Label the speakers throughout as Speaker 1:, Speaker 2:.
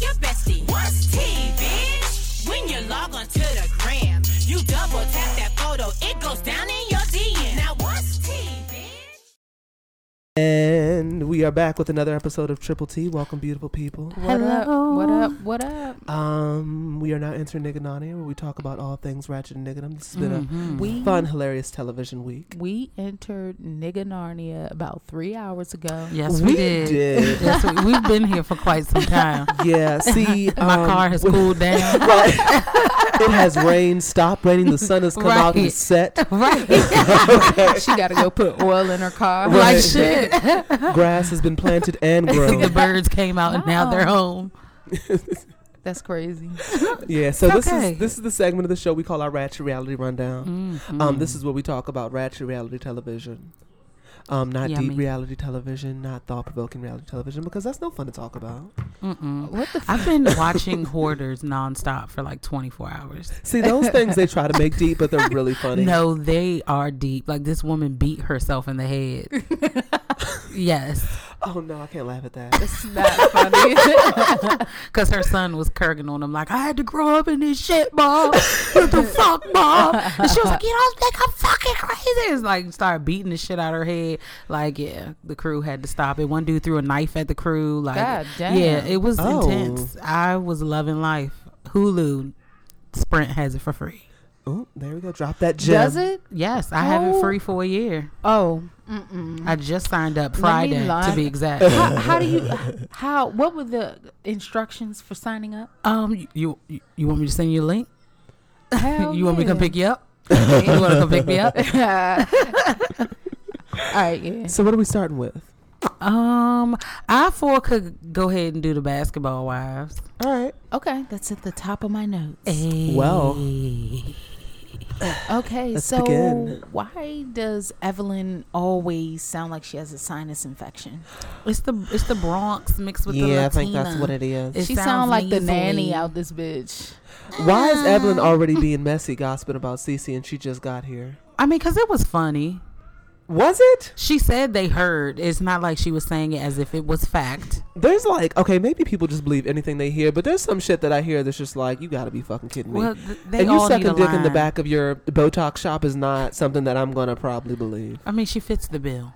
Speaker 1: your bestie. What's tea, bitch? When you log on to the gram, you double tap that photo, it goes down in your DM. Now what's tea, bitch?
Speaker 2: And we are back with another episode of Triple T. Welcome, beautiful people.
Speaker 3: What up? What up? What up?
Speaker 2: Um, we are now entering Nigganani, where we talk about all things ratchet and nigganum. This has been
Speaker 3: We
Speaker 2: a fun, hilarious television week.
Speaker 3: we entered Nigga Narnia about three hours ago.
Speaker 4: Yes, we, did.
Speaker 2: did.
Speaker 4: Yes, we, we've been here for quite some time.
Speaker 2: yeah. See,
Speaker 4: My
Speaker 2: um,
Speaker 4: car has
Speaker 2: with-
Speaker 4: cooled down.
Speaker 2: Right. it has rained. Stop raining. The sun has come out and
Speaker 4: Right.
Speaker 2: it's set.
Speaker 4: right.
Speaker 3: she got to go put oil in her car.
Speaker 2: Right.
Speaker 4: Like shit.
Speaker 2: Grass has been planted and
Speaker 4: the
Speaker 2: grown.
Speaker 4: birds came out and now they're
Speaker 3: Wow.
Speaker 4: home.
Speaker 3: That's crazy.
Speaker 2: yeah. So this
Speaker 4: okay.
Speaker 2: is this is the segment of the show we call our Ratchet Reality Rundown.
Speaker 4: Mm-hmm.
Speaker 2: Um, this is where we talk about ratchet reality television. Um, not
Speaker 4: Yummy.
Speaker 2: deep reality television, not thought provoking reality television, because that's no fun to talk about.
Speaker 4: Mm-mm.
Speaker 3: What the f-
Speaker 4: I've been watching Hoarders nonstop for like 24 hours.
Speaker 2: See, those things they try to make deep, but they're really funny.
Speaker 4: No, they are deep. Like this woman beat herself in the head. yes,
Speaker 2: Oh, no, I can't laugh at that.
Speaker 3: It's not funny.
Speaker 4: because her son was curging on him like, I had to grow up in this shit, mom. What the fuck, mom? And she was like, you don't think I'm fucking crazy? It's like started beating the shit out of her head. Like, yeah, the crew had to stop it. One dude threw a knife at the crew. Like,
Speaker 3: God damn.
Speaker 4: yeah, it was
Speaker 2: Oh.
Speaker 4: intense. I was loving life. Hulu, Sprint has it for free.
Speaker 2: Oh, there we go. Drop that gem.
Speaker 3: Does it?
Speaker 4: Yes, I have it
Speaker 3: Oh.
Speaker 4: free for a year.
Speaker 3: Oh, Mm-mm.
Speaker 4: I just signed up
Speaker 3: Let me
Speaker 4: Friday to
Speaker 3: line-
Speaker 4: be exact.
Speaker 3: How, how do you? How? What were the instructions for signing up?
Speaker 4: Um, you you, you want me to send you a link?
Speaker 3: Hell
Speaker 4: you want me to come
Speaker 3: yeah.
Speaker 4: pick you up? you want to come pick me up?
Speaker 3: All right, yeah.
Speaker 2: So, what are we starting with?
Speaker 4: Um, I four could go ahead and do the basketball wives.
Speaker 2: All right.
Speaker 3: Okay, that's at the top of my notes.
Speaker 2: Well.
Speaker 3: Okay,
Speaker 2: Let's
Speaker 3: so
Speaker 2: begin.
Speaker 3: why does Evelyn always sound like she has a sinus infection?
Speaker 4: it's the it's the Bronx mixed with the Latina.
Speaker 2: yeah, I think that's what it is.
Speaker 4: It
Speaker 3: she
Speaker 4: sounds
Speaker 3: sound like the
Speaker 4: nasally.
Speaker 3: nanny out this bitch.
Speaker 2: Why is Evelyn already being messy gossiping about Cece and she just got here?
Speaker 4: I mean, cause it was funny.
Speaker 2: Was it?
Speaker 4: She said they heard. It's not like she was saying it as if it was fact.
Speaker 2: There's like, okay, maybe people just believe anything they hear, but there's some shit that I hear that's just like, you gotta be fucking kidding me.
Speaker 4: Well, th- they
Speaker 2: and you
Speaker 4: all
Speaker 2: sucking
Speaker 4: need a
Speaker 2: dick in the
Speaker 4: line.
Speaker 2: back of your Botox shop is not something that I'm gonna probably believe.
Speaker 4: I mean, she fits the bill.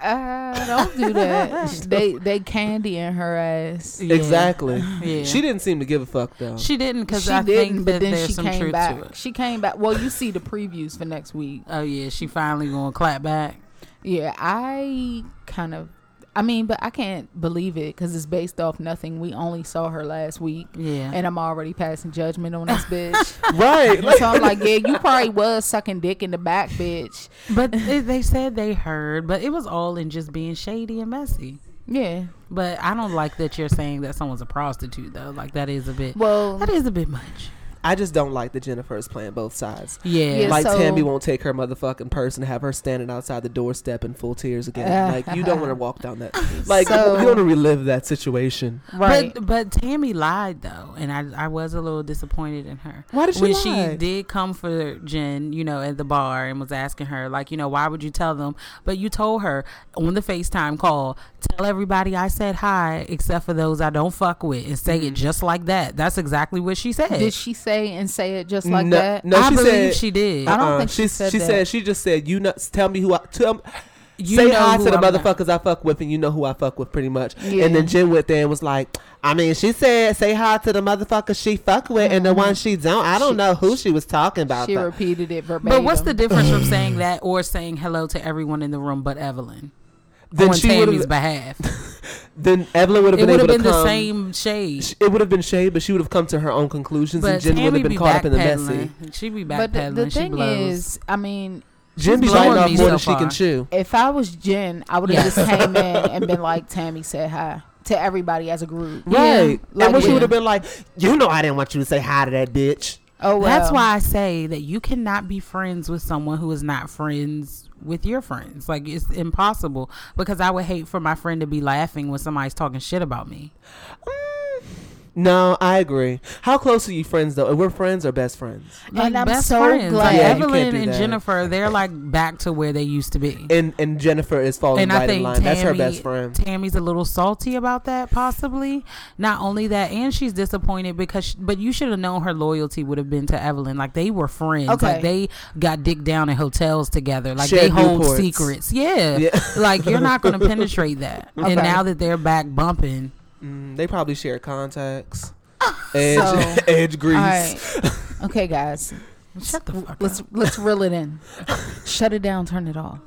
Speaker 3: Uh, don't do that. they they candying her ass.
Speaker 4: Yeah.
Speaker 2: Exactly.
Speaker 4: Yeah.
Speaker 2: She didn't seem to give a fuck though.
Speaker 4: She didn't because
Speaker 3: She
Speaker 4: I
Speaker 3: didn't,
Speaker 4: think
Speaker 3: but
Speaker 4: that
Speaker 3: then
Speaker 4: there's
Speaker 3: she
Speaker 4: some
Speaker 3: came
Speaker 4: truth to
Speaker 3: back.
Speaker 4: it.
Speaker 3: She came back. Well, you see the previews for next week.
Speaker 4: Oh yeah, she finally gonna clap back.
Speaker 3: Yeah, I kind of. I mean, but I can't believe it because it's based off nothing. We only saw her last week,
Speaker 4: Yeah.
Speaker 3: and I'm already passing judgment on this bitch.
Speaker 2: right.
Speaker 3: so I'm like, yeah, you probably was sucking dick in the back, bitch.
Speaker 4: But it, they said they heard, but it was all in just being shady and messy.
Speaker 3: Yeah.
Speaker 4: But I don't like that you're saying that someone's a prostitute though. Like that is a bit.
Speaker 3: Well,
Speaker 4: that is a bit much.
Speaker 2: I just don't like that Jennifer is playing both sides.
Speaker 4: Yeah.
Speaker 3: Yes.
Speaker 2: like
Speaker 3: so-
Speaker 2: Tammy won't take her motherfucking purse and have her standing outside the doorstep in full tears again. like you don't want to walk down that. Like
Speaker 3: So-
Speaker 2: you don't want to relive that situation.
Speaker 3: right.
Speaker 4: But but Tammy lied though, and I I was a little disappointed in her.
Speaker 2: Why did she
Speaker 4: when
Speaker 2: lie?
Speaker 4: she did come for Jen, you know, at the bar and was asking her like, you know, why would you tell them? But you told her on the FaceTime call, tell everybody I said hi except for those I don't fuck with, and say
Speaker 2: Mm.
Speaker 4: it just like that. That's exactly what she said.
Speaker 3: Did she say and say it just like
Speaker 2: no,
Speaker 3: that?
Speaker 2: no,
Speaker 4: I
Speaker 2: she
Speaker 4: believe
Speaker 2: said
Speaker 4: she did.
Speaker 3: I don't
Speaker 2: uh-uh.
Speaker 3: think she said
Speaker 2: she
Speaker 3: that.
Speaker 2: said she just said you know tell me who I tell me-
Speaker 4: You
Speaker 2: say
Speaker 4: know
Speaker 2: hi
Speaker 4: who
Speaker 2: to the
Speaker 4: I'm not.
Speaker 2: motherfuckers I fuck with and you know who I fuck with pretty much.
Speaker 3: Yeah.
Speaker 2: And then Jen went there and was like, I mean, she said say hi to the motherfuckers she fuck with and
Speaker 4: Mm-hmm.
Speaker 2: the ones she don't. I don't know who she was talking about.
Speaker 3: She
Speaker 2: though.
Speaker 3: repeated it verbatim.
Speaker 4: But what's the difference from saying that or saying hello to everyone in the room but Evelyn
Speaker 2: then
Speaker 4: on
Speaker 2: she
Speaker 4: Tammy's
Speaker 2: would've-
Speaker 4: behalf?
Speaker 2: then Evelyn would have
Speaker 4: It
Speaker 2: been
Speaker 4: would
Speaker 2: able
Speaker 4: have
Speaker 2: to
Speaker 4: been the
Speaker 2: come-
Speaker 4: same shade.
Speaker 2: Sh- It would have been shade, but she would have come to her own conclusions,
Speaker 4: But
Speaker 2: and Jen would
Speaker 4: Tammy
Speaker 2: have
Speaker 4: be
Speaker 2: been caught up in the messy.
Speaker 4: backpedaling. She be
Speaker 3: But the,
Speaker 4: backpedaling.
Speaker 3: the
Speaker 4: she
Speaker 3: thing
Speaker 4: blows.
Speaker 3: is, I mean,
Speaker 2: Jen be
Speaker 4: She's blowing
Speaker 2: biting off
Speaker 4: me
Speaker 2: more
Speaker 4: so
Speaker 2: than she
Speaker 4: far.
Speaker 2: can chew.
Speaker 3: if I was Jen, I would have
Speaker 4: Yeah.
Speaker 3: just came in and been like, Tammy said hi to everybody as a group.
Speaker 4: Yeah,
Speaker 2: Right,
Speaker 3: like
Speaker 2: and when she
Speaker 3: when-
Speaker 2: would have been like, "You know, I didn't want you to say hi to that bitch."
Speaker 3: Oh, well.
Speaker 4: That's why I say that you cannot be friends with someone who is not friends with your friends. Like it's impossible because I would hate for my friend to be laughing when somebody's talking shit about me.
Speaker 2: No, I agree. How close are you friends though? And we're friends or best friends?
Speaker 4: Like,
Speaker 3: And I'm
Speaker 4: best
Speaker 3: so
Speaker 4: friends.
Speaker 3: glad-
Speaker 4: Like,
Speaker 3: Yeah, you
Speaker 2: can't
Speaker 4: Evelyn
Speaker 2: do
Speaker 4: and
Speaker 2: that.
Speaker 4: Jennifer, they're like back to where they used to be.
Speaker 2: And and Jennifer is falling
Speaker 4: and
Speaker 2: right
Speaker 4: I
Speaker 2: in
Speaker 4: think
Speaker 2: line.
Speaker 4: Tammy,
Speaker 2: That's her best friend.
Speaker 4: Tammy's a little salty about that, possibly. Not only that, and she's disappointed because, she, but you should have known her loyalty would have been to Evelyn. Like they were friends.
Speaker 3: Okay.
Speaker 4: Like they got dick down in hotels together. Like
Speaker 2: Shared
Speaker 4: they hold
Speaker 2: Newports.
Speaker 4: secrets. Yeah.
Speaker 2: Yeah.
Speaker 4: like you're not going to penetrate that.
Speaker 3: Okay.
Speaker 4: And now that they're back bumping,
Speaker 2: Mm, they probably share contacts. Edge,
Speaker 3: Oh. So-
Speaker 2: edge grease.
Speaker 3: All right. Okay, guys.
Speaker 4: shut the fuck
Speaker 3: Let's
Speaker 4: up.
Speaker 3: let's reel it in. Shut it down. Turn it off.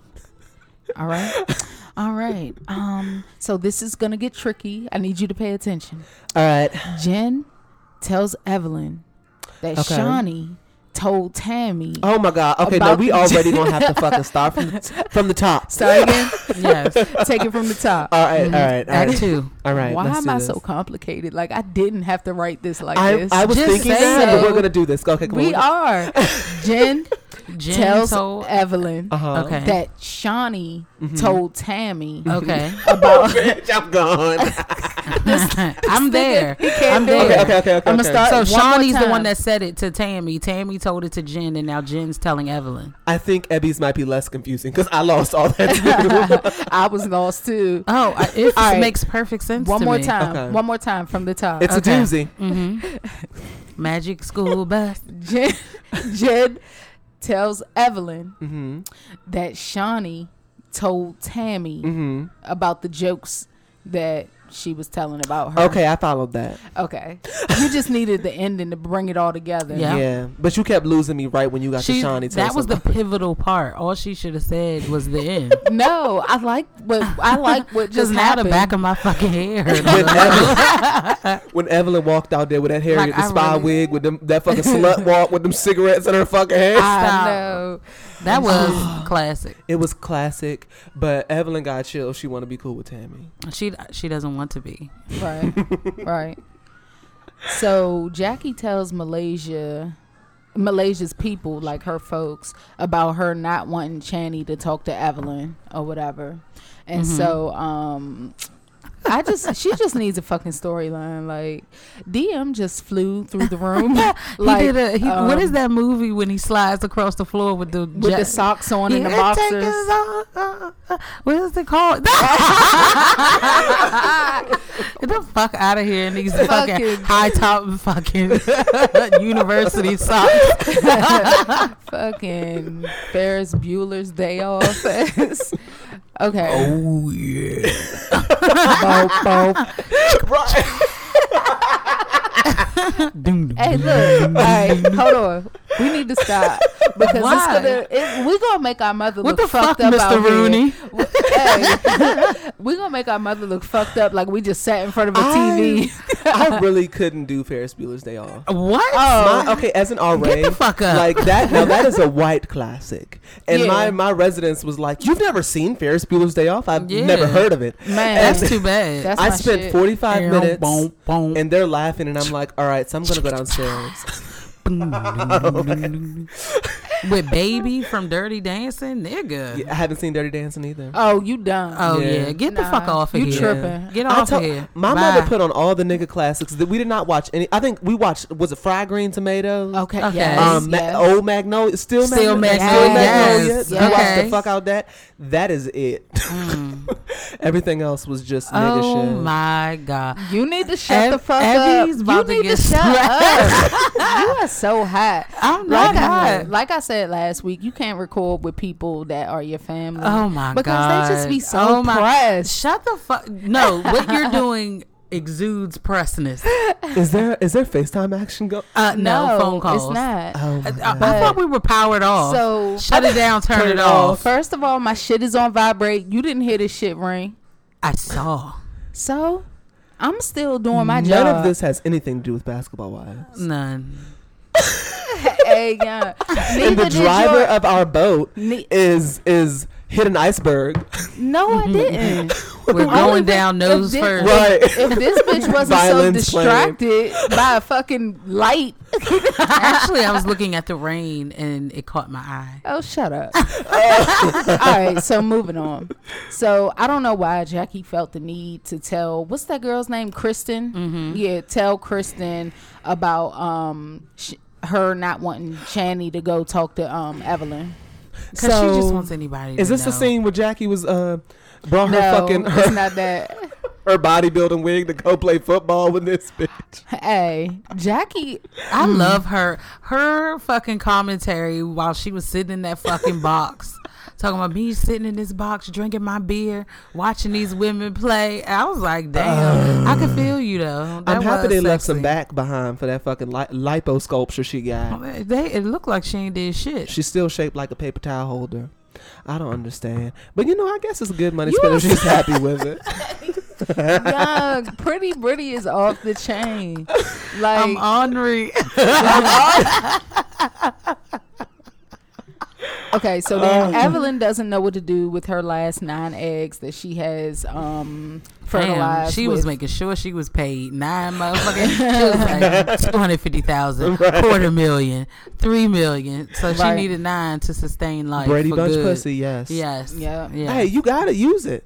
Speaker 3: All right. All right. Um. So this is gonna get tricky. I need you to pay attention.
Speaker 2: All right.
Speaker 3: Jen tells Evelyn that
Speaker 2: Okay.
Speaker 3: Shawnee told Tammy.
Speaker 2: Oh my God. Okay, no,
Speaker 3: About-
Speaker 2: we already gonna have to fucking start from the, from the top.
Speaker 3: Start again.
Speaker 4: Yes.
Speaker 3: Take it from the top.
Speaker 2: All right, all right, all
Speaker 4: Act
Speaker 2: right,
Speaker 4: two.
Speaker 2: all right.
Speaker 3: mm, Why
Speaker 2: let's
Speaker 3: am
Speaker 2: do
Speaker 3: I
Speaker 2: this.
Speaker 3: so complicated? Like I didn't have to write this like
Speaker 2: I,
Speaker 3: this.
Speaker 2: I was
Speaker 4: Just
Speaker 2: thinking
Speaker 4: say
Speaker 2: that, but
Speaker 3: so.
Speaker 2: we're gonna do this. Okay, come
Speaker 3: we
Speaker 2: on.
Speaker 3: are. Jen,
Speaker 4: Jen
Speaker 3: tells
Speaker 4: told-
Speaker 3: Evelyn
Speaker 2: Uh-huh. Mm-hmm.
Speaker 4: Okay.
Speaker 3: that Shawnee told Tammy
Speaker 4: Okay.
Speaker 3: about
Speaker 2: Bitch, I'm gone.
Speaker 4: I'm there. I'm
Speaker 3: do
Speaker 4: there.
Speaker 3: it.
Speaker 2: okay, okay, okay.
Speaker 3: I'ma
Speaker 2: okay.
Speaker 3: start-
Speaker 4: So
Speaker 3: One more
Speaker 4: Shawnee's the
Speaker 3: time.
Speaker 4: one that said it to Tammy. Tammy told it to Jen, and now Jen's telling Evelyn.
Speaker 2: I think Ebby's might be less confusing because I lost all that. too.
Speaker 3: I was lost too.
Speaker 4: Oh, I- it
Speaker 3: All right.
Speaker 4: makes perfect sense.
Speaker 3: One
Speaker 4: to
Speaker 3: more
Speaker 4: me.
Speaker 3: time.
Speaker 2: Okay.
Speaker 3: One more time from the top.
Speaker 2: it's
Speaker 4: Okay.
Speaker 2: a doozy.
Speaker 3: Mm-hmm.
Speaker 4: Magic school bus.
Speaker 3: Jen, Jen tells Evelyn
Speaker 2: Mm-hmm.
Speaker 3: that Shawnee told Tammy
Speaker 2: Mm-hmm.
Speaker 3: about the jokes that she was telling about her.
Speaker 2: Okay, I followed that.
Speaker 3: Okay. You just needed the ending to bring it all together.
Speaker 4: Yeah.
Speaker 2: Yeah. but you kept losing me right when you got
Speaker 4: She,
Speaker 2: to Shawnee.
Speaker 4: that was the pivotal part. All she should have said was the end.
Speaker 3: No, I like what I like what just
Speaker 4: Just now
Speaker 3: happened.
Speaker 4: the back of my fucking hair.
Speaker 2: when Evelyn, when Evelyn walked out there with that Harriet
Speaker 4: Like,
Speaker 2: the
Speaker 4: I
Speaker 2: Spy
Speaker 4: really-
Speaker 2: wig with them that fucking slut walk with them cigarettes in her fucking hand.
Speaker 3: I
Speaker 4: Stop.
Speaker 3: know.
Speaker 4: that
Speaker 3: uh,
Speaker 4: was classic.
Speaker 2: it was classic, but Evelyn got chill. She want to be cool with Tammy.
Speaker 4: She she doesn't want to be.
Speaker 3: Right. right. So Jackie tells Malaysia Malaysia's people, like her folks, about her not wanting Channy to talk to Evelyn or whatever. And
Speaker 4: Mm-hmm.
Speaker 3: so um I just she just needs a fucking storyline. Like DM just flew through the room. like
Speaker 4: he did a. He, what
Speaker 3: um,
Speaker 4: is that movie when he slides across the floor with the
Speaker 3: with
Speaker 4: ja-
Speaker 3: the socks on
Speaker 4: He
Speaker 3: and the
Speaker 4: didn't take
Speaker 3: boxers?
Speaker 4: his off- uh, uh, What is it called? Get the fuck out of here in these fucking,
Speaker 3: Fucking-
Speaker 4: high top fucking university socks.
Speaker 3: fucking Ferris Bueller's Day Off. okay.
Speaker 4: Oh yeah.
Speaker 3: Hey, look. All right, hold on. We need to stop because
Speaker 4: Why?
Speaker 3: it's gonna it, we gonna make our mother
Speaker 4: What
Speaker 3: look
Speaker 4: the fuck,
Speaker 3: fucked up out
Speaker 4: Mr. Rooney?
Speaker 3: here. W- hey, we gonna make our mother look fucked up like we just sat in front of a TV.
Speaker 2: I really couldn't do Ferris Bueller's Day Off.
Speaker 4: What?
Speaker 2: My, okay, as an RA,
Speaker 4: Oh. Get the fuck up.
Speaker 2: like that. Now that is a white classic, and
Speaker 3: Yeah.
Speaker 2: my my residence was like, "You've never seen Ferris Bueller's Day Off? I've
Speaker 4: Yeah.
Speaker 2: never heard of it."
Speaker 3: Man,
Speaker 4: That's too bad.
Speaker 3: That's
Speaker 2: I
Speaker 3: my
Speaker 2: spent
Speaker 3: shit.
Speaker 2: 45
Speaker 4: Boom,
Speaker 2: minutes,
Speaker 4: boom, boom.
Speaker 2: and they're laughing, and I'm like, "All right, so I'm gonna go downstairs."
Speaker 4: With baby from Dirty Dancing, nigga.
Speaker 2: I haven't seen Dirty Dancing either.
Speaker 3: oh, you dumb.
Speaker 4: Oh yeah.
Speaker 2: Yeah.
Speaker 4: Get the fuck
Speaker 3: Nah,
Speaker 4: off of
Speaker 3: you
Speaker 4: here.
Speaker 3: tripping.
Speaker 4: Get
Speaker 2: I
Speaker 4: off
Speaker 2: told-
Speaker 4: of here.
Speaker 2: My
Speaker 4: Bye.
Speaker 2: mother put on all the nigga classics that we did not watch any. I think we watched was it Fried Green Tomatoes?
Speaker 3: Okay.
Speaker 4: Okay.
Speaker 3: Yes,
Speaker 2: Um,
Speaker 3: yes.
Speaker 2: Ma- old Magnolia, still
Speaker 4: Still
Speaker 2: Magnolia,
Speaker 4: Magnolia, yes,
Speaker 2: Magnolia. You watched
Speaker 4: okay. Mm.
Speaker 2: the fuck out that. That is it. Everything else was just nigga
Speaker 4: Oh
Speaker 2: shit.
Speaker 4: my god.
Speaker 3: You need to shut
Speaker 4: Ev-
Speaker 3: the fuck
Speaker 4: Evie's
Speaker 3: up.
Speaker 4: about to
Speaker 3: you need
Speaker 4: get
Speaker 3: to shut up. you are so hot.
Speaker 4: I'm
Speaker 3: like
Speaker 4: not
Speaker 3: I,
Speaker 4: hot.
Speaker 3: like I said last week, you can't record with people that are your family.
Speaker 4: Oh my
Speaker 3: because
Speaker 4: god.
Speaker 3: Because they just be so
Speaker 4: Oh my-
Speaker 3: pressed.
Speaker 4: Shut the fuck. No, what you're doing exudes pressness.
Speaker 2: Is there is there FaceTime action go?
Speaker 4: Uh, no, phone calls.
Speaker 3: it's not.
Speaker 2: Oh my
Speaker 4: I,
Speaker 2: God.
Speaker 4: I thought we were powered off.
Speaker 3: So-
Speaker 4: shut it down. Turn, it off.
Speaker 3: First of all, my shit is on vibrate. You didn't hear this shit ring,
Speaker 4: I saw.
Speaker 3: so I'm still doing my
Speaker 2: None
Speaker 3: job.
Speaker 2: of this has anything to do with basketball wives.
Speaker 4: None.
Speaker 3: Hey, yeah. Neither
Speaker 2: And the
Speaker 3: did
Speaker 2: driver
Speaker 3: your-
Speaker 2: of our boat
Speaker 3: Ne-
Speaker 2: is is hit an iceberg.
Speaker 3: No, I didn't.
Speaker 4: We're
Speaker 3: Only
Speaker 4: Mm-hmm. going
Speaker 3: if-
Speaker 4: down
Speaker 3: if
Speaker 4: nose
Speaker 3: thi-
Speaker 4: first.
Speaker 2: Right.
Speaker 3: If this bitch wasn't so
Speaker 2: Violence playing.
Speaker 3: distracted by a fucking light.
Speaker 4: Actually, I was looking at the rain and it caught my eye.
Speaker 3: Oh, shut up. All right, so moving on. So I don't know why Jackie felt the need to tell what's that girl's name, Kristen.
Speaker 4: Mm-hmm.
Speaker 3: Yeah, tell Kristen about um sh- her not wanting Channy to go talk to um Evelyn.
Speaker 4: Because she just wants anybody.
Speaker 2: Is
Speaker 4: to
Speaker 2: this the
Speaker 4: know.
Speaker 2: scene where Jackie was uh brought her
Speaker 3: no,
Speaker 2: fucking
Speaker 3: it's
Speaker 2: her,
Speaker 3: not that.
Speaker 2: her bodybuilding wig to go play football with this bitch?
Speaker 3: Hey, Jackie,
Speaker 4: I
Speaker 2: Mm.
Speaker 4: love her. Her fucking commentary while she was sitting in that fucking box. Talking about me sitting in this box, drinking my beer, watching these women play. I was like, damn, I could feel you though. That
Speaker 2: Uh, I'm happy
Speaker 4: was
Speaker 2: they left some
Speaker 4: sexy. Oh,
Speaker 2: back behind for that fucking li- lipo sculpture she got.
Speaker 4: They, it looked like she ain't did shit.
Speaker 2: She's still shaped like a paper towel holder. I don't understand, but you know, I guess it's good money
Speaker 3: You
Speaker 2: spent if
Speaker 3: also-
Speaker 2: she's happy with it.
Speaker 3: young, pretty, pretty is off the chain. Like,
Speaker 4: I'm uh, ornery.
Speaker 3: Okay, so then
Speaker 4: um,
Speaker 3: Evelyn doesn't know what to do with her last nine eggs that she has um
Speaker 4: Damn,
Speaker 3: fertilized.
Speaker 4: she was
Speaker 3: with-
Speaker 4: making sure she was paid nine motherfucking. she was like two hundred fifty thousand, quarter million, three million. So
Speaker 3: Right.
Speaker 4: she needed nine to sustain life.
Speaker 2: Brady
Speaker 4: for
Speaker 2: Bunch
Speaker 4: good.
Speaker 2: pussy, yes.
Speaker 4: Yes.
Speaker 3: Yep.
Speaker 4: Yeah.
Speaker 2: Hey, you gotta use it.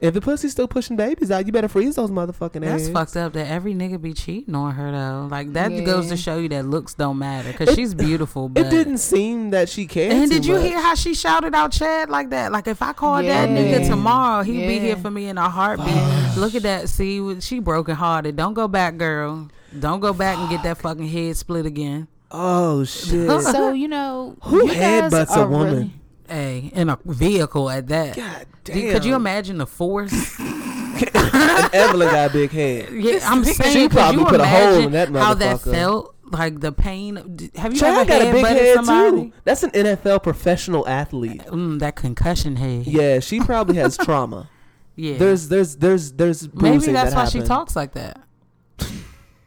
Speaker 2: If the pussy's still pushing babies out, you better freeze those motherfucking
Speaker 4: That's
Speaker 2: eggs.
Speaker 4: fucked up that every nigga be cheating on her though. Like that
Speaker 3: Yeah.
Speaker 4: goes to show you that looks don't matter because
Speaker 2: It-
Speaker 4: she's beautiful. But
Speaker 2: It didn't seem that she cared.
Speaker 4: And
Speaker 2: too
Speaker 4: did you
Speaker 2: much.
Speaker 4: hear how she shouted out Chad like that? Like if I called that nigga
Speaker 3: Yeah.
Speaker 4: tomorrow, he'd be
Speaker 3: Yeah.
Speaker 4: here for me in a heartbeat. Look at that. See, what- she broken hearted. Don't go back, girl. Don't go back and get that fucking head split again.
Speaker 2: Oh shit!
Speaker 3: So you know
Speaker 2: Who
Speaker 3: you guys
Speaker 2: headbutts a
Speaker 3: are
Speaker 2: woman?
Speaker 3: really-
Speaker 4: Hey, in a vehicle at that.
Speaker 2: God
Speaker 4: D-
Speaker 2: damn!
Speaker 4: Could you imagine the force?
Speaker 2: And Evelyn got a big head.
Speaker 4: Yeah, I'm
Speaker 2: She
Speaker 4: saying. could
Speaker 2: probably
Speaker 4: you
Speaker 2: put a hole
Speaker 4: imagine
Speaker 2: in that
Speaker 4: how that
Speaker 2: motherfucker.
Speaker 4: felt? Like the pain. of- d- Have you
Speaker 2: Chad
Speaker 4: ever
Speaker 2: got a big
Speaker 4: headbutted
Speaker 2: head
Speaker 4: somebody?
Speaker 2: too. That's an NFL professional athlete.
Speaker 4: Mm, that concussion head.
Speaker 2: Yeah, she probably has trauma.
Speaker 4: yeah.
Speaker 2: There's there's there's there's bruising
Speaker 4: Maybe that's
Speaker 2: that
Speaker 4: why she
Speaker 2: happened.
Speaker 4: talks like that.
Speaker 2: I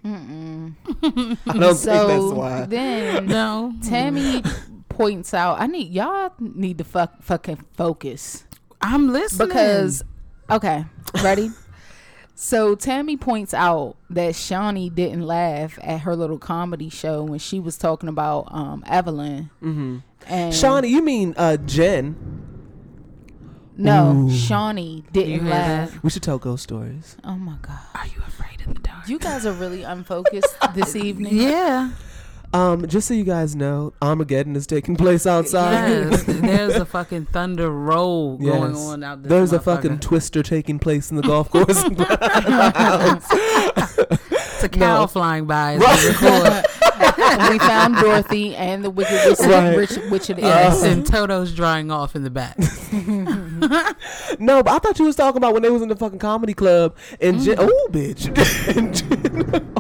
Speaker 2: don't think that's
Speaker 3: So
Speaker 2: why.
Speaker 3: then
Speaker 4: No.
Speaker 3: Tammy points out, I need y'all need to fuck fucking focus
Speaker 4: I'm listening.
Speaker 3: because okay, ready. So Tammy points out that Shawnee didn't laugh at her little comedy show when she was talking about um Evelyn. Mm-hmm. And
Speaker 2: Shawnee, you mean uh, Jen?
Speaker 3: No, Shawnee
Speaker 4: You
Speaker 3: didn't
Speaker 4: hear
Speaker 3: laugh.
Speaker 4: that?
Speaker 2: We should tell ghost stories.
Speaker 3: Oh my god.
Speaker 4: Are you afraid of the dark?
Speaker 3: You guys are really unfocused this evening.
Speaker 4: yeah.
Speaker 2: Um, just so you guys know, Armageddon is taking place outside.
Speaker 4: Yes. There's a fucking thunder roll going
Speaker 2: Yes.
Speaker 4: on out there.
Speaker 2: There's a fucking twister taking place in the golf course.
Speaker 4: it's a cow
Speaker 2: No.
Speaker 4: flying by. as we record.
Speaker 3: we found Dorothy and the Wicked Witch,
Speaker 2: Right.
Speaker 3: Rich, Witch of the
Speaker 4: yes.
Speaker 3: East.
Speaker 4: And Toto's drying off in the back.
Speaker 2: no, but I thought you was talking about when they was in the fucking comedy club
Speaker 4: Mm.
Speaker 2: and Jen. Oh, bitch. And Jen-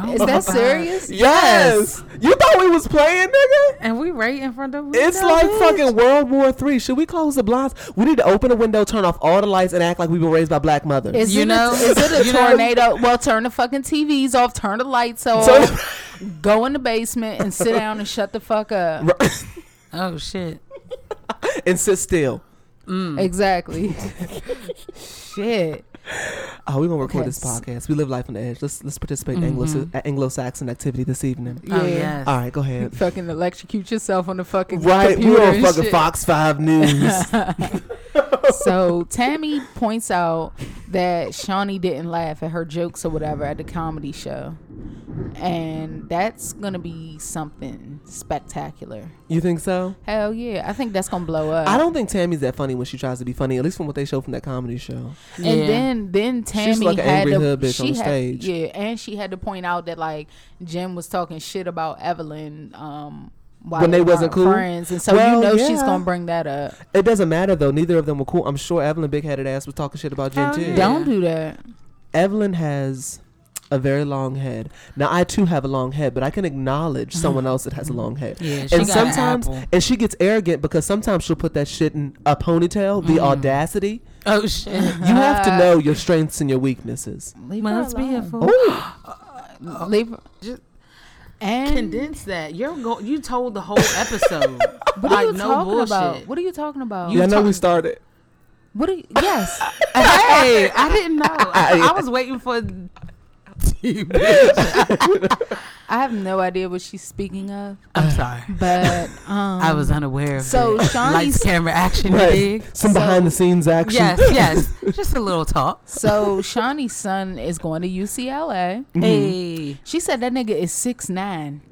Speaker 4: Oh
Speaker 3: Is
Speaker 4: my
Speaker 3: that
Speaker 4: God.
Speaker 3: serious?
Speaker 2: yes. You thought we was playing, nigga?
Speaker 4: And we right in front of.
Speaker 2: It's like fucking World War Three. Should we close the blinds? We need to open a window, turn off all the lights, and act like we were raised by black mothers.
Speaker 3: Is
Speaker 4: You
Speaker 3: it
Speaker 4: know-
Speaker 3: a, is it a
Speaker 4: you know-
Speaker 3: tornado? Well, turn the fucking TVs off, turn the lights off, go in the basement and sit down and shut the fuck up.
Speaker 4: Oh shit.
Speaker 2: and sit still. Mm.
Speaker 3: Exactly. Shit.
Speaker 2: Oh, we're gonna record
Speaker 3: Okay,
Speaker 2: this
Speaker 3: s-
Speaker 2: podcast. We live life on the edge. Let's let's participate in Anglo Anglo Saxon activity this evening.
Speaker 3: Yeah.
Speaker 4: Oh yes.
Speaker 2: All right, go ahead.
Speaker 3: Fucking electrocute yourself on the fucking
Speaker 2: Right, we
Speaker 3: computer
Speaker 2: were on
Speaker 3: and
Speaker 2: fucking
Speaker 3: shit.
Speaker 2: Fox Five News.
Speaker 3: so Tammy points out that Shawnee didn't laugh at her jokes or whatever at the comedy show. And that's gonna be something spectacular.
Speaker 2: you think so?
Speaker 3: Hell yeah. I think that's gonna blow up.
Speaker 2: I don't think Tammy's that funny when she tries to be funny. At least from what they show from that comedy show.
Speaker 3: and
Speaker 4: Yeah.
Speaker 3: then then Tammy
Speaker 2: like an
Speaker 3: had
Speaker 2: angry
Speaker 3: to,
Speaker 2: hood bitch
Speaker 3: she
Speaker 2: on
Speaker 3: had,
Speaker 2: stage.
Speaker 3: Yeah, and she had to point out that like Jen was talking shit about Evelyn um while
Speaker 2: When they wasn't
Speaker 3: weren't
Speaker 2: cool?
Speaker 3: friends. And so
Speaker 2: Well,
Speaker 3: you know she's
Speaker 2: yeah.
Speaker 3: gonna bring that up.
Speaker 2: It doesn't matter though. Neither of them were cool. I'm sure Evelyn big headed ass was talking shit about Jen
Speaker 4: Hell
Speaker 2: too.
Speaker 4: yeah.
Speaker 3: Don't do that.
Speaker 2: Evelyn has a very long head. Now I too have a long head, but I can acknowledge someone else that has a long head.
Speaker 4: Yeah, she
Speaker 2: and
Speaker 4: got an
Speaker 2: sometimes
Speaker 4: apple.
Speaker 2: and she gets arrogant because sometimes she'll put that shit in a ponytail, the audacity.
Speaker 4: Oh shit.
Speaker 2: You have to know your
Speaker 3: Oh.
Speaker 2: strengths and your weaknesses.
Speaker 3: Leave her
Speaker 4: Must be a
Speaker 3: alone.
Speaker 4: fool.
Speaker 3: Leave her- And
Speaker 4: Condense that. You're go- you told the whole episode.
Speaker 3: what are
Speaker 4: like
Speaker 3: you
Speaker 4: no
Speaker 3: talking
Speaker 4: bullshit.
Speaker 3: about? What are you talking about?
Speaker 2: Yeah, I know we started.
Speaker 3: What are you, yes.
Speaker 4: hey, I didn't know. I, I was waiting for
Speaker 3: I have no idea what she's speaking of.
Speaker 4: I'm sorry.
Speaker 3: But um
Speaker 4: I was unaware of
Speaker 3: so
Speaker 4: it. lights
Speaker 3: Shawnee's
Speaker 4: camera action you
Speaker 2: Right.
Speaker 4: dig?
Speaker 2: Some
Speaker 3: So-
Speaker 2: behind the scenes action.
Speaker 4: Yes, yes. Just a little talk.
Speaker 3: so Shawnee's son is going to UCLA.
Speaker 4: Hey.
Speaker 3: She said that nigga is six nine.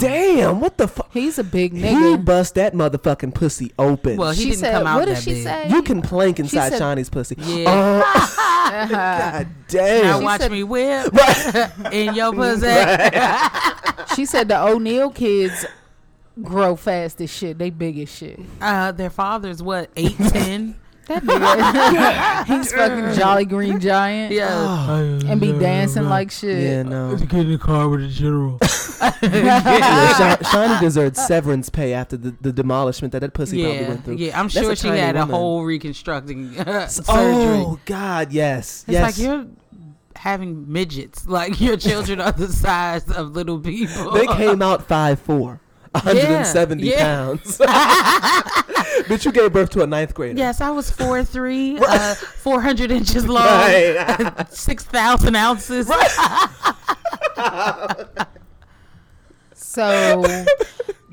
Speaker 2: Damn, what the fuck?
Speaker 3: He's a big
Speaker 2: He
Speaker 3: nigga.
Speaker 2: bust that motherfucking pussy open.
Speaker 4: Well, he
Speaker 3: she
Speaker 4: didn't
Speaker 3: said,
Speaker 4: come out
Speaker 3: "What did
Speaker 4: that
Speaker 3: she
Speaker 4: big.
Speaker 3: say?"
Speaker 2: you can plank inside
Speaker 3: said-
Speaker 2: Shawnee's pussy.
Speaker 4: Yeah.
Speaker 2: Oh, God damn.
Speaker 4: now watch
Speaker 3: said-
Speaker 4: me whip in your pussy.
Speaker 3: She said the O'Neal kids grow fast as shit. They big as shit.
Speaker 4: Uh, their father's what eight ten.
Speaker 3: That nigga, he's fucking Jolly Green Giant.
Speaker 4: Yeah.
Speaker 3: and be dancing like
Speaker 2: Yeah,
Speaker 3: shit.
Speaker 2: no.
Speaker 4: Get in the car with the general.
Speaker 2: yeah, Sha- Shawnee deserves severance pay after the, the demolishment that that pussy Oh, probably
Speaker 4: Yeah,
Speaker 2: went through.
Speaker 4: yeah. I'm
Speaker 2: That's a
Speaker 4: sure she
Speaker 2: tiny
Speaker 4: had a
Speaker 2: woman.
Speaker 4: whole reconstructing uh, surgery.
Speaker 2: Oh God, yes,
Speaker 4: It's
Speaker 2: yes.
Speaker 4: like you're having midgets. Like your children are the size of little people.
Speaker 2: they came out five four. 170
Speaker 4: yeah.
Speaker 2: pounds. Bitch, you gave birth to a ninth grader.
Speaker 4: Yes, I was four three, uh, four hundred inches long,
Speaker 2: Right.
Speaker 4: six thousand ounces.
Speaker 3: So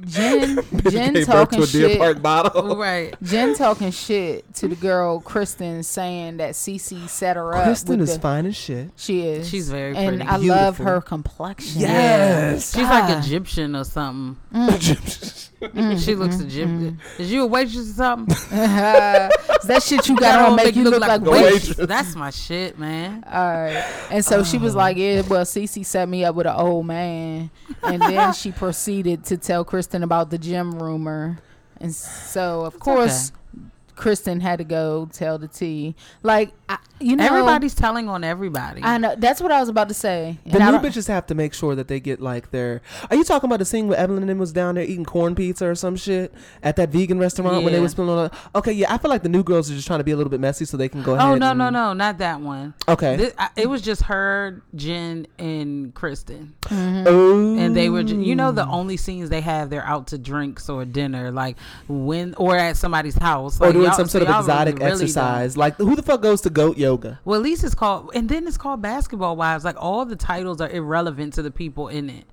Speaker 3: Jen, Jen
Speaker 2: gave
Speaker 3: talking
Speaker 2: birth to a Deer
Speaker 3: shit.
Speaker 2: Park bottle.
Speaker 4: Right.
Speaker 3: Jen talking shit to the girl Kristen, saying that Cece set her up.
Speaker 2: Kristen
Speaker 3: with
Speaker 2: is
Speaker 3: the-
Speaker 2: fine as shit.
Speaker 3: She is.
Speaker 4: She's very
Speaker 3: and
Speaker 4: pretty.
Speaker 3: I love
Speaker 2: Beautiful.
Speaker 3: her complexion.
Speaker 2: Yes.
Speaker 4: She's like Egyptian or something. she looks Egyptian. Is you a waitress or something?
Speaker 3: Is that shit you got on
Speaker 4: That'll
Speaker 3: make you look, like,
Speaker 4: a
Speaker 3: wait.
Speaker 2: waitress.
Speaker 4: That's my shit, man.
Speaker 3: All right. And so she was like, "Yeah, well, Cece set me up with an old man," and then she proceeded to tell Kristen about the gym rumor, and so of course. Kristen had to go tell the T. Like, I, you know,
Speaker 4: Everybody's telling on everybody.
Speaker 3: I know that's what I was about to say.
Speaker 2: The
Speaker 3: And I
Speaker 2: new
Speaker 3: don't-
Speaker 2: bitches have to make sure that they get like their. Are you talking about the scene where Evelyn and them was down there eating corn pizza or some shit at that vegan restaurant when they
Speaker 4: Yeah.
Speaker 2: was spilling on? Okay, yeah, I feel like the new girls are just trying to be a little bit messy so they can go ahead.
Speaker 4: oh no
Speaker 2: and-
Speaker 4: no no, not that one.
Speaker 2: Okay.
Speaker 4: Thi- I, it was just her, Jen, and Kristen,
Speaker 2: oh,
Speaker 4: and they were. ju- You know,
Speaker 2: Mm.
Speaker 4: the only scenes they have, they're out to drinks or dinner, like when or at somebody's house,
Speaker 2: or
Speaker 4: like,
Speaker 2: doing
Speaker 4: y'all-
Speaker 2: some
Speaker 4: so
Speaker 2: sort of
Speaker 4: y'all really-
Speaker 2: exotic
Speaker 4: really don't-
Speaker 2: exercise. Like who the fuck goes to goat yoga?
Speaker 4: Well, at least it's called, and then it's called Basketball Wives. Like all the titles are irrelevant to the people in it.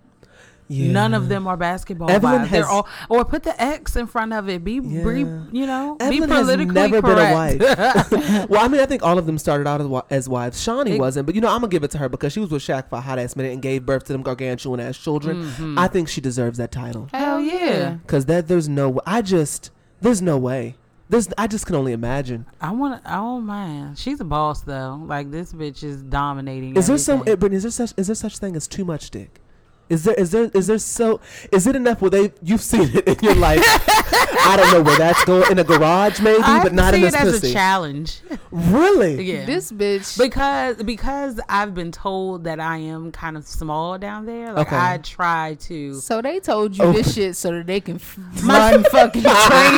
Speaker 2: Yeah.
Speaker 4: None of them are basketball
Speaker 2: Evelyn
Speaker 4: wives. They're
Speaker 2: has-
Speaker 4: all, or put the X in front of it. Be, be
Speaker 2: Yeah.
Speaker 4: you know, be
Speaker 2: Evelyn has
Speaker 4: politically
Speaker 2: never
Speaker 4: correct.
Speaker 2: been a wife. well, I mean, I think all of them started out as wi- as wives. Shawnee
Speaker 4: Ex-
Speaker 2: wasn't, but you know, I'm gonna give it to her because she was with Shaq for a hot ass minute and gave birth to them gargantuan ass children.
Speaker 4: Mm-hmm.
Speaker 2: I think she deserves that title.
Speaker 3: Hell yeah.
Speaker 2: Cause that there's no way. I just there's no way. There's I just can only imagine.
Speaker 4: I want. I don't mind. She's a boss though. Like this bitch is dominating.
Speaker 2: Is there some
Speaker 4: everything.
Speaker 2: eh, Brittany? Is there such is there such thing as too much dick? Is there is there is there so is it enough where they you've seen it in your life? I don't know where that's going in a garage maybe,
Speaker 4: I
Speaker 2: but not
Speaker 4: see
Speaker 2: in this
Speaker 4: it as
Speaker 2: pussy.
Speaker 4: a challenge.
Speaker 2: really?
Speaker 4: Yeah.
Speaker 3: This bitch.
Speaker 4: because because I've been told that I am kind of small down there. Like
Speaker 2: Okay.
Speaker 4: I try to.
Speaker 3: so they told you
Speaker 2: Oh.
Speaker 3: this shit so that they can f- run fucking train.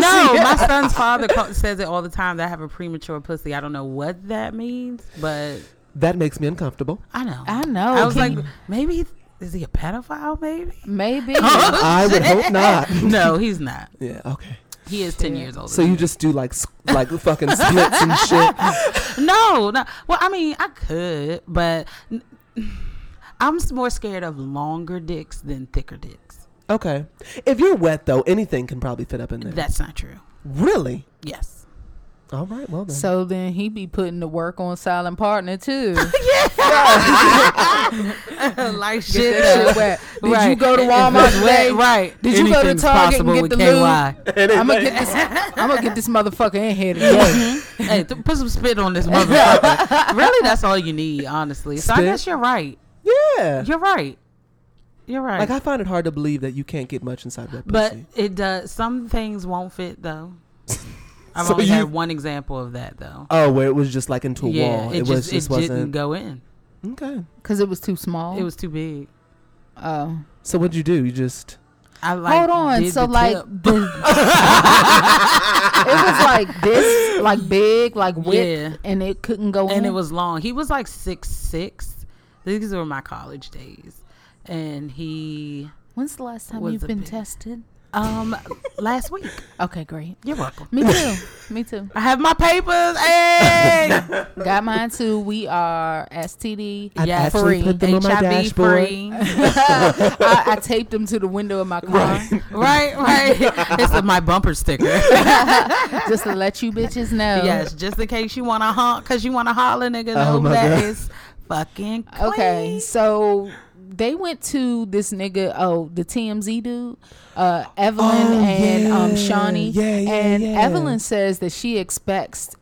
Speaker 4: no, my son's father call, says it all the time that I have a premature pussy. I don't know what that means, but
Speaker 2: That makes me uncomfortable.
Speaker 4: I know.
Speaker 3: I know.
Speaker 4: I was
Speaker 3: Can
Speaker 4: like, maybe is he a pedophile? Maybe.
Speaker 3: Maybe.
Speaker 4: Oh,
Speaker 2: I would hope not.
Speaker 4: No, he's not.
Speaker 2: Yeah. Okay.
Speaker 4: He is ten years older.
Speaker 2: So you just do like s- like fucking splits and shit.
Speaker 4: No, no. Well, I mean, I could, but n- I'm s- more scared of longer dicks than thicker dicks.
Speaker 2: Okay. If you're wet though, anything can probably fit up in there.
Speaker 4: That's not true.
Speaker 2: really?
Speaker 4: Yes.
Speaker 2: All right. Well then.
Speaker 3: So then he be putting the work on silent partner too.
Speaker 4: like
Speaker 3: Get
Speaker 4: shit.
Speaker 3: that
Speaker 4: up.
Speaker 3: shit wet. Did
Speaker 4: Right.
Speaker 3: you go to
Speaker 4: If
Speaker 3: Walmart
Speaker 4: it's
Speaker 3: today?
Speaker 4: wet, Right.
Speaker 3: Did you go to
Speaker 4: Anything's
Speaker 3: Target and
Speaker 4: possible
Speaker 3: get
Speaker 4: with
Speaker 3: the
Speaker 4: KY.
Speaker 3: lube? I'm gonna get this. I'm gonna get this motherfucker in here today.
Speaker 4: hey, th- put some spit on this motherfucker. really, that's all you need, honestly. So I
Speaker 2: Spit?
Speaker 4: guess you're right.
Speaker 2: yeah.
Speaker 4: You're right. You're right.
Speaker 2: Like I find it hard to believe that you can't get much inside that
Speaker 4: but
Speaker 2: pussy.
Speaker 4: it does. Some things won't fit though. I've
Speaker 2: So
Speaker 4: only
Speaker 2: you-
Speaker 4: had one example of that though.
Speaker 2: Oh, where it was just like into a wall. It,
Speaker 4: it, just,
Speaker 2: was
Speaker 4: it
Speaker 2: just
Speaker 4: didn't
Speaker 2: wasn't
Speaker 4: go in.
Speaker 2: okay.
Speaker 3: Cause it was too small.
Speaker 4: It was too big.
Speaker 3: Oh,
Speaker 2: So what'd you do? You just
Speaker 4: I like
Speaker 3: hold on.
Speaker 4: did
Speaker 3: So
Speaker 4: the
Speaker 3: like
Speaker 4: tip.
Speaker 3: the. it was like this, like big, like width,
Speaker 4: Yeah.
Speaker 3: and it couldn't go in.
Speaker 4: and it was long. He was like six six. These were my college days. and he
Speaker 3: When's the last time
Speaker 4: Was
Speaker 3: you've
Speaker 4: the
Speaker 3: been
Speaker 4: biggest.
Speaker 3: tested?
Speaker 4: um last week.
Speaker 3: Okay, great.
Speaker 4: You're welcome.
Speaker 3: Me too. Me too.
Speaker 4: I have my papers. Hey,
Speaker 3: Got mine too. We are STD.
Speaker 4: I
Speaker 3: yeah,
Speaker 2: actually
Speaker 3: free.
Speaker 2: put them on my
Speaker 4: HIV
Speaker 2: dashboard.
Speaker 4: free.
Speaker 3: I, I taped them to the window of my car
Speaker 4: right, right. It's my bumper sticker.
Speaker 3: just to let you bitches know.
Speaker 4: Yes, just in case you want to honk because you want to holler, nigga.
Speaker 2: Oh
Speaker 4: no,
Speaker 2: my
Speaker 4: that
Speaker 2: God.
Speaker 4: is fucking clean.
Speaker 3: Okay, so they went to this nigga, oh, the TMZ dude, uh, Evelyn
Speaker 2: Oh,
Speaker 3: and um,
Speaker 2: yeah.
Speaker 3: Shawnee.
Speaker 2: Yeah, yeah,
Speaker 3: and
Speaker 2: yeah.
Speaker 3: Evelyn says that she expects,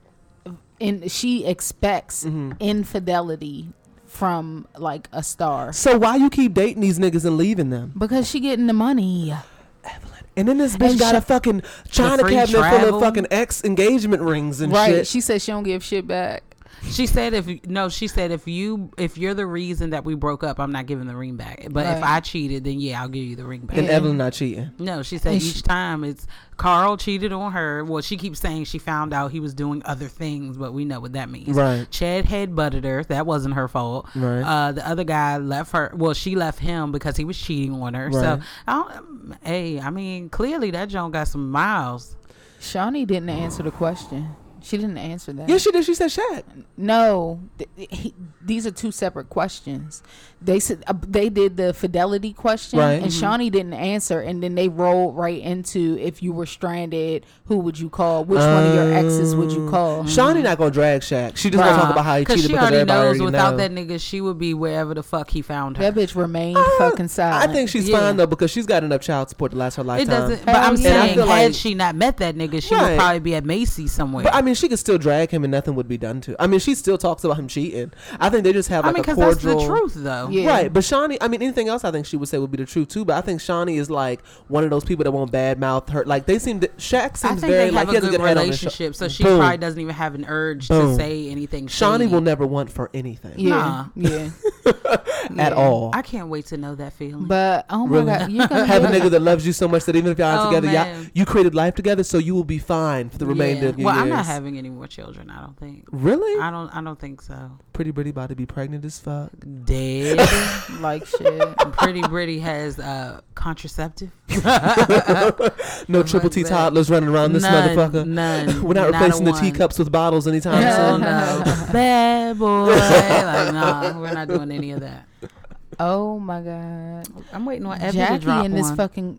Speaker 3: and she expects
Speaker 2: Mm-hmm.
Speaker 3: infidelity from like a star
Speaker 2: So why you keep dating these niggas and leaving them?
Speaker 3: because she getting the money.
Speaker 2: And then this bitch
Speaker 3: And
Speaker 2: got
Speaker 3: sh-
Speaker 2: a fucking china
Speaker 4: free
Speaker 2: cabinet full
Speaker 4: travel.
Speaker 2: of fucking ex engagement rings and
Speaker 3: Right?
Speaker 2: shit.
Speaker 3: She says she don't give shit back.
Speaker 4: She said, "If no, she said if you if you're the reason that we broke up, I'm not giving the ring back. But if
Speaker 3: Right.
Speaker 4: I cheated, then yeah, I'll give you the ring back."
Speaker 2: and Evelyn not cheating.
Speaker 4: no, she said
Speaker 3: And
Speaker 4: each
Speaker 3: she-
Speaker 4: time it's Carl cheated on her. Well, she keeps saying she found out he was doing other things, but we know what that means.
Speaker 2: Right.
Speaker 4: Chad headbutted her. That wasn't her fault.
Speaker 2: Right.
Speaker 4: Uh, the other guy left her. Well, she left him because he was cheating on her. So,
Speaker 2: Right.
Speaker 4: I don't, um, hey, I mean, clearly that Joan got some miles.
Speaker 3: Shawnee didn't answer the question. She didn't answer that.
Speaker 2: Yeah, she did. She said Shaq.
Speaker 3: No, th- he, these are two separate questions. They said uh, they did the fidelity question,
Speaker 2: Right. Mm-hmm.
Speaker 3: and Shawnee didn't answer, and then they rolled right into if you were stranded, who would you call? Which one of your exes would
Speaker 2: Um,
Speaker 3: you call?
Speaker 2: Shawnee not gonna drag Shaq. She just gonna talk about how he
Speaker 4: Because
Speaker 2: cheated
Speaker 4: Mm. she
Speaker 2: because
Speaker 4: already
Speaker 2: everybody
Speaker 4: knows
Speaker 2: already
Speaker 4: without
Speaker 2: know.
Speaker 4: that nigga, she would be wherever the fuck he found her.
Speaker 3: that bitch remained
Speaker 2: Uh,
Speaker 3: fucking silent.
Speaker 2: I think she's
Speaker 4: Yeah.
Speaker 2: fine though because she's got enough child support to last her
Speaker 4: It
Speaker 2: lifetime.
Speaker 4: doesn't. But
Speaker 3: Hell
Speaker 4: I'm
Speaker 3: yeah. And I
Speaker 4: saying,
Speaker 2: feel
Speaker 4: had
Speaker 2: like-
Speaker 4: she not met that nigga, she would
Speaker 2: Right.
Speaker 4: probably be at Macy's somewhere.
Speaker 2: But I mean, she could still drag him and nothing would be done to. I mean, she still talks about him cheating. I think they just have
Speaker 4: I
Speaker 2: like
Speaker 4: mean,
Speaker 2: a
Speaker 4: because that's
Speaker 2: cordial.
Speaker 4: the truth, though.
Speaker 3: Yeah.
Speaker 2: Right, but Shawnee, I mean, anything else I think she would say would be the truth too. But I think Shawnee is like one of those people that won't bad mouth her. Like they seem to, Shaq
Speaker 4: I
Speaker 2: seems
Speaker 4: think
Speaker 2: very
Speaker 4: they
Speaker 2: like
Speaker 4: have
Speaker 2: he
Speaker 4: a
Speaker 2: has a
Speaker 4: good
Speaker 2: good head on his sho-
Speaker 4: relationship, so she
Speaker 2: Boom.
Speaker 4: probably doesn't even have an urge to
Speaker 2: Boom.
Speaker 4: say anything.
Speaker 2: Shawnee
Speaker 4: shady.
Speaker 2: will never want for anything
Speaker 3: yeah,
Speaker 4: Nah.
Speaker 3: yeah.
Speaker 2: at all.
Speaker 4: I can't wait to know that feeling.
Speaker 3: But oh my
Speaker 2: Really?
Speaker 3: god, you're gonna
Speaker 2: have a
Speaker 3: get-
Speaker 2: nigga that loves you so much that even if y'all aren't
Speaker 4: Oh,
Speaker 2: together, y'all,
Speaker 4: man.
Speaker 2: you created life together, so you will be fine for the remainder
Speaker 4: Yeah.
Speaker 2: of your
Speaker 4: well,
Speaker 2: years.
Speaker 4: I'm not having any more children. I don't think.
Speaker 2: Really?
Speaker 4: I don't. I don't think so.
Speaker 2: Pretty Pretty about to be pregnant as fuck.
Speaker 4: Dead.
Speaker 3: like shit.
Speaker 4: Pretty Britty has uh, contraceptive.
Speaker 2: No triple T
Speaker 4: that.
Speaker 2: toddlers running around this
Speaker 4: None,
Speaker 2: motherfucker.
Speaker 4: none,
Speaker 2: We're not,
Speaker 4: not a
Speaker 2: replacing the
Speaker 4: one.
Speaker 2: teacups with bottles anytime
Speaker 4: Hell
Speaker 2: soon.
Speaker 4: no, bad boy. Like, nah, we're not doing any of that.
Speaker 3: Oh my god,
Speaker 4: I'm waiting on Evan to
Speaker 3: Jackie
Speaker 4: drop
Speaker 3: and this
Speaker 4: one.
Speaker 3: fucking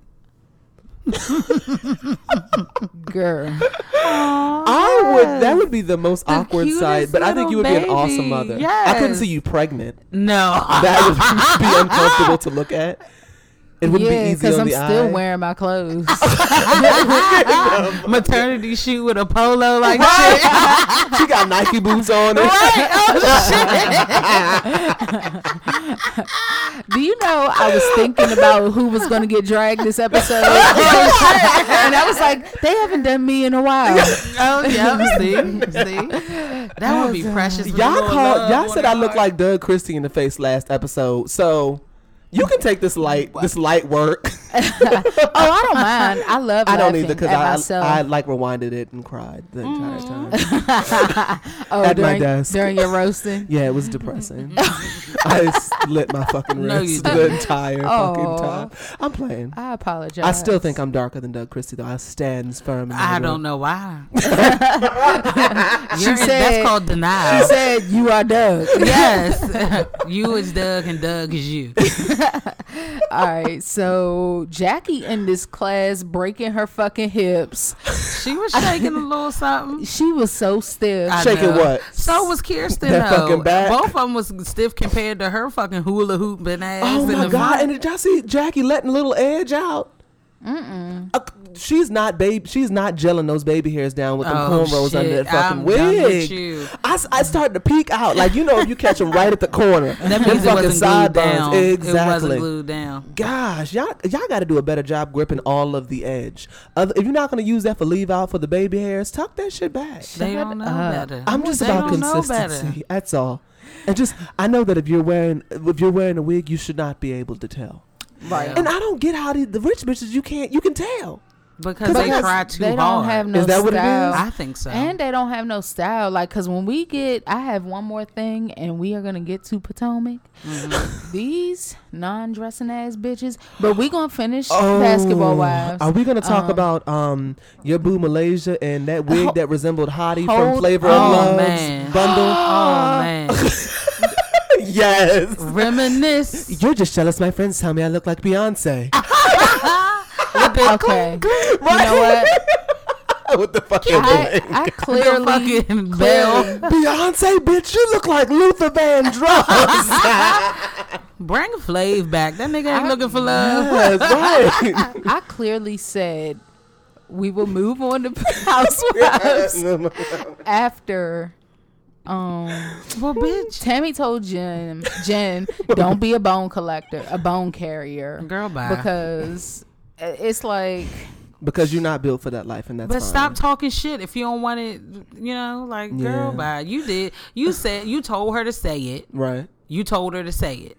Speaker 3: girl.
Speaker 2: I would. That would be the most
Speaker 4: The
Speaker 2: awkward sight.
Speaker 4: cutest
Speaker 2: But I think you would be an
Speaker 4: little
Speaker 2: awesome
Speaker 4: baby.
Speaker 2: mother. I couldn't see
Speaker 4: Yes.
Speaker 2: you pregnant.
Speaker 4: no,
Speaker 2: That would be uncomfortable to look at. It wouldn't
Speaker 3: yeah,
Speaker 2: be easy
Speaker 3: because
Speaker 2: on
Speaker 3: I'm
Speaker 2: the
Speaker 3: still
Speaker 2: eye.
Speaker 3: wearing my clothes.
Speaker 4: maternity shoot with a polo like
Speaker 2: she got Nike boots on. and-
Speaker 4: Oh,
Speaker 3: Do you know I was thinking about who was gonna get dragged this episode?
Speaker 2: Oh,
Speaker 3: and I was like, they haven't done me in a while.
Speaker 4: Oh yeah, see, see, that would be precious. with a
Speaker 2: Y'all
Speaker 4: little
Speaker 2: called.
Speaker 4: love
Speaker 2: Y'all
Speaker 4: on
Speaker 2: said
Speaker 4: the
Speaker 2: I look
Speaker 4: heart.
Speaker 2: like Doug Christie in the face last episode. So you can take this light. This light work.
Speaker 3: Oh, I don't mind. I love
Speaker 2: I don't
Speaker 3: laughing
Speaker 2: either because
Speaker 3: at
Speaker 2: I,
Speaker 3: myself.
Speaker 2: I like rewinded it and cried the entire
Speaker 4: Mm.
Speaker 2: time.
Speaker 3: oh,
Speaker 2: at my
Speaker 3: during,
Speaker 2: desk.
Speaker 3: during your roasting.
Speaker 2: Yeah, it was depressing. I slit my fucking
Speaker 4: No,
Speaker 2: wrist
Speaker 4: you
Speaker 2: the entire
Speaker 3: Aw.
Speaker 2: fucking time. I'm playing.
Speaker 3: I apologize.
Speaker 2: I still think I'm darker than Doug Christie though. I stands firm. in my
Speaker 4: I
Speaker 2: word.
Speaker 4: don't know why.
Speaker 3: She
Speaker 4: You're in-
Speaker 3: said-
Speaker 4: that's called denial.
Speaker 3: She said you are Doug.
Speaker 4: yes, you is Doug and Doug is you.
Speaker 3: All right, so Jackie in this class breaking her fucking hips.
Speaker 4: She was shaking a little something.
Speaker 3: She was so stiff.
Speaker 4: I
Speaker 2: Shaking
Speaker 4: know.
Speaker 2: what?
Speaker 4: So was Kirsten
Speaker 2: That
Speaker 4: though.
Speaker 2: fucking back?
Speaker 4: Both of them was stiff compared to her fucking hula hoop and ass.
Speaker 2: Oh
Speaker 4: in
Speaker 2: my
Speaker 4: the
Speaker 2: god!
Speaker 4: front.
Speaker 2: And did y'all see Jackie letting little Edge out? Mm-mm. she's not babe. She's not gelling those baby hairs down with them
Speaker 4: Oh,
Speaker 2: cornrows under
Speaker 4: shit.
Speaker 2: that fucking
Speaker 4: I'm
Speaker 2: wig.
Speaker 4: done with you.
Speaker 2: I, s- I started to peek out, like you know, if you catch them right at the corner,
Speaker 4: That
Speaker 2: them
Speaker 4: means it
Speaker 2: fucking
Speaker 4: wasn't glued down.
Speaker 2: sideburns.
Speaker 4: It wasn't
Speaker 2: Exactly.
Speaker 4: glued down.
Speaker 2: Gosh, y'all y'all got to do a better job gripping all of the edge. Other, if you're not gonna use that for leave out for the baby hairs, tuck that shit back.
Speaker 4: They don't know
Speaker 3: up.
Speaker 4: better.
Speaker 2: I'm just
Speaker 4: They
Speaker 2: about
Speaker 4: don't know better.
Speaker 2: consistency. That's all. And just I know that if you're wearing if you're wearing a wig, you should not be able to tell.
Speaker 3: Right.
Speaker 2: And I don't get how the, the rich bitches you can't you can tell.
Speaker 4: because they
Speaker 3: Because
Speaker 4: try too
Speaker 3: they
Speaker 4: hard.
Speaker 3: don't have no
Speaker 2: Is that what it is?
Speaker 3: style.
Speaker 4: I think so.
Speaker 3: And they don't have no style. Like, cause when we get, I have one more thing, and we are gonna get to Potomac. These non-dressing ass bitches, but we gonna finish basketball wives.
Speaker 2: Are we gonna talk about um your boo Malaysia and that wig
Speaker 3: Ho-
Speaker 2: that resembled Hottie from
Speaker 3: hold
Speaker 2: Flavor
Speaker 4: on.
Speaker 2: of
Speaker 4: Oh,
Speaker 2: Love's
Speaker 4: man.
Speaker 2: bundle?
Speaker 4: oh man,
Speaker 2: yes.
Speaker 4: reminisce.
Speaker 2: You're just jealous. My friends tell me I look like Beyonce.
Speaker 3: okay, you know what?
Speaker 2: what the fuck?
Speaker 3: I,
Speaker 2: Oh
Speaker 3: I clearly,
Speaker 4: fucking
Speaker 3: clearly
Speaker 2: Beyonce, bitch, you look like Luther Vandross.
Speaker 4: Bring Flav back. That nigga ain't looking for
Speaker 2: yes,
Speaker 4: love.
Speaker 2: right.
Speaker 3: I clearly said we will move on to Housewives after. Um,
Speaker 4: Well, bitch,
Speaker 3: Tammy told Jen, Jen, don't be a bone collector, a bone carrier,
Speaker 4: girl, bye.
Speaker 3: because uh, it's like
Speaker 2: because you're not built for that life, and that's.
Speaker 4: but
Speaker 2: fine.
Speaker 4: stop talking shit if you don't want it. You know, like
Speaker 2: Yeah.
Speaker 4: girl, bye. You did. You said you told her to say it.
Speaker 2: Right.
Speaker 4: You told her to say it.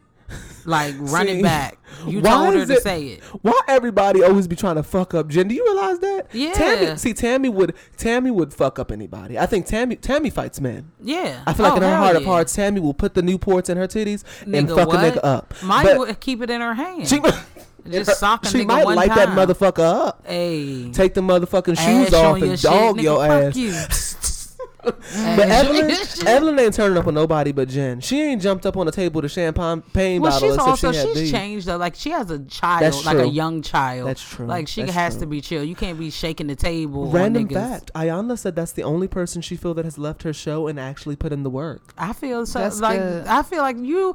Speaker 4: Like run
Speaker 2: See,
Speaker 4: it back. You
Speaker 2: why
Speaker 4: told her
Speaker 2: is
Speaker 4: to
Speaker 2: it-
Speaker 4: say it.
Speaker 2: Why everybody always be trying to fuck up Jen? Do you realize that?
Speaker 4: Yeah.
Speaker 2: Tammy, see, Tammy would Tammy would fuck up anybody. I think Tammy Tammy fights men.
Speaker 4: Yeah.
Speaker 2: I feel like
Speaker 4: Oh,
Speaker 2: in her
Speaker 4: hell
Speaker 2: heart of
Speaker 4: yeah.
Speaker 2: hearts, Tammy will put the Newports in her titties and
Speaker 4: Nigga,
Speaker 2: fuck
Speaker 4: what?
Speaker 2: a nigga up.
Speaker 4: Might
Speaker 2: But
Speaker 4: would keep it in her hand.
Speaker 2: she,
Speaker 4: Just sock a
Speaker 2: she
Speaker 4: nigga
Speaker 2: might
Speaker 4: one
Speaker 2: light
Speaker 4: time.
Speaker 2: that motherfucker up.
Speaker 4: Hey.
Speaker 2: Take the motherfucking
Speaker 4: Ass
Speaker 2: shoes off
Speaker 4: on your
Speaker 2: and
Speaker 4: shit,
Speaker 2: dog
Speaker 4: nigga,
Speaker 2: your
Speaker 4: fuck
Speaker 2: ass.
Speaker 4: you.
Speaker 2: But
Speaker 4: Ass on
Speaker 2: Evelyn,
Speaker 4: your shit.
Speaker 2: Evelyn ain't turning up on nobody but Jen. She ain't jumped up on the table with a champagne pain
Speaker 4: Well,
Speaker 2: bottle
Speaker 4: she's
Speaker 2: except
Speaker 4: also
Speaker 2: she had
Speaker 4: she's
Speaker 2: these.
Speaker 4: changed though. Like she has a child,
Speaker 2: That's
Speaker 4: like
Speaker 2: true.
Speaker 4: a young child.
Speaker 2: That's true.
Speaker 4: Like she
Speaker 2: That's
Speaker 4: has
Speaker 2: true.
Speaker 4: to be chill. You can't be shaking the table. on
Speaker 2: Random
Speaker 4: niggas.
Speaker 2: fact: Ayanna said that's the only person she feel that has left her show and actually put in the work.
Speaker 4: I feel so
Speaker 3: That's
Speaker 4: like
Speaker 3: good.
Speaker 4: I feel like you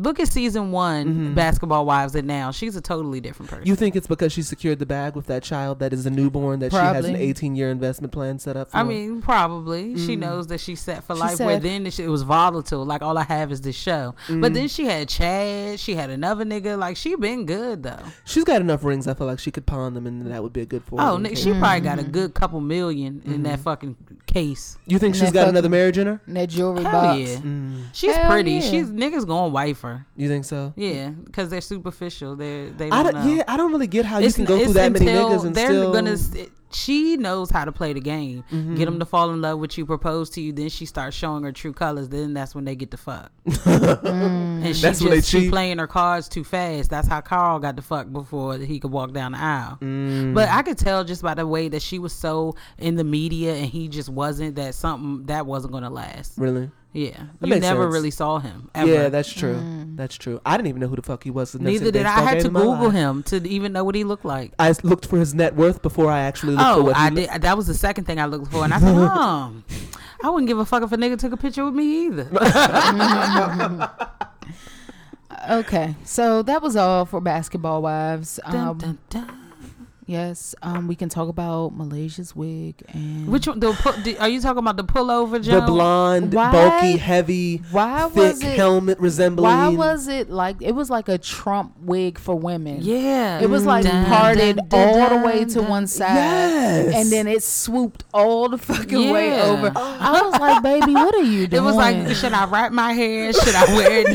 Speaker 4: look at season one, Basketball Wives, and now she's a totally different person.
Speaker 2: Mm-hmm. You think it's because she secured the bag with that child that is a newborn that she has an
Speaker 3: Probably.
Speaker 2: 18 year investment plan set up for?
Speaker 4: I mean, probably she
Speaker 2: Mm-hmm.
Speaker 4: knows that she's set for life. where
Speaker 3: said-
Speaker 4: then it was volatile, like all I have is this show.
Speaker 2: Mm-hmm.
Speaker 4: But then she had Chad, she had another nigga. Like she been good though.
Speaker 2: she's got enough rings. I feel like she could pawn them, and that would be a good for.
Speaker 4: Oh, ni- she probably got a
Speaker 3: Mm-hmm.
Speaker 4: good couple 1000000 in
Speaker 2: Mm-hmm.
Speaker 4: that fucking case.
Speaker 2: you think
Speaker 3: And
Speaker 2: she's
Speaker 3: that
Speaker 2: got
Speaker 3: fucking-
Speaker 2: another marriage in her?
Speaker 3: that jewelry
Speaker 4: Hell
Speaker 3: box.
Speaker 4: yeah,
Speaker 2: Mm.
Speaker 4: she's
Speaker 3: Hell
Speaker 4: pretty.
Speaker 3: yeah.
Speaker 4: She's niggas gonna wife her.
Speaker 2: You think so?
Speaker 4: Yeah, because they're superficial. They they
Speaker 2: I
Speaker 4: don't,
Speaker 2: don't.
Speaker 4: know.
Speaker 2: Yeah, I don't really get how
Speaker 4: It's-
Speaker 2: you can go through
Speaker 4: it's
Speaker 2: that many
Speaker 4: until
Speaker 2: niggas and
Speaker 4: they're
Speaker 2: still. Mm-hmm.
Speaker 4: gonna. s- She knows how to play the game. Get 'em Get them to fall in love with you, propose to you. Then she starts showing her true colors. Then that's when they get the fuck. And
Speaker 2: That's
Speaker 4: she just
Speaker 2: when they
Speaker 4: she
Speaker 2: cheat.
Speaker 4: playing her cards too fast. That's how Carl got the fuck before he could walk down the aisle.
Speaker 2: Mm.
Speaker 4: But I could tell just by the way that she was so in the media and he just wasn't that something that wasn't gonna last.
Speaker 2: really.
Speaker 4: Yeah,
Speaker 2: That
Speaker 4: you
Speaker 2: makes
Speaker 4: never
Speaker 2: sense.
Speaker 4: really saw him. Ever. Mm.
Speaker 2: Yeah, that's true. That's true. I didn't even know who the fuck he was. until
Speaker 4: Neither
Speaker 2: the
Speaker 4: did I. I
Speaker 2: next
Speaker 4: had to
Speaker 2: day of my
Speaker 4: Google
Speaker 2: life.
Speaker 4: him to even know what he looked like.
Speaker 2: I s- looked for his net worth before I actually looked for
Speaker 4: Oh,
Speaker 2: what he
Speaker 4: I
Speaker 2: looked
Speaker 4: did. That was the second thing I looked for, and I said, "Oh, I wouldn't give a fuck if a nigga took a picture with me either."
Speaker 3: Okay, so that was all for basketball wives. Um,
Speaker 4: Dun, dun, dun.
Speaker 3: Yes, um, we can talk about Malaysia's wig and
Speaker 4: Which one? The, pull- the, are you talking about the pullover?
Speaker 2: the
Speaker 4: Joan?
Speaker 2: blonde,
Speaker 3: Why-
Speaker 2: bulky, heavy,
Speaker 3: why was
Speaker 2: thick
Speaker 3: it?
Speaker 2: helmet resembling.
Speaker 3: Why was it like it was like a Trump wig for women?
Speaker 4: Yeah,
Speaker 3: It was like
Speaker 4: Dun,
Speaker 3: parted
Speaker 4: dun, dun,
Speaker 3: all
Speaker 4: dun,
Speaker 3: the way to
Speaker 4: dun.
Speaker 3: one side,
Speaker 2: Yes.
Speaker 3: and then it swooped all the fucking way
Speaker 4: Yeah.
Speaker 3: over. I was like, "Baby, what are you doing?"
Speaker 4: It was like, should I wrap my hair? Should I wear it down?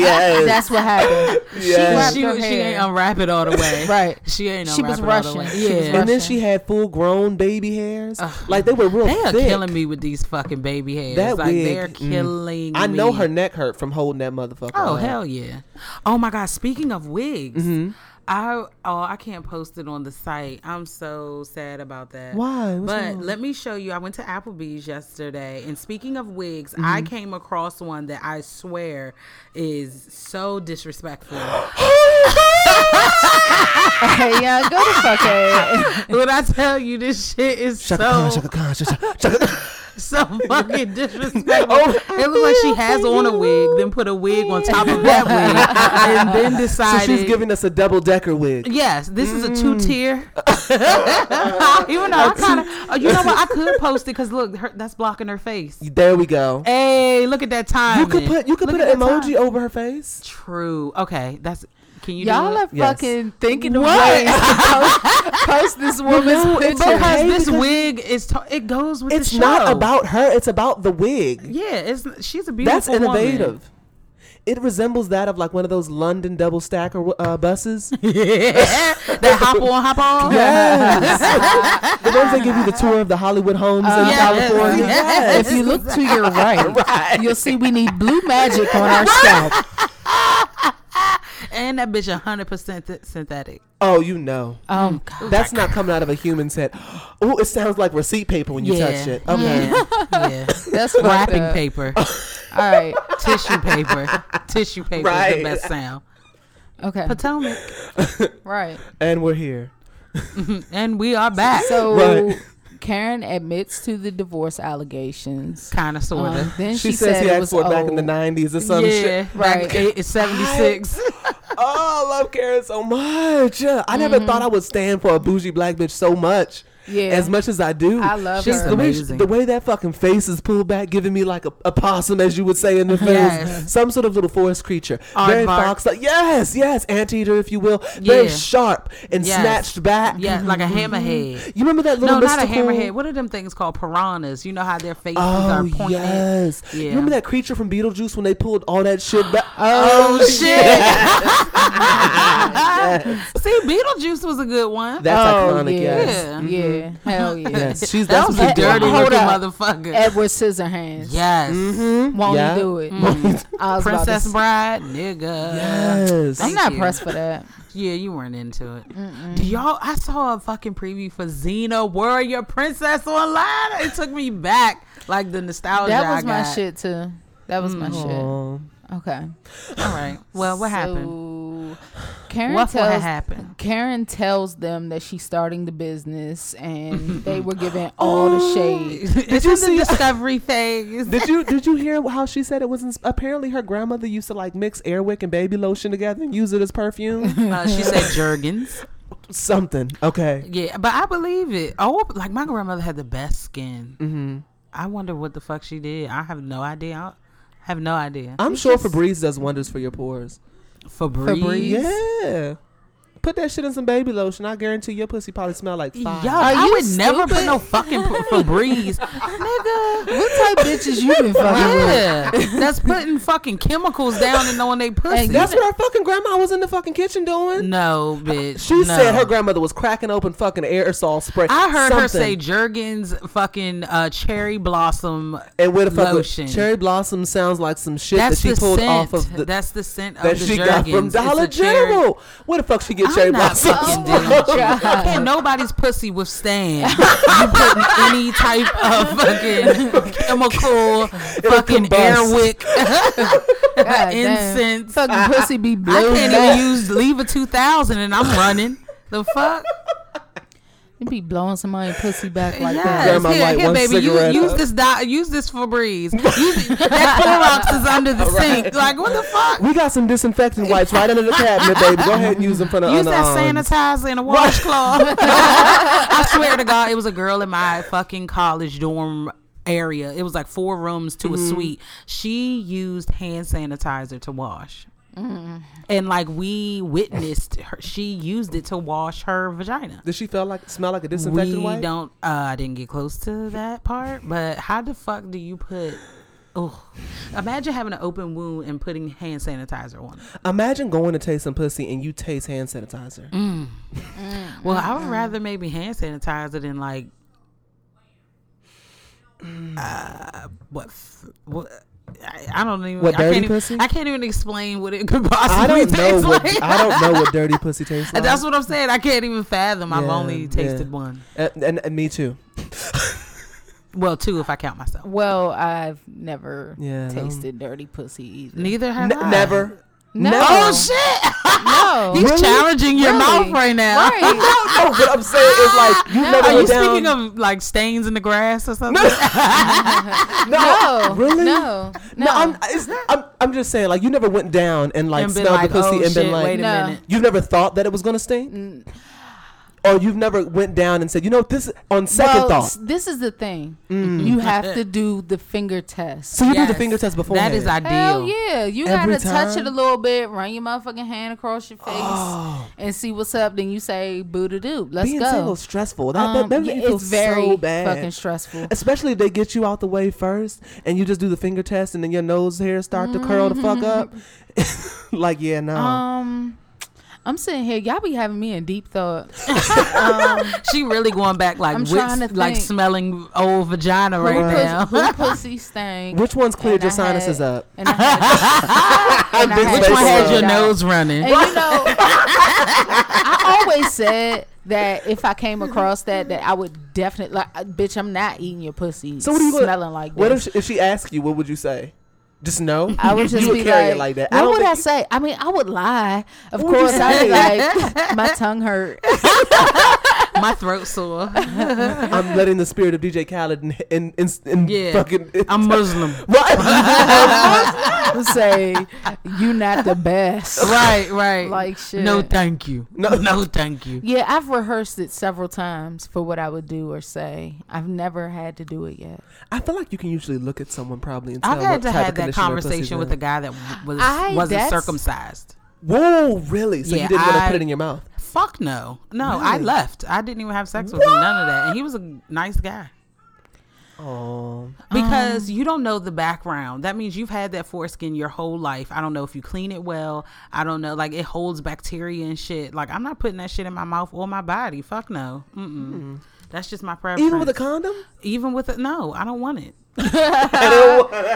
Speaker 2: yes.
Speaker 3: that's what happened.
Speaker 2: yes.
Speaker 4: she,
Speaker 3: Wrapped her
Speaker 4: she
Speaker 3: hair.
Speaker 4: ain't unwrap it all the way.
Speaker 3: Right.
Speaker 4: She ain't unwrap
Speaker 3: She was
Speaker 4: it all the way.
Speaker 3: Russian. She was
Speaker 4: Yeah.
Speaker 2: and then
Speaker 3: Russian.
Speaker 2: she had full grown baby hairs. like they were real
Speaker 4: They are
Speaker 2: thick.
Speaker 4: killing me with these fucking baby hairs.
Speaker 2: That
Speaker 4: like
Speaker 2: wig,
Speaker 4: they're
Speaker 2: mm.
Speaker 4: killing.
Speaker 2: I know
Speaker 4: me.
Speaker 2: her neck hurt from holding that motherfucker.
Speaker 4: Oh
Speaker 2: up.
Speaker 4: hell yeah! Oh my god! Speaking of wigs,
Speaker 2: Mm-hmm.
Speaker 4: I oh I can't post it on the site. I'm so sad about that.
Speaker 2: Why? What's
Speaker 4: but
Speaker 2: wrong?
Speaker 4: let me show you. I went to Applebee's yesterday, and speaking of wigs, I
Speaker 2: Mm-hmm.
Speaker 4: came across one that I swear is so disrespectful.
Speaker 3: Hey, yeah, go the fuck ahead.
Speaker 4: when I tell you this shit is
Speaker 2: Shaka Khan,
Speaker 4: so
Speaker 2: Shaka Khan, Shaka- Shaka-
Speaker 4: so fucking disrespectful.
Speaker 2: Oh,
Speaker 4: it was like she has on a wig, then put a wig on top of that wig, and then
Speaker 2: so
Speaker 4: decided.
Speaker 2: she's giving us a double decker wig.
Speaker 4: Yes, this is a
Speaker 2: Mm.
Speaker 4: two tier. Even though I kind of, you know what, I could post it because look, her, that's blocking her face.
Speaker 2: There we go.
Speaker 4: Hey, look at that time.
Speaker 2: you could put you could put an emoji over her face.
Speaker 4: True. Okay, that's. Can you
Speaker 3: Y'all
Speaker 4: do
Speaker 3: are
Speaker 4: it?
Speaker 2: Yes.
Speaker 3: fucking thinking of ways to post, post this woman's
Speaker 2: no, it's
Speaker 3: picture.
Speaker 4: because
Speaker 2: okay
Speaker 4: this
Speaker 2: because-
Speaker 4: wig is to, it goes with
Speaker 2: It's
Speaker 4: the show.
Speaker 2: not about her. It's about the wig.
Speaker 4: Yeah, it's she's a beautiful.
Speaker 2: That's innovative.
Speaker 4: woman.
Speaker 2: It resembles that of like one of those London double stacker uh, buses.
Speaker 4: that hop on, hop on.
Speaker 2: Yes. the ones that give you the tour of the Hollywood homes in
Speaker 4: yes.
Speaker 2: California.
Speaker 3: If you look to your right, you'll see we need blue magic on our scalp.
Speaker 4: And that bitch 100% th- synthetic.
Speaker 2: Oh, you know.
Speaker 3: Oh God.
Speaker 2: That's not coming out of a human's head. Oh, it sounds like receipt paper when you touch it. Okay.
Speaker 4: Yeah. yeah.
Speaker 3: That's wrapping
Speaker 4: Wrapping
Speaker 3: paper.
Speaker 4: paper.
Speaker 3: All right.
Speaker 4: Tissue paper. Tissue paper is
Speaker 2: Right.
Speaker 4: the best sound.
Speaker 3: Okay.
Speaker 4: Potomac.
Speaker 3: Right.
Speaker 2: And we're here.
Speaker 4: And we are back.
Speaker 3: So
Speaker 2: Right.
Speaker 3: Karen admits to the divorce allegations.
Speaker 4: kind of, sort
Speaker 3: Um,
Speaker 4: of.
Speaker 3: then
Speaker 2: She,
Speaker 3: she,
Speaker 2: says
Speaker 3: said
Speaker 2: he
Speaker 3: it
Speaker 2: asked
Speaker 3: was
Speaker 2: for it back in the
Speaker 3: old.
Speaker 2: 90s or some shit.
Speaker 4: yeah, right.
Speaker 3: Right.
Speaker 4: It's 76.
Speaker 2: Oh, I love Karen so much. Yeah, I never thought I would stand for a bougie black bitch so much.
Speaker 3: Mm-hmm. Yeah.
Speaker 2: As much as I do.
Speaker 3: I love
Speaker 4: She's
Speaker 3: her.
Speaker 2: the way, she-
Speaker 4: Amazing.
Speaker 2: the way that fucking face is pulled back, giving me like a, a possum, as you would say in the film,
Speaker 4: Yes.
Speaker 2: some sort of little forest creature. Very
Speaker 4: Aardvark.
Speaker 2: fox like yes, yes, anteater, if you will. Very
Speaker 4: Yeah.
Speaker 2: sharp and
Speaker 4: Yes.
Speaker 2: snatched back.
Speaker 4: yeah, like a hammerhead.
Speaker 2: You remember that
Speaker 4: No,
Speaker 2: little
Speaker 4: not a
Speaker 2: mystical-
Speaker 4: hammerhead. What are them things called? Piranhas. You know how their faces are
Speaker 2: Oh
Speaker 4: pointed.
Speaker 2: yes! You
Speaker 4: Yeah.
Speaker 2: remember that creature from Beetlejuice when they pulled all that shit back?
Speaker 4: Oh,
Speaker 2: Oh,
Speaker 4: shit! See, Beetlejuice was a good one.
Speaker 2: that's
Speaker 3: Oh,
Speaker 2: iconic.
Speaker 3: yeah. Mm-hmm.
Speaker 2: Yes.
Speaker 3: Yeah. Hell yeah.
Speaker 2: Yes, she's
Speaker 4: that was a
Speaker 2: definitely
Speaker 4: dirty
Speaker 3: Hold
Speaker 4: looking
Speaker 3: up.
Speaker 4: motherfucker.
Speaker 3: Edward Scissorhands.
Speaker 4: yes,
Speaker 3: Won't
Speaker 2: Mm-hmm. Yeah.
Speaker 3: he do it? I was about to
Speaker 4: Princess
Speaker 3: s-
Speaker 4: Bride, nigga.
Speaker 2: Yes.
Speaker 3: I'm
Speaker 4: Thank
Speaker 3: not
Speaker 4: you.
Speaker 3: pressed for that.
Speaker 4: Yeah, you weren't into it. Do y'all? I saw a fucking preview for Xena Warrior Princess online. It took me back, like the nostalgia.
Speaker 3: That
Speaker 4: I
Speaker 3: was my
Speaker 4: got.
Speaker 3: shit too. That was my shit.
Speaker 2: Um,
Speaker 3: Okay.
Speaker 4: All right. Well, what happened?
Speaker 3: happened? Karen
Speaker 4: What what
Speaker 3: tells
Speaker 4: happened?
Speaker 3: Karen tells them that she's starting the business, and they were given all the shade.
Speaker 4: Did you see the discovery phase?
Speaker 2: Did you did you hear how she said it was? Ins- apparently, her grandmother used to like mix Airwick and baby lotion together and use it as perfume.
Speaker 4: Uh, she said Jergens.
Speaker 2: Something. Okay.
Speaker 4: Yeah, but I believe it. Oh, like my grandmother had the best skin. Mm-hmm. I wonder what the fuck she did. I have no idea. I have no idea.
Speaker 2: I'm sure Febreze does wonders for your pores.
Speaker 4: Febreze.
Speaker 3: Febreze.
Speaker 2: Yeah. Put that shit in some baby lotion. I guarantee your pussy probably smell like
Speaker 4: Yo,
Speaker 2: fire.
Speaker 4: I
Speaker 3: you
Speaker 4: would never put
Speaker 3: stupid?
Speaker 4: no fucking Fe- Febreze, nigga.
Speaker 3: What type bitches you been fucking with?
Speaker 4: Yeah, that's putting fucking chemicals down and on they pussy.
Speaker 2: That's what our fucking grandma was in the fucking kitchen doing.
Speaker 4: no, bitch.
Speaker 2: She
Speaker 4: no.
Speaker 2: said her grandmother was cracking open fucking aerosol spray.
Speaker 4: I heard her say
Speaker 2: something.
Speaker 4: Jergens fucking uh, cherry blossom.
Speaker 2: And where the fuck was-
Speaker 4: lotion.
Speaker 2: cherry blossom sounds like some shit
Speaker 4: That's
Speaker 2: that she
Speaker 4: the
Speaker 2: pulled
Speaker 4: scent.
Speaker 2: off of the
Speaker 4: That's the scent
Speaker 2: that
Speaker 4: of the
Speaker 2: she
Speaker 4: Jergens.
Speaker 2: got from
Speaker 4: It's a
Speaker 2: Dollar
Speaker 4: cherry-
Speaker 2: General. Where the fuck she get cherry
Speaker 4: I'm not
Speaker 2: blossom?
Speaker 4: fucking dealing with you. Can nobody's pussy withstand you putting any type of fucking chemical, fucking
Speaker 2: combust.
Speaker 4: airwick,
Speaker 3: God damn.
Speaker 4: incense. I
Speaker 3: Fucking pussy be blown
Speaker 4: can't
Speaker 3: back.
Speaker 4: even use Leave a 2000 and I'm running. The fuck?
Speaker 3: You be blowing somebody pussy back like
Speaker 4: Yes.
Speaker 2: Grandma
Speaker 4: Here,
Speaker 2: light
Speaker 4: here
Speaker 2: one
Speaker 4: baby,
Speaker 2: cigarette
Speaker 4: use, use
Speaker 2: up.
Speaker 4: this di- use this Febreze. Use, that Clorox is under the sink. Like, what the fuck?
Speaker 2: We got some disinfectant wipes right under the cabinet, baby. Go ahead and use them for the um,
Speaker 4: Use that
Speaker 2: unarmed.
Speaker 4: sanitizer and a washcloth. I swear to God, it was a girl in my fucking college dorm area. It was like four rooms to
Speaker 2: Mm-hmm.
Speaker 4: a suite. She used hand sanitizer to wash.
Speaker 3: Mm.
Speaker 4: And like we witnessed her, she used it to wash her vagina.
Speaker 2: Did she feel like smell like a disinfectant
Speaker 4: We
Speaker 2: wipe?
Speaker 4: don't, uh, I didn't get close to that part, but how the fuck do you put, oh, imagine having an open wound and putting hand sanitizer on it.
Speaker 2: Imagine going to taste some pussy and you taste hand sanitizer.
Speaker 4: Mm-hmm. Well, I would rather maybe hand sanitizer than like, uh, what, f- what. I, I don't even.
Speaker 2: What,
Speaker 4: I can't
Speaker 2: dirty
Speaker 4: even,
Speaker 2: pussy?
Speaker 4: I can't even explain what it could possibly
Speaker 2: I don't know
Speaker 4: taste
Speaker 2: what
Speaker 4: like.
Speaker 2: I don't know what dirty pussy tastes like.
Speaker 4: That's what I'm saying. I can't even fathom. I've
Speaker 2: Yeah,
Speaker 4: only tasted
Speaker 2: yeah.
Speaker 4: one.
Speaker 2: and, and, and me too.
Speaker 4: Well, two if I count myself.
Speaker 3: Well, I've never
Speaker 2: Yeah, no.
Speaker 3: tasted dirty pussy either.
Speaker 4: Neither have
Speaker 2: N-
Speaker 4: I.
Speaker 2: never.
Speaker 3: No.
Speaker 4: Oh shit!
Speaker 3: No.
Speaker 4: Oh, He's challenging your
Speaker 3: Really?
Speaker 4: mouth right now.
Speaker 3: Right.
Speaker 2: No, but I'm saying it's like you never
Speaker 4: Are
Speaker 2: go
Speaker 4: you
Speaker 2: down.
Speaker 4: speaking of like stains in the grass or something?
Speaker 3: No.
Speaker 2: Really?
Speaker 3: No. No.
Speaker 2: no, I'm, it's, I'm I'm just saying like you never went down and like
Speaker 4: and been
Speaker 2: smelled
Speaker 4: like,
Speaker 2: the pussy
Speaker 4: oh
Speaker 2: and
Speaker 4: shit!
Speaker 2: been like
Speaker 4: wait a
Speaker 3: No.
Speaker 4: minute.
Speaker 3: Mm.
Speaker 2: you've never thought that it was gonna stink. or you've never went down and said, you know, what, this on second
Speaker 3: well,
Speaker 2: thought. Mm.
Speaker 3: s- This is the thing. You have to do the finger test.
Speaker 2: So you do
Speaker 4: Yes.
Speaker 2: the finger test before.
Speaker 4: That is ideal.
Speaker 3: Hell yeah. You got
Speaker 2: Every
Speaker 3: to touch it
Speaker 2: time?
Speaker 3: a little bit, run your motherfucking hand across your face, and see what's up. Then you say, boo doo doo. Let's
Speaker 2: Being
Speaker 3: go.
Speaker 2: single is stressful. That, that,
Speaker 3: Um,
Speaker 2: that makes
Speaker 3: yeah,
Speaker 2: you feel
Speaker 3: it's very
Speaker 2: so bad.
Speaker 3: fucking stressful.
Speaker 2: Especially if they get you out the way first and you just do the finger test and then your nose hairs start to curl the fuck up. like, yeah, no.
Speaker 3: Mm-hmm. Um, I'm sitting here. Y'all be having me in deep thought. Um,
Speaker 4: She really going back like
Speaker 3: I'm
Speaker 4: with,
Speaker 3: trying to
Speaker 4: like
Speaker 3: think.
Speaker 4: smelling old vagina right
Speaker 3: Who
Speaker 4: now.
Speaker 3: pus- who pussy stank?
Speaker 2: Which one's cleared your
Speaker 3: and I
Speaker 2: sinuses
Speaker 3: had-
Speaker 2: up?
Speaker 3: And I had- and I
Speaker 2: Big
Speaker 3: had-
Speaker 2: space
Speaker 4: Which one
Speaker 2: up.
Speaker 4: has your
Speaker 3: Yeah.
Speaker 4: nose running?
Speaker 3: And you know, I always said that if I came across that, that I would definitely like, uh, bitch, I'm not eating your pussy.
Speaker 2: So what are you gonna-
Speaker 3: smelling like?
Speaker 2: What if
Speaker 3: this.
Speaker 2: she, if she asked you, what would you say? Just no.
Speaker 3: I would just
Speaker 2: you
Speaker 3: be
Speaker 2: would carry
Speaker 3: like,
Speaker 2: it like that. I
Speaker 3: What
Speaker 2: don't
Speaker 3: would
Speaker 2: think
Speaker 3: I
Speaker 2: you-
Speaker 3: say? I mean, I would lie. Of
Speaker 2: What would you
Speaker 3: course, I'd be
Speaker 2: say?
Speaker 3: like, my tongue hurt.
Speaker 4: My throat sore.
Speaker 2: I'm letting the spirit of DJ Khaled and and, and, and
Speaker 4: Yeah.
Speaker 2: fucking.
Speaker 4: I'm Muslim.
Speaker 2: Right?
Speaker 3: I'd say, you not the best.
Speaker 4: right, right.
Speaker 3: Like shit.
Speaker 4: No, thank you. No, no, thank you.
Speaker 3: Yeah, I've rehearsed it several times for what I would do or say. I've never had to do it yet.
Speaker 2: I feel like you can usually look at someone probably and tell
Speaker 4: I've had
Speaker 2: what
Speaker 4: to
Speaker 2: type
Speaker 4: have
Speaker 2: of
Speaker 4: that
Speaker 2: condition their pussy's
Speaker 4: conversation with
Speaker 2: in.
Speaker 4: a guy that w- was
Speaker 3: I-
Speaker 4: wasn't
Speaker 3: that's-
Speaker 4: circumcised.
Speaker 2: Whoa, really? So
Speaker 4: Yeah,
Speaker 2: you didn't want to
Speaker 4: I-
Speaker 2: put it in your mouth?
Speaker 4: Fuck no, no. I
Speaker 2: Really?
Speaker 4: left. I didn't even have sex with him. None of that. And he was a nice guy.
Speaker 2: Oh,
Speaker 4: because you don't know the background. That means you've had that foreskin your whole life. I don't know if you clean it well. I don't know, like it holds bacteria and shit. Like I'm not putting that shit in my mouth or my body. Fuck no. Mm-mm. That's just my preference.
Speaker 2: even with a condom?
Speaker 4: even with it, no, I don't want it.
Speaker 2: I don't want.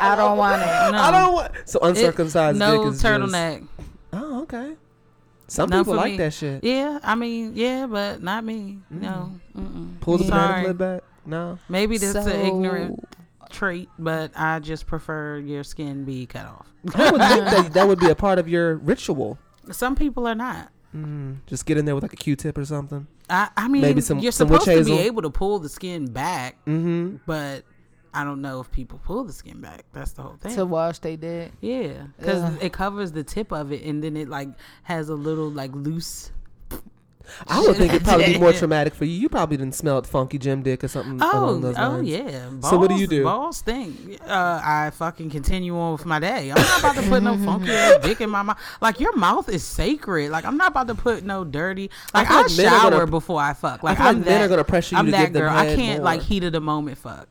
Speaker 3: I don't want it.
Speaker 4: No.
Speaker 2: I don't want. So
Speaker 4: It-
Speaker 2: uncircumcised
Speaker 4: no
Speaker 2: dick is Just,
Speaker 4: turtleneck.
Speaker 2: oh, okay. Some
Speaker 4: Not
Speaker 2: people
Speaker 4: for
Speaker 2: like
Speaker 4: me.
Speaker 2: that shit.
Speaker 4: Yeah, I mean, yeah, but not me. No, Mm-mm.
Speaker 2: Pull the banana
Speaker 4: Sorry.
Speaker 2: clip back. No.
Speaker 4: maybe that's
Speaker 3: So-
Speaker 4: an ignorant trait, but I just prefer your skin be cut off.
Speaker 2: I would think that that would be a part of your ritual.
Speaker 4: Some people are not.
Speaker 2: Just get in there with like a Q-tip or something.
Speaker 4: I, I mean,
Speaker 2: Maybe some-
Speaker 4: you're
Speaker 2: some Mm-hmm. witch
Speaker 4: supposed to be
Speaker 2: hazel.
Speaker 4: able to pull the skin back, but I don't know if people pull the skin back. That's the whole thing.
Speaker 3: To wash they did.
Speaker 4: yeah, because it covers the tip of it, and then it like has a little like loose.
Speaker 2: I would think it'd probably be more traumatic for you. You probably didn't smell funky Jim dick or something along
Speaker 4: Oh,
Speaker 2: those
Speaker 4: oh
Speaker 2: lines.
Speaker 4: yeah.
Speaker 2: So what do you do?
Speaker 4: Balls stink. Uh, I fucking continue on with my day. I'm not about to put no funky ass dick in my mouth. Like your mouth is sacred. Like I'm not about to put no dirty. Like
Speaker 2: feel
Speaker 4: I,
Speaker 2: like men are
Speaker 4: shower
Speaker 2: gonna-
Speaker 4: before I fuck. Like
Speaker 2: feel like
Speaker 4: I'm
Speaker 2: men
Speaker 4: that,
Speaker 2: are gonna pressure you
Speaker 4: I'm
Speaker 2: to
Speaker 4: that
Speaker 2: give them
Speaker 4: girl. I
Speaker 2: head
Speaker 4: can't like
Speaker 2: more.
Speaker 4: heat of the moment fuck.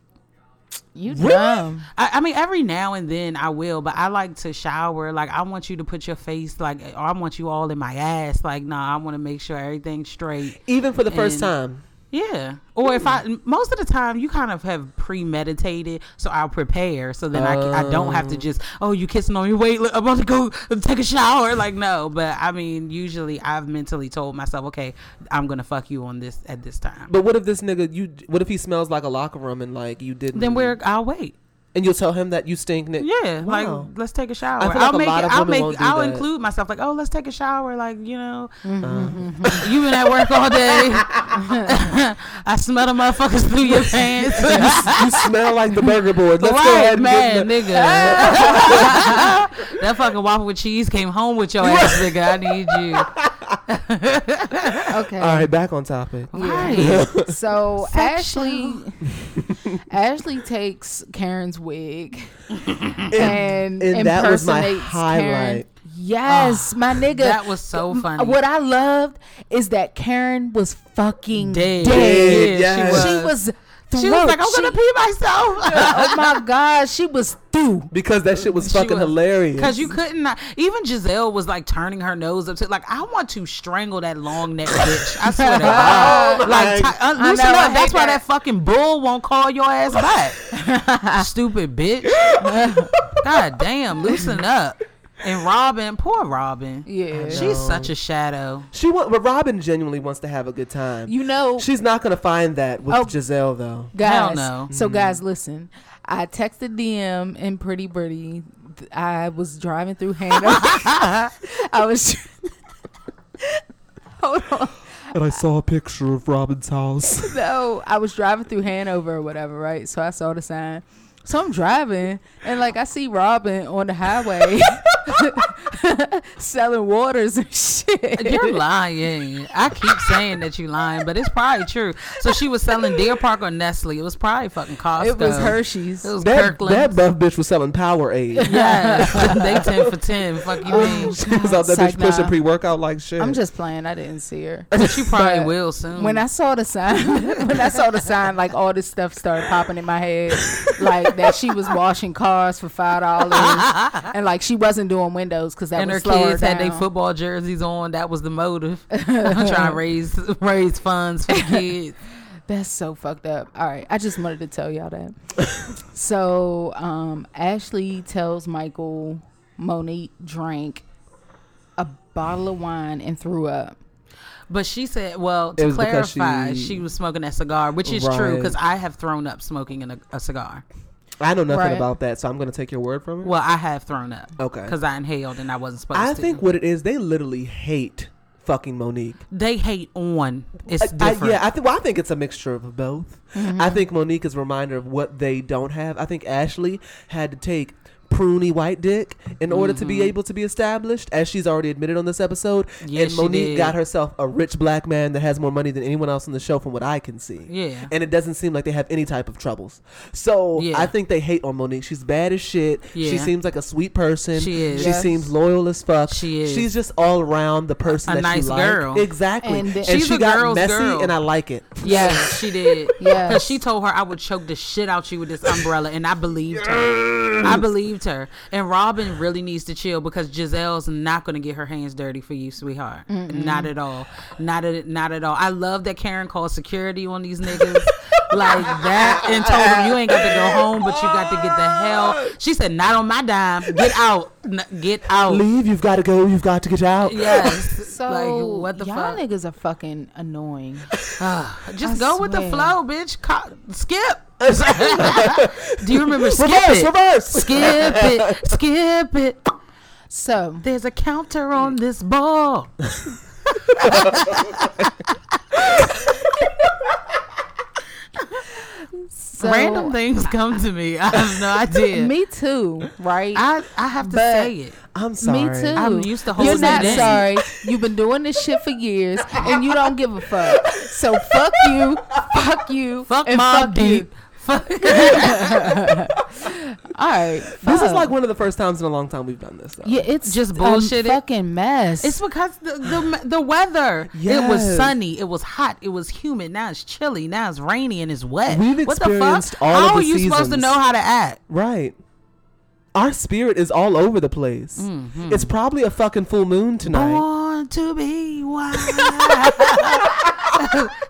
Speaker 3: You
Speaker 2: Really?
Speaker 3: dumb.
Speaker 4: I, I mean, every now and then I will, but I like to shower. Like, I want you to put your face, like, or I want you all in my ass. Like, nah, I want to make sure everything's straight.
Speaker 2: Even for the first
Speaker 4: And-
Speaker 2: time.
Speaker 4: Yeah. Or if
Speaker 2: Hmm.
Speaker 4: I, most of the time, you kind of have premeditated, so I'll prepare. So then I, ca- I don't have to just, oh, you kissing on your weight. I'm about to go take a shower. Like, no. But I mean, usually I've mentally told myself, okay, I'm going to fuck you on this at this time.
Speaker 2: But what if this nigga you what if he smells like a locker room and like you didn't
Speaker 4: then we're, I'll wait.
Speaker 2: and you'll tell him that you stink nigga.
Speaker 4: Yeah,
Speaker 2: Wow.
Speaker 4: like let's take a shower.
Speaker 2: I feel like
Speaker 4: I'll
Speaker 2: a
Speaker 4: make
Speaker 2: lot
Speaker 4: it.
Speaker 2: of
Speaker 4: I'll
Speaker 2: women
Speaker 4: make.
Speaker 2: won't do
Speaker 4: I'll
Speaker 2: that.
Speaker 4: include myself. Like, oh, let's take a shower. Like, you know,
Speaker 2: Mm-hmm.
Speaker 4: you been at work all day. I smell the motherfuckers through your pants.
Speaker 2: you smell like the burger board. Let's go
Speaker 4: right,
Speaker 2: ahead and get
Speaker 4: man,
Speaker 2: in the-
Speaker 4: nigga. that fucking waffle with cheese came home with your ass, nigga. I need you.
Speaker 3: Okay.
Speaker 2: All right, back on topic.
Speaker 4: Right.
Speaker 3: So Ashley Ashley takes Karen's wig and,
Speaker 2: and that was my
Speaker 3: impersonates Karen.
Speaker 2: highlight.
Speaker 3: Yes, my nigga.
Speaker 4: Ah, That was so funny.
Speaker 3: What I loved is that Karen was fucking
Speaker 4: Dead.
Speaker 3: dead.
Speaker 2: Dead, yes.
Speaker 3: She
Speaker 4: She
Speaker 3: was
Speaker 4: She was like,
Speaker 3: throat.
Speaker 4: I'm gonna
Speaker 3: She-
Speaker 4: pee myself.
Speaker 3: Oh my god, she was through.
Speaker 2: Because that shit was fucking
Speaker 4: was-
Speaker 2: hilarious.
Speaker 4: Because you couldn't. not- Even Giselle was like turning her nose up to like, I want to strangle that long neck bitch. I swear to God.
Speaker 2: Oh
Speaker 4: like,
Speaker 2: my
Speaker 4: ti- uh, loosen
Speaker 3: know, I
Speaker 4: up.
Speaker 3: hate
Speaker 4: That's why that
Speaker 3: that.
Speaker 4: fucking bull won't call your ass back. Stupid bitch. God damn, loosen up. And Robin, poor Robin.
Speaker 3: Yeah.
Speaker 4: She's such a shadow.
Speaker 2: she want, but Robin genuinely wants to have a good time.
Speaker 3: You know,
Speaker 2: She's not gonna find that with
Speaker 3: Oh.
Speaker 2: Giselle though.
Speaker 4: Hell
Speaker 3: guys.
Speaker 4: no.
Speaker 3: So guys, listen. I texted DM and Pretty Birdie. I was driving through Hanover. I was. Hold on.
Speaker 2: And I saw a picture of Robin's house.
Speaker 3: No, I was driving through Hanover or whatever, right? So I saw the sign. So I'm driving and like I see Robin on the highway. selling waters and shit.
Speaker 4: You're lying. I keep saying that you're lying, but it's probably true. So she was selling Deer Park or Nestle. It was probably fucking Costco.
Speaker 3: It was
Speaker 4: It
Speaker 3: Hershey's.
Speaker 4: was
Speaker 2: That,
Speaker 4: Kirkland.
Speaker 2: that buff bitch was selling Powerade.
Speaker 4: yeah, they ten for ten. Fuck
Speaker 3: Oh,
Speaker 4: you, mean.
Speaker 2: she was out there bitch
Speaker 3: Psych, nah.
Speaker 2: pushing pre workout like shit.
Speaker 3: I'm just playing. I didn't see her.
Speaker 4: But you probably
Speaker 3: But
Speaker 4: will soon.
Speaker 3: When I saw the sign, when I saw the sign, like all this stuff started popping in my head, like that she was washing cars for five dollars, and like she wasn't doing windows because that
Speaker 4: and her
Speaker 3: was slower
Speaker 4: kids had their
Speaker 3: down.
Speaker 4: football jerseys on. That was the motive. I'm trying to raise raise funds for the kids.
Speaker 3: That's so fucked up. All right, I just wanted to tell y'all that. so um, Ashley tells Michael Monique drank a bottle of wine and threw up.
Speaker 4: But she said, well,
Speaker 2: It
Speaker 4: to
Speaker 2: was because
Speaker 4: clarify,
Speaker 2: she-
Speaker 4: she, was smoking that cigar, which is true 'cause true
Speaker 2: Right.
Speaker 4: because I have thrown up smoking in a, a cigar.
Speaker 2: I know nothing
Speaker 3: Right.
Speaker 2: about that, so I'm going to take your word from it.
Speaker 4: Well, I have thrown up.
Speaker 2: Okay.
Speaker 4: Because I inhaled and I wasn't supposed
Speaker 2: I
Speaker 4: to.
Speaker 2: think what it is, they literally hate fucking Monique.
Speaker 4: they hate on. It's
Speaker 2: I-
Speaker 4: different. Mm-hmm.
Speaker 2: yeah, I think. Well, I think it's a mixture of both. I think Monique is a reminder of what they don't have. I think Ashley had to take pruny white dick in order to be able to be established, as she's already admitted on this episode.
Speaker 4: Mm-hmm. Yeah,
Speaker 2: and
Speaker 4: she
Speaker 2: Monique
Speaker 4: did.
Speaker 2: got herself a rich black man that has more money than anyone else on the show, from what I can see.
Speaker 4: Yeah.
Speaker 2: and it doesn't seem like they have any type of troubles. So
Speaker 4: Yeah.
Speaker 2: I think they hate on Monique. She's bad as shit. She
Speaker 4: Yeah.
Speaker 2: seems like a sweet person.
Speaker 4: She is.
Speaker 2: She
Speaker 3: Yes.
Speaker 2: seems loyal as fuck.
Speaker 4: She is.
Speaker 2: She's just all around the person
Speaker 4: A
Speaker 2: that
Speaker 4: nice
Speaker 2: she liked.
Speaker 4: girl.
Speaker 2: Exactly.
Speaker 3: And
Speaker 2: And,
Speaker 3: then-
Speaker 4: She's
Speaker 2: she
Speaker 4: a
Speaker 2: got
Speaker 4: girl's
Speaker 2: messy,
Speaker 4: girl.
Speaker 2: and I like it.
Speaker 4: Yes, she did. Yeah,
Speaker 3: Yes.
Speaker 4: because she told her I would choke the shit out you with this umbrella, and I believed her. I believed her. And Robin really needs to chill because Giselle's not going to get her hands dirty for you, sweetheart. Not at all. Not at not at all. I love that Karen called security on these niggas. Like that, and told them you ain't got to go home, but you got to get the hell. She said, "Not on my dime. Get out. N- get out."
Speaker 2: Leave. You've got to go. You've got to get out.
Speaker 4: Yes.
Speaker 3: So
Speaker 4: like what the
Speaker 3: y'all
Speaker 4: fuck?
Speaker 3: niggas are fucking annoying. I
Speaker 4: Just go with the
Speaker 3: swear.
Speaker 4: flow, bitch. Co- skip. Do you remember skip
Speaker 2: Reverse.
Speaker 4: it?
Speaker 2: Reverse.
Speaker 4: Skip it. Skip it.
Speaker 3: So
Speaker 4: There's a counter on this ball.
Speaker 3: so
Speaker 4: Random things come to me. I have no idea.
Speaker 3: Me too, right?
Speaker 4: I, I have to
Speaker 3: But-
Speaker 4: say it.
Speaker 2: I'm sorry.
Speaker 3: Me too.
Speaker 4: I'm used to
Speaker 3: You're
Speaker 4: holding
Speaker 3: not
Speaker 4: it in.
Speaker 3: sorry. You've been doing this shit for years, and you don't give a fuck. So fuck you, fuck you,
Speaker 4: Fuck
Speaker 3: and
Speaker 4: Mob
Speaker 3: fuck you.
Speaker 4: Deep. Fuck.
Speaker 3: All right,
Speaker 2: This is
Speaker 3: fuck.
Speaker 2: like one of the first times in a long time we've done this. Though.
Speaker 3: yeah, it's
Speaker 4: Just
Speaker 3: just
Speaker 4: bullshit
Speaker 3: bullshit.
Speaker 4: it.
Speaker 3: fucking mess.
Speaker 4: It's because the the, the weather. It was
Speaker 2: Yes.
Speaker 4: sunny. It was hot. It was humid. Now it's chilly. Now it's rainy and it's wet.
Speaker 2: We've
Speaker 4: what the
Speaker 2: experienced
Speaker 4: fuck?
Speaker 2: all
Speaker 4: how
Speaker 2: of
Speaker 4: are
Speaker 2: the
Speaker 4: you supposed to
Speaker 2: seasons.
Speaker 4: know how to act?
Speaker 2: Right. Our spirit is all over the place.
Speaker 3: Mm-hmm.
Speaker 2: It's probably a fucking full moon tonight.
Speaker 4: Born to be wild.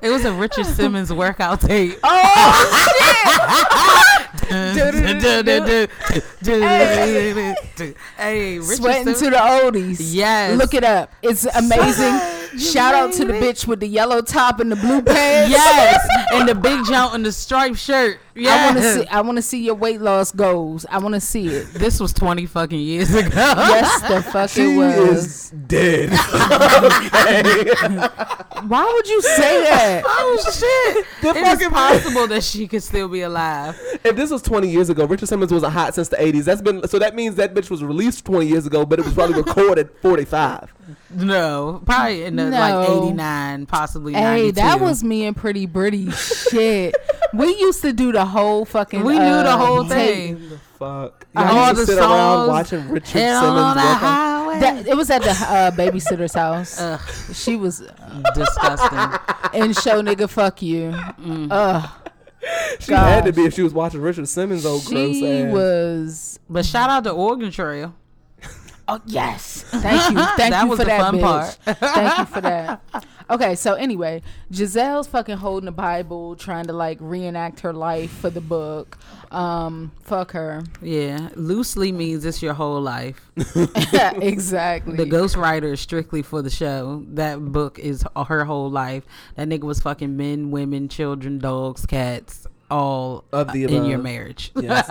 Speaker 4: it was a Richard Simmons workout tape. Oh shit! hey, Richard
Speaker 3: sweating
Speaker 4: Simmons.
Speaker 3: to the oldies.
Speaker 4: Yes.
Speaker 3: look it up. It's amazing. Shout out to the bitch with the yellow top and the blue pants.
Speaker 4: yes, and the big jump and the striped shirt.
Speaker 3: I want to
Speaker 4: Yes.
Speaker 3: see. I want to see your weight loss goals. I want to see it.
Speaker 4: This was twenty fucking years ago.
Speaker 3: Yes, the fuck
Speaker 2: She
Speaker 3: it was.
Speaker 2: is dead.
Speaker 3: Why would you say that?
Speaker 4: Oh shit!
Speaker 2: The
Speaker 4: it is
Speaker 2: fucking-
Speaker 4: possible that she could still be alive.
Speaker 2: if this was 20 years ago, Richard Simmons wasn't hot since the 80s. That's been so that means that bitch was released 20 years ago, but it was probably recorded 45.
Speaker 4: No, probably in the like
Speaker 3: No.
Speaker 4: eighty nine, possibly.
Speaker 3: Hey,
Speaker 4: 92.
Speaker 3: that was me and Pretty Britty shit. We used to do the whole fucking.
Speaker 4: We knew the
Speaker 3: uh,
Speaker 4: whole
Speaker 3: tape.
Speaker 4: thing.
Speaker 2: Fuck.
Speaker 4: All
Speaker 2: Y'all used to
Speaker 4: the
Speaker 2: sit around
Speaker 4: songs
Speaker 2: watching Richard
Speaker 4: Head
Speaker 2: Simmons
Speaker 4: on the
Speaker 2: work out.
Speaker 4: highway.
Speaker 3: That, it was at the uh, babysitter's house.
Speaker 4: Ugh.
Speaker 3: She was
Speaker 4: Disgusting.
Speaker 3: in show nigga. Fuck you.
Speaker 4: Oh,
Speaker 3: Ugh,
Speaker 2: She had to
Speaker 3: Gosh.
Speaker 2: be if she was watching Richard Simmons old gross
Speaker 3: she
Speaker 2: ass.
Speaker 3: was.
Speaker 4: But shout out to Oregon Trail.
Speaker 3: Oh yes, thank you, thank
Speaker 4: That
Speaker 3: you
Speaker 4: was
Speaker 3: for
Speaker 4: the
Speaker 3: that,
Speaker 4: fun
Speaker 3: bitch.
Speaker 4: part.
Speaker 3: thank you for that. Okay, so anyway, Giselle's fucking holding the Bible, trying to like reenact her life for the book. Um, fuck her.
Speaker 4: Yeah, loosely means it's your whole life.
Speaker 3: exactly.
Speaker 4: The ghostwriter is strictly for the show. That book is her whole life. That nigga was fucking men, women, children, dogs, cats, all
Speaker 2: Of
Speaker 4: uh,
Speaker 2: the
Speaker 4: in your
Speaker 2: above.
Speaker 4: marriage.
Speaker 2: Yes.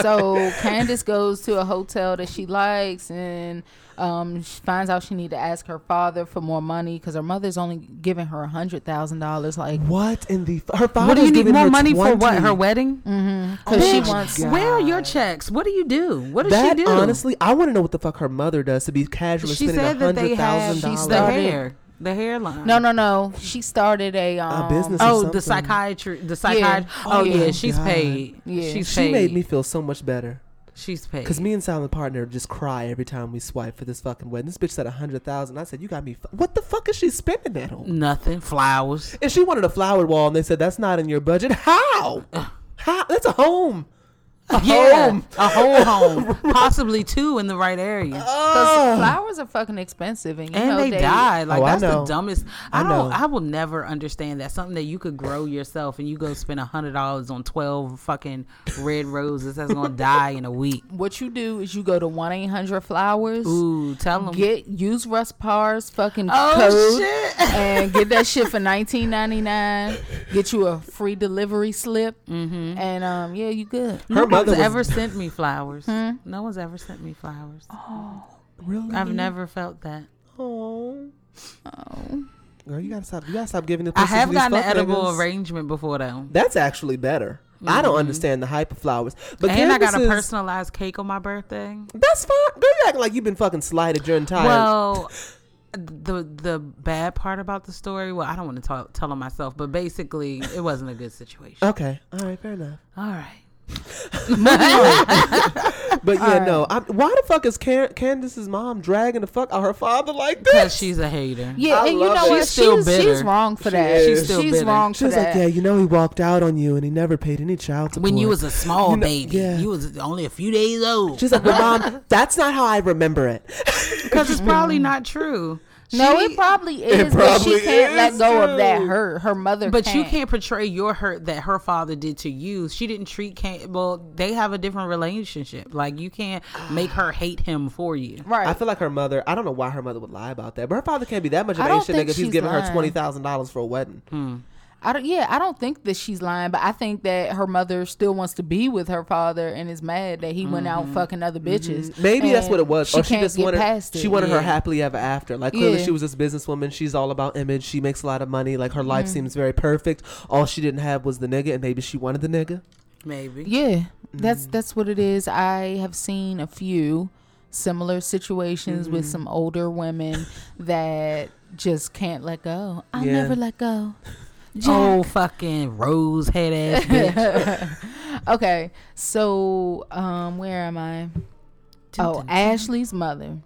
Speaker 3: so Candace goes to a hotel that she likes and um, she finds out she need to ask her father for more money because her mother's only giving her a hundred thousand dollars. Like,
Speaker 2: what in the f- her father's
Speaker 4: What do you need
Speaker 2: giving
Speaker 4: more
Speaker 2: her
Speaker 4: money for?
Speaker 2: 20.
Speaker 4: What her wedding?
Speaker 2: Mm-hmm. Oh,
Speaker 3: because she
Speaker 4: Bitch,
Speaker 3: wants.
Speaker 4: Where are your checks? What do you do? What does
Speaker 2: That
Speaker 4: she do?
Speaker 2: honestly, I want to know what the fuck her mother does to be casually
Speaker 4: she
Speaker 2: spending a
Speaker 4: said that they
Speaker 2: hundred
Speaker 4: have
Speaker 2: thousand
Speaker 4: the
Speaker 2: dollars.
Speaker 3: started-
Speaker 4: hair, the hairline.
Speaker 3: No, no, no. She started a um,
Speaker 2: business.
Speaker 4: Oh,
Speaker 2: Something.
Speaker 4: the psychiatry, the psychiatrist. Oh,
Speaker 3: Oh,
Speaker 4: yeah,
Speaker 3: yeah.
Speaker 4: she's
Speaker 2: God.
Speaker 4: paid.
Speaker 3: Yeah.
Speaker 4: she's
Speaker 2: She
Speaker 4: paid.
Speaker 2: made me feel so much better.
Speaker 4: She's paid.
Speaker 2: Cause me and Silent Partner just cry every time we swipe for this fucking wedding. This bitch said a hundred thousand. I said, "You got me." F- what the fuck is she spending that on?
Speaker 4: nothing. Flowers.
Speaker 2: And she wanted a flower wall, and they said that's not in your budget. How? How? That's a home. A home.
Speaker 4: a whole home, possibly two in the right area.
Speaker 3: 'cause flowers are fucking expensive, and you
Speaker 4: and
Speaker 3: know
Speaker 4: Oh, they, die. Like
Speaker 2: Oh, I
Speaker 4: that's the
Speaker 2: know.
Speaker 4: dumbest. I,
Speaker 2: I
Speaker 4: don't.
Speaker 2: know.
Speaker 4: I will never understand that. Something that you could grow yourself, and you go spend a hundred dollars on twelve fucking red roses that's gonna die in a week.
Speaker 3: What you do is you go to one eight hundred flowers.
Speaker 4: Ooh, tell them.
Speaker 3: Get use Russ Parr's fucking
Speaker 4: Oh,
Speaker 3: code
Speaker 4: shit.
Speaker 3: and get that shit for nineteen ninety nine. Get you a free delivery slip, mm-hmm. and um, yeah, you good.
Speaker 4: no
Speaker 2: Her
Speaker 4: one's
Speaker 2: mother was-
Speaker 4: ever sent me flowers. No one's ever sent me flowers.
Speaker 2: Really?
Speaker 4: I've never felt that.
Speaker 2: Oh. Girl, you gotta stop. You gotta stop giving the.
Speaker 4: Oh. I
Speaker 2: pussy to
Speaker 4: have
Speaker 2: these
Speaker 4: gotten an
Speaker 2: fuck
Speaker 4: edible
Speaker 2: niggas.
Speaker 4: arrangement before though.
Speaker 2: That's actually better. I don't understand the hype of flowers, but
Speaker 4: Mm-hmm. and I got a
Speaker 2: Candace's-
Speaker 4: personalized cake on my birthday.
Speaker 2: That's fine. Girl, you acting like you've been fucking slighted your entire.
Speaker 4: Well, the the bad part about the story, well, I don't want to talk, tell on myself, but basically, it wasn't a good situation.
Speaker 2: okay. All right. Fair enough.
Speaker 4: All right.
Speaker 2: But yeah, no. I'm, why the fuck is Can- Candace's mom dragging the fuck out her father like
Speaker 4: Because
Speaker 2: this?
Speaker 4: she's a hater.
Speaker 3: Yeah,
Speaker 2: I
Speaker 3: and you
Speaker 2: love
Speaker 3: know
Speaker 2: it.
Speaker 3: what?
Speaker 4: She's still
Speaker 3: she's,
Speaker 4: bitter.
Speaker 3: she's wrong for that.
Speaker 2: is.
Speaker 3: She's,
Speaker 2: She's
Speaker 4: still bitter.
Speaker 3: wrong
Speaker 2: She
Speaker 3: for
Speaker 2: was
Speaker 3: that.
Speaker 2: like, yeah, you know, he walked out on you and he never paid any child support.
Speaker 4: When you was a small
Speaker 2: You know-
Speaker 4: baby,
Speaker 2: yeah.
Speaker 4: you was only a few days old.
Speaker 2: She's like, but mom, that's not how I remember it.
Speaker 4: Because it's probably not true.
Speaker 3: No,
Speaker 4: She-
Speaker 3: it probably is, but
Speaker 2: probably
Speaker 3: she can't let
Speaker 2: is,
Speaker 3: go of that
Speaker 2: too.
Speaker 3: hurt. Her mother,
Speaker 4: But you can't portray your hurt that her father did to you. She didn't treat Can. Well, they have a different relationship. Like you can't make her hate him for you.
Speaker 3: Right.
Speaker 2: I feel like her mother. I don't know why her mother would lie about that, but her father can't be that much of
Speaker 3: I
Speaker 2: an
Speaker 3: don't
Speaker 2: Asian nigga
Speaker 3: think
Speaker 2: if he's
Speaker 3: she's
Speaker 2: giving her
Speaker 3: lying.
Speaker 2: twenty thousand dollars for a wedding.
Speaker 4: Hmm.
Speaker 3: I don't. Yeah, I don't think that she's lying, but I think that her mother still wants to be with her father and is mad that he went
Speaker 4: Mm-hmm.
Speaker 3: out fucking other bitches.
Speaker 2: Mm-hmm. Maybe that's
Speaker 3: And
Speaker 2: what it was.
Speaker 3: She
Speaker 2: or she
Speaker 3: can't
Speaker 2: just
Speaker 3: get
Speaker 2: wanted
Speaker 3: past it.
Speaker 2: she wanted
Speaker 4: Yeah.
Speaker 2: her happily ever after. Like clearly
Speaker 3: Yeah.
Speaker 2: she was this businesswoman. She's all about image. She makes a lot of money. Like her
Speaker 3: Hmm.
Speaker 2: life seems very perfect. All she didn't have was the nigga, and maybe she wanted the nigga.
Speaker 4: Maybe.
Speaker 3: Yeah,
Speaker 2: Mm-hmm.
Speaker 3: that's that's what it is. I have seen a few similar situations
Speaker 2: Mm-hmm.
Speaker 3: with some older women that just can't let go. I'll
Speaker 2: Yeah.
Speaker 3: never let go.
Speaker 4: Oh, fucking rose head ass bitch.
Speaker 3: Okay, so um, where am I? Oh, Ashley's mother.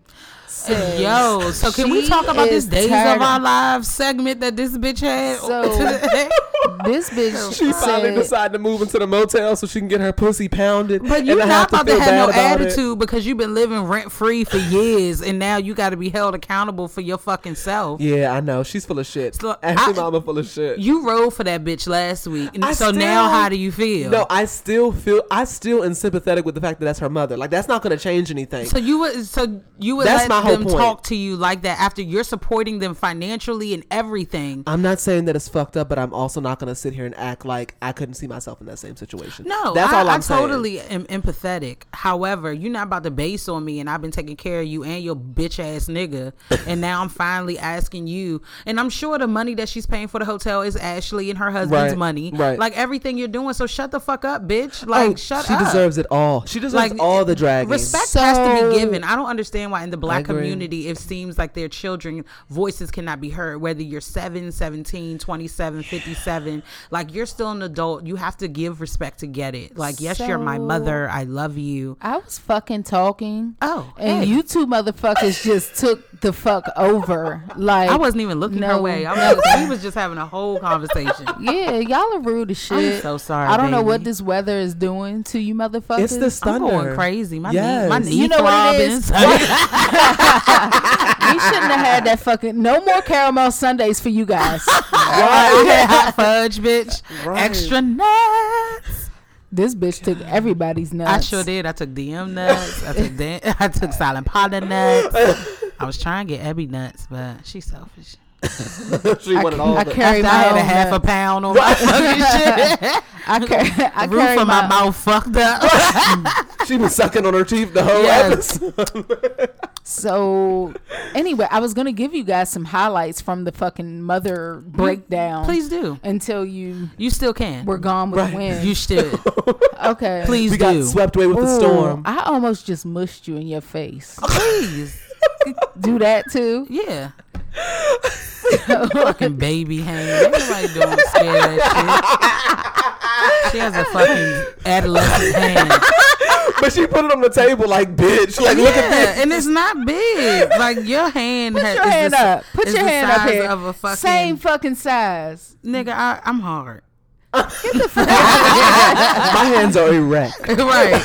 Speaker 3: says-
Speaker 4: Yo, so can we
Speaker 3: She
Speaker 4: talk about this
Speaker 3: is
Speaker 4: Days of
Speaker 3: tired-
Speaker 4: Our Lives segment that this bitch had?
Speaker 3: So- This bitch
Speaker 2: She finally
Speaker 3: said,
Speaker 2: decided to move into the motel so she can get her pussy pounded.
Speaker 4: but
Speaker 2: and
Speaker 4: you're
Speaker 2: not
Speaker 4: not
Speaker 2: have
Speaker 4: about to
Speaker 2: feel
Speaker 4: have no
Speaker 2: bad about it.
Speaker 4: attitude because you've been living rent free for years and now you got to be held accountable for your fucking self.
Speaker 2: Yeah, I know. She's full of shit.
Speaker 4: So,
Speaker 2: Ashley,
Speaker 4: I-
Speaker 2: mama, full of shit.
Speaker 4: You rolled for that bitch last week. And
Speaker 2: I
Speaker 4: so now
Speaker 2: still-
Speaker 4: how do you feel?
Speaker 2: No, I still feel I still am sympathetic with the fact that that's her mother. Like that's not going to change anything.
Speaker 4: So you would so you would
Speaker 2: That's
Speaker 4: let
Speaker 2: my whole
Speaker 4: them
Speaker 2: point.
Speaker 4: talk to you like that after you're supporting them financially and everything.
Speaker 2: I'm not saying that it's fucked up, but I'm also not going to sit here and act like I couldn't see myself in that same situation.
Speaker 4: No,
Speaker 2: that's
Speaker 4: I,
Speaker 2: all
Speaker 4: I
Speaker 2: I'm saying.
Speaker 4: totally am empathetic. However, you're not about to base on me, and I've been taking care of you and your bitch ass nigga, and now I'm finally asking you. And I'm sure the money that she's paying for the hotel is Ashley and her husband's
Speaker 2: Right,
Speaker 4: money,
Speaker 2: right.
Speaker 4: Like everything you're doing. So shut the fuck up, bitch.
Speaker 2: Oh,
Speaker 4: Like shut
Speaker 2: she
Speaker 4: up.
Speaker 2: deserves it all. She deserves
Speaker 4: Like
Speaker 2: all the dragging.
Speaker 4: Respect has to be
Speaker 3: So-
Speaker 4: given. I don't understand why in the black
Speaker 2: agree.
Speaker 4: community it seems like their children voices cannot be heard whether you're 7, 17, 27, 57. Like you're still an adult. You have to give respect to get it. Like yes, you're my
Speaker 3: So-
Speaker 4: mother. I love you.
Speaker 3: I was fucking talking.
Speaker 4: Oh,
Speaker 3: And
Speaker 4: hey.
Speaker 3: you two motherfuckers just took the fuck over. Like
Speaker 4: I wasn't even looking her
Speaker 3: no,
Speaker 4: way. I
Speaker 3: no.
Speaker 4: was we was just having a whole conversation.
Speaker 3: Yeah, y'all are rude as shit.
Speaker 4: so sorry,
Speaker 3: I don't know what
Speaker 4: baby.
Speaker 3: this weather is doing to you motherfuckers.
Speaker 2: It's this
Speaker 4: I'm
Speaker 2: thunder.
Speaker 4: going crazy. My knee,
Speaker 2: Yes.
Speaker 4: my knee
Speaker 3: You know what it is?
Speaker 4: throbbing.
Speaker 3: we shouldn't have had that fucking no more caramel sundays for you guys.
Speaker 4: I had hot fudge, bitch. Extra nuts.
Speaker 3: this bitch took everybody's nuts.
Speaker 4: I sure did. I took DM nuts. I took dan- I took silent partner nuts. I was trying to get Ebby nuts, but she's selfish.
Speaker 2: she wanted all
Speaker 3: I
Speaker 2: the.
Speaker 3: carry
Speaker 4: After I
Speaker 3: my own
Speaker 4: had a half
Speaker 3: nut.
Speaker 4: a pound on my fucking shit.
Speaker 3: I carry, I
Speaker 4: The roof
Speaker 3: carry
Speaker 4: of my
Speaker 3: my,
Speaker 4: mouth fucked up.
Speaker 2: she was sucking on her teeth the whole
Speaker 4: Yes.
Speaker 2: episode.
Speaker 3: So, anyway, I was gonna give you guys some highlights from the fucking mother breakdown.
Speaker 4: Mm-hmm. Please do.
Speaker 3: until you
Speaker 4: You still can.
Speaker 3: were gone with the wind.
Speaker 4: You should.
Speaker 3: okay,
Speaker 4: Please
Speaker 2: We got
Speaker 4: do. Mm.
Speaker 2: swept away with the
Speaker 3: Ooh,
Speaker 2: storm.
Speaker 3: I almost just mushed you in your face.
Speaker 4: Oh, Please.
Speaker 3: Do that too.
Speaker 4: Yeah. fucking baby hanging. Ain't nobody doing scared that shit. She has a fucking adolescent hand.
Speaker 2: But she put it on the table like, bitch. Like, look at
Speaker 4: Yeah, and it's not big. Like your hand.
Speaker 3: Put
Speaker 4: ha-
Speaker 3: your
Speaker 4: is
Speaker 3: hand
Speaker 4: the s-
Speaker 3: up. Put
Speaker 4: is
Speaker 3: your
Speaker 4: the
Speaker 3: hand up
Speaker 4: size
Speaker 3: here.
Speaker 4: Of a fucking,
Speaker 3: Same fucking size.
Speaker 4: nigga. I, I'm hard.
Speaker 2: that. My hands are erect.
Speaker 4: right.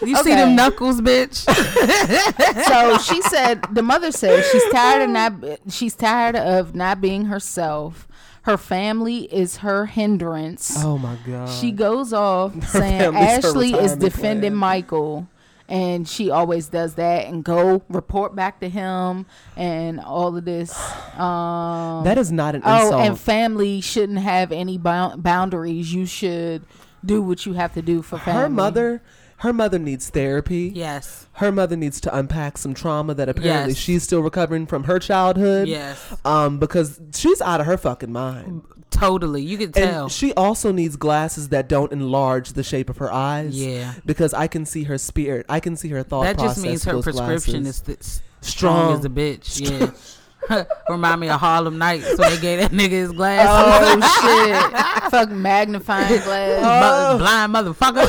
Speaker 4: You see
Speaker 3: Okay.
Speaker 4: them knuckles, bitch.
Speaker 3: so she said the mother said she's tired of not she's tired of not being herself her family is her hindrance
Speaker 2: Oh my god.
Speaker 3: she goes off saying
Speaker 2: family's her
Speaker 3: ashley is
Speaker 2: retirement
Speaker 3: defending
Speaker 2: plan.
Speaker 3: michael and she always does that and go report back to him and all of this um
Speaker 2: that is not an
Speaker 3: oh
Speaker 2: insult.
Speaker 3: and family shouldn't have any bound- boundaries you should do what you have to do for family
Speaker 2: her mother, her mother needs therapy.
Speaker 4: yes.
Speaker 2: Her mother needs to unpack some trauma that apparently
Speaker 4: Yes.
Speaker 2: she's still recovering from her childhood.
Speaker 4: Yes.
Speaker 2: Um, because she's out of her fucking mind.
Speaker 4: Totally. You could
Speaker 2: And
Speaker 4: tell.
Speaker 2: she also needs glasses that don't enlarge the shape of her eyes.
Speaker 4: Yeah.
Speaker 2: Because I can see her spirit. I can see her thought
Speaker 4: that
Speaker 2: process.
Speaker 4: just means
Speaker 2: through
Speaker 4: her
Speaker 2: those
Speaker 4: prescription
Speaker 2: glasses.
Speaker 4: is th- s- strong
Speaker 2: strong.
Speaker 4: as a bitch. Yeah. Remind me of Harlem Nights when they gave that nigga his glasses.
Speaker 3: oh shit fuck
Speaker 2: Oh,
Speaker 3: magnifying glass
Speaker 4: Mother- blind motherfucker.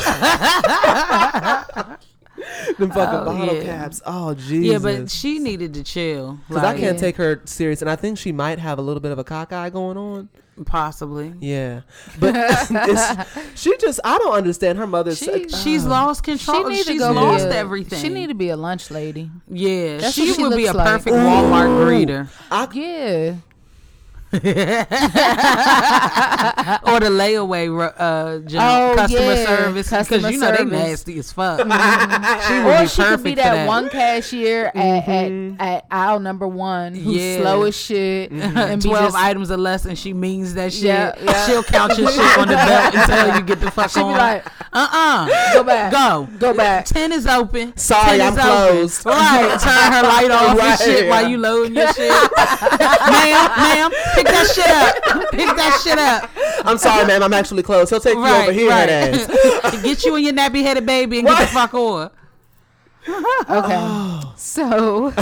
Speaker 2: Them fucking
Speaker 4: Oh,
Speaker 2: bottle
Speaker 4: yeah.
Speaker 2: caps. Oh Jesus.
Speaker 4: yeah, but she needed to chill.
Speaker 2: because I
Speaker 4: Like,
Speaker 2: can't take her serious, and I think she might have a little bit of a cockeye going on.
Speaker 4: possibly.
Speaker 2: Yeah, but it's, she just—I don't understand her mother's.
Speaker 4: She, she's lost
Speaker 3: Um, She
Speaker 4: control.
Speaker 3: need
Speaker 4: Oh, she's
Speaker 3: to go. be
Speaker 4: lost
Speaker 3: a-
Speaker 4: everything.
Speaker 3: She need to be a lunch lady.
Speaker 4: yeah,
Speaker 3: That's
Speaker 4: she
Speaker 3: what she
Speaker 4: would be a
Speaker 3: looks like.
Speaker 4: perfect Walmart greeter
Speaker 3: Yeah,
Speaker 4: or the layaway ro- uh, job,
Speaker 3: Uh, Oh,
Speaker 4: customer
Speaker 3: yeah.
Speaker 4: service because
Speaker 3: Customer
Speaker 4: you know they
Speaker 3: service.
Speaker 4: nasty as fuck. She would
Speaker 3: or
Speaker 4: be
Speaker 3: she could be
Speaker 4: perfect for
Speaker 3: that,
Speaker 4: that. Mm-hmm.
Speaker 3: one cashier at, at, at aisle number one who's
Speaker 4: Yeah. Mm-hmm.
Speaker 3: slow as shit and be
Speaker 4: 12
Speaker 3: just.
Speaker 4: items or less and she means that shit.
Speaker 3: Yeah, yeah.
Speaker 4: She'll count your shit on the belt until you get the fuck
Speaker 3: She'd be
Speaker 4: on.
Speaker 3: like,
Speaker 4: uh-uh.
Speaker 3: go back,
Speaker 4: Go.
Speaker 3: go back.
Speaker 4: 10 is open.
Speaker 2: Sorry,
Speaker 4: 10
Speaker 2: I'm
Speaker 4: is open.
Speaker 2: closed.
Speaker 4: Right. Turn her light off
Speaker 2: Right.
Speaker 4: and shit while you loading your shit. ma'am, ma'am, pick that shit up. Pick that shit up.
Speaker 2: I'm sorry, ma'am. I'm actually close. He'll take you
Speaker 4: Right,
Speaker 2: over here,
Speaker 4: right.
Speaker 2: head ass.
Speaker 4: Get you and your nappy headed baby and get the fuck on. Oh.
Speaker 3: Okay, so.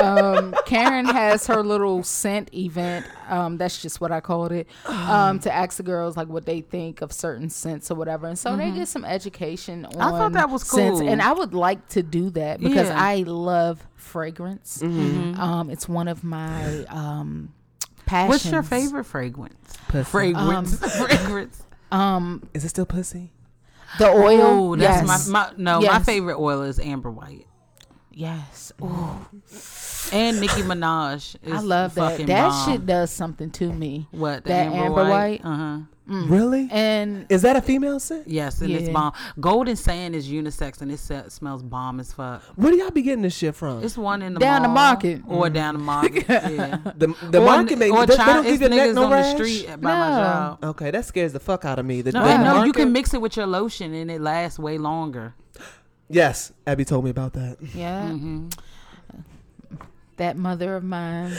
Speaker 3: um, Karen has her little scent event. Um, that's just what I called it. Um, to ask the girls like what they think of certain scents or whatever, and so they get some education on.
Speaker 4: Mm-hmm. thought that was
Speaker 3: scents,
Speaker 4: cool.
Speaker 3: and I would like to do that because
Speaker 4: Yeah. Mm-hmm.
Speaker 3: I love fragrance. Um, it's one of my um passions.
Speaker 4: What's your favorite fragrance? Fragrance. Um, fragrance.
Speaker 3: Um,
Speaker 2: Is it still pussy?
Speaker 3: the oil.
Speaker 4: Oh, that's
Speaker 3: yes.
Speaker 4: my, my no. My
Speaker 3: Yes.
Speaker 4: favorite oil is Amber White
Speaker 3: yes. Ooh,
Speaker 4: and Nicki Minaj. Is
Speaker 3: I love that.
Speaker 4: fucking
Speaker 3: That
Speaker 4: bomb.
Speaker 3: shit does something to me.
Speaker 4: What the
Speaker 3: that
Speaker 4: Amber,
Speaker 3: Amber White?
Speaker 4: White? Uh huh.
Speaker 2: Really?
Speaker 3: And
Speaker 2: Is that a female scent?
Speaker 4: Yes, and it's
Speaker 3: Yeah.
Speaker 4: bomb. Golden sand is unisex, and it se- smells bomb as fuck.
Speaker 2: Where do y'all be getting this shit from?
Speaker 4: It's one in the
Speaker 3: Down the
Speaker 4: mall
Speaker 3: market. Mm.
Speaker 4: or down the market. Yeah.
Speaker 2: the the
Speaker 4: Or-
Speaker 2: market make
Speaker 4: or
Speaker 2: they, they
Speaker 4: chi-
Speaker 2: don't give
Speaker 4: it's
Speaker 2: your neck
Speaker 4: niggas
Speaker 2: no
Speaker 4: on
Speaker 2: rash.
Speaker 4: the street by my
Speaker 3: No.
Speaker 4: job.
Speaker 2: Okay, that scares the fuck out of me. The,
Speaker 4: No,
Speaker 2: the
Speaker 4: and no, you can
Speaker 2: market-
Speaker 4: mix it with your lotion, and it lasts way longer.
Speaker 2: Yes, Abby told me about that.
Speaker 3: yeah,
Speaker 4: Mm-hmm.
Speaker 3: that mother of mine.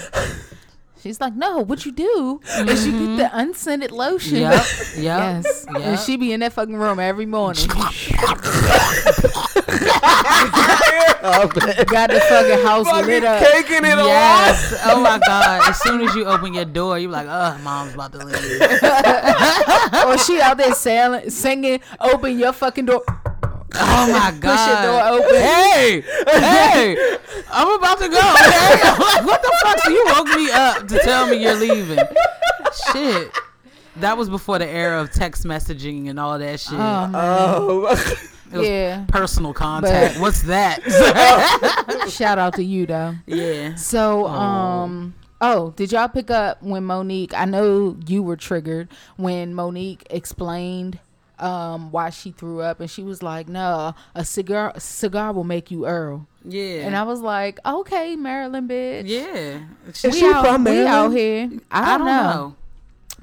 Speaker 3: She's like, no, what you do is you get the unscented lotion.
Speaker 4: Mm-hmm. Yep. Yep.
Speaker 3: Yes. And
Speaker 4: Yep.
Speaker 3: she be in that fucking room every morning.
Speaker 4: Oh,
Speaker 3: Got the fucking house lit up.
Speaker 2: Taking it
Speaker 4: Yes. Oh my God. As soon as you open your door, you're like, oh, mom's about to leave.
Speaker 3: or Oh, she out there sailing, singing, open your fucking door,
Speaker 4: Oh my God.
Speaker 3: push your door open.
Speaker 4: hey, hey, I'm about to go. Okay? I'm like, what the fuck? So you woke me up to tell me you're leaving. Shit. That was before the era of text messaging and all that shit.
Speaker 3: Um,
Speaker 2: Oh,
Speaker 4: it was
Speaker 3: yeah.
Speaker 4: Personal contact.
Speaker 3: But-
Speaker 4: What's that?
Speaker 3: Shout out to you though.
Speaker 4: yeah.
Speaker 3: So, um, oh, did y'all pick up when Monique? I know you were triggered when Monique explained um, why she threw up, and she was like, "No, a cigar cigar will make you Earl."
Speaker 4: Yeah.
Speaker 3: And I was like, "Okay, Maryland, bitch.
Speaker 4: yeah.
Speaker 3: we
Speaker 2: she
Speaker 3: out,
Speaker 2: from
Speaker 3: we out
Speaker 2: Maryland?
Speaker 3: here. I don't, know.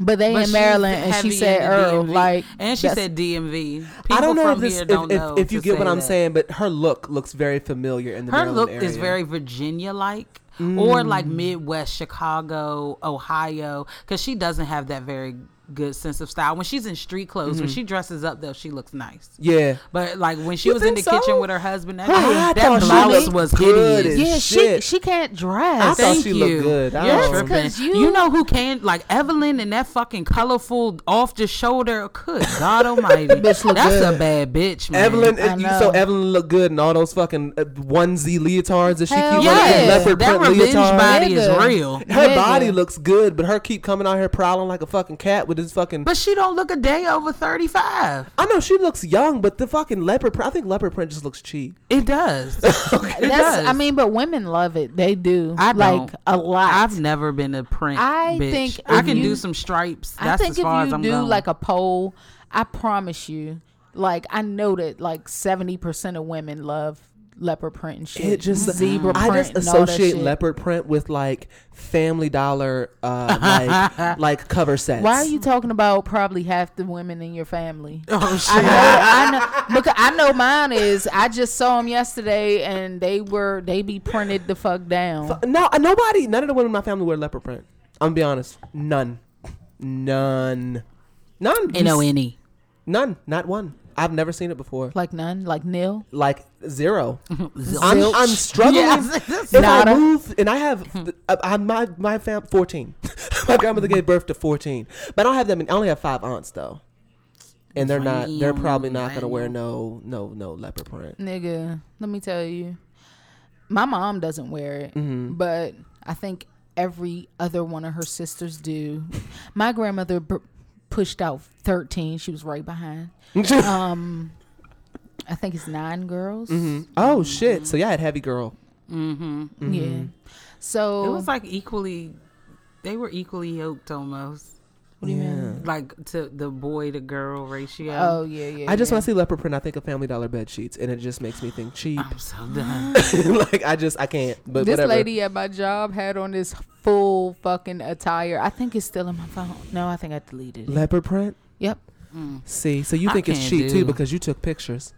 Speaker 3: but they
Speaker 4: But
Speaker 3: in
Speaker 4: she's
Speaker 3: Maryland, and
Speaker 4: heavy
Speaker 3: she
Speaker 4: in
Speaker 3: said
Speaker 4: the
Speaker 3: Earl,
Speaker 4: DMV.
Speaker 3: like,
Speaker 4: and she
Speaker 3: that's-
Speaker 4: said DMV. People
Speaker 2: I don't know if
Speaker 4: from
Speaker 2: this
Speaker 4: here
Speaker 2: if,
Speaker 4: don't
Speaker 2: if,
Speaker 4: know
Speaker 2: if you
Speaker 4: to
Speaker 2: get
Speaker 4: say
Speaker 2: what I'm
Speaker 4: that.
Speaker 2: saying, but her look looks very familiar in the
Speaker 4: Her
Speaker 2: Maryland
Speaker 4: look
Speaker 2: area. Mm.
Speaker 4: is very Virginia like or like Midwest, Chicago, Ohio, because she doesn't have that very good sense of style. When she's in street clothes, when she dresses up though, she looks nice.
Speaker 2: yeah.
Speaker 4: But like when she
Speaker 2: Mm-hmm. You
Speaker 4: was in the
Speaker 2: think
Speaker 4: kitchen
Speaker 2: so?
Speaker 4: with her husband, that,
Speaker 2: I
Speaker 4: that
Speaker 2: thought she
Speaker 4: blouse
Speaker 2: looked
Speaker 4: was
Speaker 2: good
Speaker 4: hideous.
Speaker 2: as
Speaker 3: "Yeah,
Speaker 2: shit.
Speaker 3: she she can't
Speaker 2: I
Speaker 3: dress."
Speaker 2: thought
Speaker 4: Thank
Speaker 2: she
Speaker 4: you.
Speaker 2: looked good. I
Speaker 4: You're
Speaker 2: don't
Speaker 3: Yes,
Speaker 2: know.
Speaker 4: tripping.
Speaker 3: 'cause
Speaker 4: You,
Speaker 3: you-
Speaker 4: know who can like Evelyn and that fucking colorful off the shoulder. Good God Almighty, that's
Speaker 3: look
Speaker 4: a
Speaker 3: good.
Speaker 4: bad bitch, man.
Speaker 2: Evelyn,
Speaker 3: I
Speaker 2: and you, so
Speaker 3: know.
Speaker 2: Evelyn looked good in all those fucking uh, onesie leotards that she
Speaker 3: Hell
Speaker 2: keep
Speaker 3: yeah.
Speaker 2: running, leopard
Speaker 4: that
Speaker 2: print
Speaker 4: revenge
Speaker 2: leotards.
Speaker 4: body is
Speaker 3: Nigga.
Speaker 4: real.
Speaker 2: Her
Speaker 3: Nigga.
Speaker 2: body looks good, but her keep coming out here prowling like a fucking cat with this fucking.
Speaker 4: But she don't look a day over thirty five.
Speaker 2: I know she looks young, but the fucking leopard print. I think leopard print just looks cheap.
Speaker 4: It does. It
Speaker 3: That's,
Speaker 4: does.
Speaker 3: I mean, but women love it. They do.
Speaker 4: I
Speaker 3: like
Speaker 4: don't.
Speaker 3: a lot.
Speaker 4: I've never been a print.
Speaker 3: I
Speaker 4: bitch.
Speaker 3: think
Speaker 4: I
Speaker 3: if
Speaker 4: can
Speaker 3: you-
Speaker 4: do some stripes.
Speaker 3: I
Speaker 4: That's
Speaker 3: think
Speaker 4: as far
Speaker 3: if
Speaker 4: as
Speaker 3: you
Speaker 4: I'm
Speaker 3: do
Speaker 4: going.
Speaker 3: like a poll, I promise you, like I know that like seventy percent of women love leopard print and shit.
Speaker 2: It just
Speaker 3: zebra
Speaker 2: I
Speaker 4: Mm-hmm.
Speaker 3: print.
Speaker 2: just
Speaker 3: and all that
Speaker 2: associate
Speaker 3: shit.
Speaker 2: leopard print with like Family Dollar, uh, like like cover sets.
Speaker 3: Why are you talking about probably half the women in your family?
Speaker 4: oh
Speaker 3: I
Speaker 4: shit.
Speaker 3: know, I know, because I know mine is. I just saw them yesterday, and they were they be printed the fuck down.
Speaker 2: No, uh, nobody. None of the women in my family wear leopard print. I'm gonna be honest. None. None. None.
Speaker 4: N O N E.
Speaker 2: None. Not one. I've never seen it before.
Speaker 3: Like none, like nil.
Speaker 2: Like zero. I'm, I'm struggling.
Speaker 4: Yes.
Speaker 2: If I
Speaker 3: Nada.
Speaker 2: move and I have, I, I, my my fam, fourteen. my grandmother gave birth to fourteen, but I don't have that many. I only have five aunts though, and they're not. They're probably not gonna wear no no no leopard print.
Speaker 3: Nigga, let me tell you. My mom doesn't wear it,
Speaker 2: Mm-hmm.
Speaker 3: but I think every other one of her sisters do. My grandmother b- pushed out 13. She was right behind. um I think it's nine girls.
Speaker 2: Oh shit! So yeah, I had heavy girl.
Speaker 3: Yeah.
Speaker 4: It
Speaker 3: So
Speaker 4: was like equally. They were equally yoked almost.
Speaker 3: what do you mean?
Speaker 4: Like to the boy to girl ratio.
Speaker 3: Oh yeah, yeah.
Speaker 2: I just
Speaker 3: yeah.
Speaker 2: when I see leopard print, I think of Family Dollar bed sheets, and it just makes me think cheap.
Speaker 4: I'm so done.
Speaker 2: like I just I can't. But
Speaker 3: this
Speaker 2: whatever.
Speaker 3: lady at my job had on this full fucking attire. I think it's still in my phone. No, I think I deleted it.
Speaker 2: leopard print.
Speaker 3: yep.
Speaker 2: See, so you
Speaker 4: I
Speaker 2: think it's
Speaker 4: can't
Speaker 2: cheap
Speaker 4: do.
Speaker 2: too because you took pictures.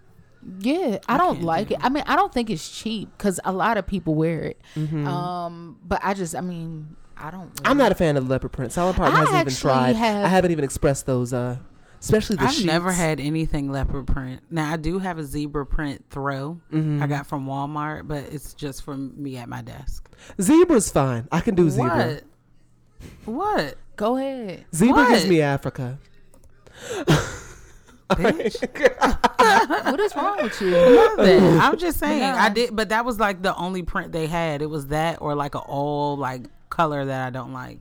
Speaker 3: Yeah, I, don't like it. I mean, I don't think it's cheap because a lot of people wear it.
Speaker 4: Mm-hmm.
Speaker 3: Um, but I just, I mean, I don't. Wear
Speaker 2: I'm
Speaker 3: it.
Speaker 2: not a fan of leopard print. Solid Parton
Speaker 3: I
Speaker 2: hasn't even
Speaker 3: actually
Speaker 2: tried.
Speaker 3: have-
Speaker 2: I haven't even expressed those. uh Especially the
Speaker 4: I've
Speaker 2: sheets.
Speaker 4: never had anything leopard print. Now I do have a zebra print throw I got from Walmart, but it's just for me at my desk.
Speaker 2: Zebra's fine. I can do zebra.
Speaker 4: What? What?
Speaker 3: Go ahead.
Speaker 2: Zebra gives
Speaker 4: What?
Speaker 2: me Africa.
Speaker 3: What is wrong with you?
Speaker 4: Nothing. I'm just saying. I
Speaker 3: No.
Speaker 4: did, but that was like the only print they had. It was that or like a all like color that I don't like.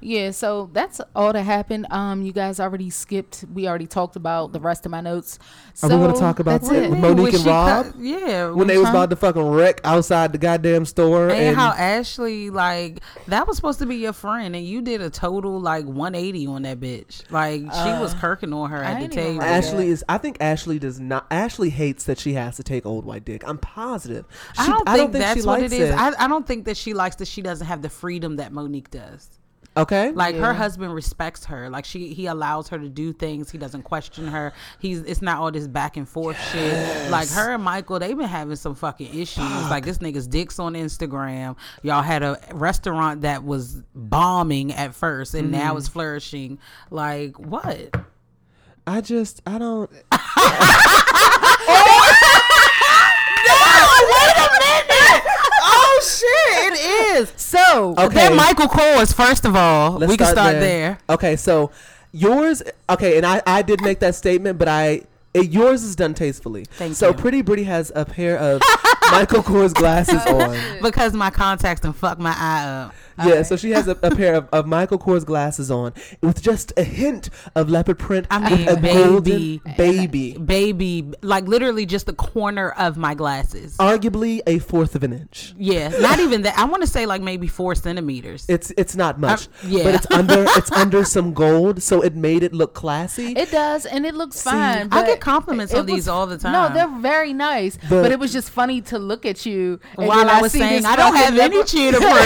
Speaker 3: yeah. So that's all that happened. Um, you guys already skipped. We already talked about the rest of my notes. So
Speaker 4: Oh,
Speaker 2: Are we gonna talk about
Speaker 3: that's
Speaker 2: the-
Speaker 3: it.
Speaker 2: Monique
Speaker 4: When
Speaker 2: and
Speaker 4: she
Speaker 2: Rob?
Speaker 4: cut- yeah.
Speaker 2: When they was about to fucking wreck outside the goddamn store
Speaker 4: and,
Speaker 2: and
Speaker 4: how Ashley like that was supposed to be your friend, and you did a total like 180 on that bitch. Like she was kirking on her
Speaker 3: Uh,
Speaker 4: at the
Speaker 3: ain't even
Speaker 4: table.
Speaker 3: like
Speaker 2: Ashley is. I think Ashley does not. Ashley hates that she has to take old white dick. I'm positive. She,
Speaker 4: I don't think that's what
Speaker 2: likes
Speaker 4: it is. I, I don't think that she likes that she doesn't have the freedom that Monique does.
Speaker 2: okay.
Speaker 4: Like her husband respects her. Like she he allows her to do things. He doesn't question her. He's it's not all this back and forth shit. Like her and Michael, they've been having some fucking issues. Like this nigga's dicks on Instagram. Y'all had a restaurant that was bombing at first and
Speaker 2: Mm.
Speaker 4: now it's flourishing. Like what?
Speaker 2: I just. I don't.
Speaker 4: Oh shit, it is.
Speaker 3: So
Speaker 2: Oh, Okay.
Speaker 4: That Michael Cole is first of all.
Speaker 2: Let's
Speaker 4: we can start there.
Speaker 2: Okay, so yours. Okay, and I I did make that statement, but I it, yours is done tastefully.
Speaker 4: Thank
Speaker 2: so
Speaker 4: you.
Speaker 2: Pretty Britty has a pair of Michael Kors glasses on.
Speaker 4: Because my contacts and fuck my eye up.
Speaker 2: yeah, so she has a, a pair of, of Michael Kors glasses on with just a hint of leopard print.
Speaker 4: I
Speaker 2: with
Speaker 4: mean,
Speaker 2: a
Speaker 4: baby.
Speaker 2: golden baby.
Speaker 4: baby, like literally just the corner of my glasses.
Speaker 2: Arguably a fourth of an inch.
Speaker 4: Yeah, not even that. I want to say like maybe four centimeters.
Speaker 2: It's it's not much,
Speaker 4: yeah.
Speaker 2: but it's under it's under some gold, so it made it look classy.
Speaker 3: It does, and it looks fine.
Speaker 4: I
Speaker 3: but
Speaker 4: get compliments
Speaker 3: it
Speaker 4: on these all the
Speaker 3: No,
Speaker 4: time.
Speaker 3: they're very nice, but, it was just funny to look at you and
Speaker 4: While
Speaker 3: then
Speaker 4: I was
Speaker 3: see
Speaker 4: saying
Speaker 3: this
Speaker 4: I don't
Speaker 3: fucking
Speaker 4: have any
Speaker 3: leopard-
Speaker 4: cheetah print,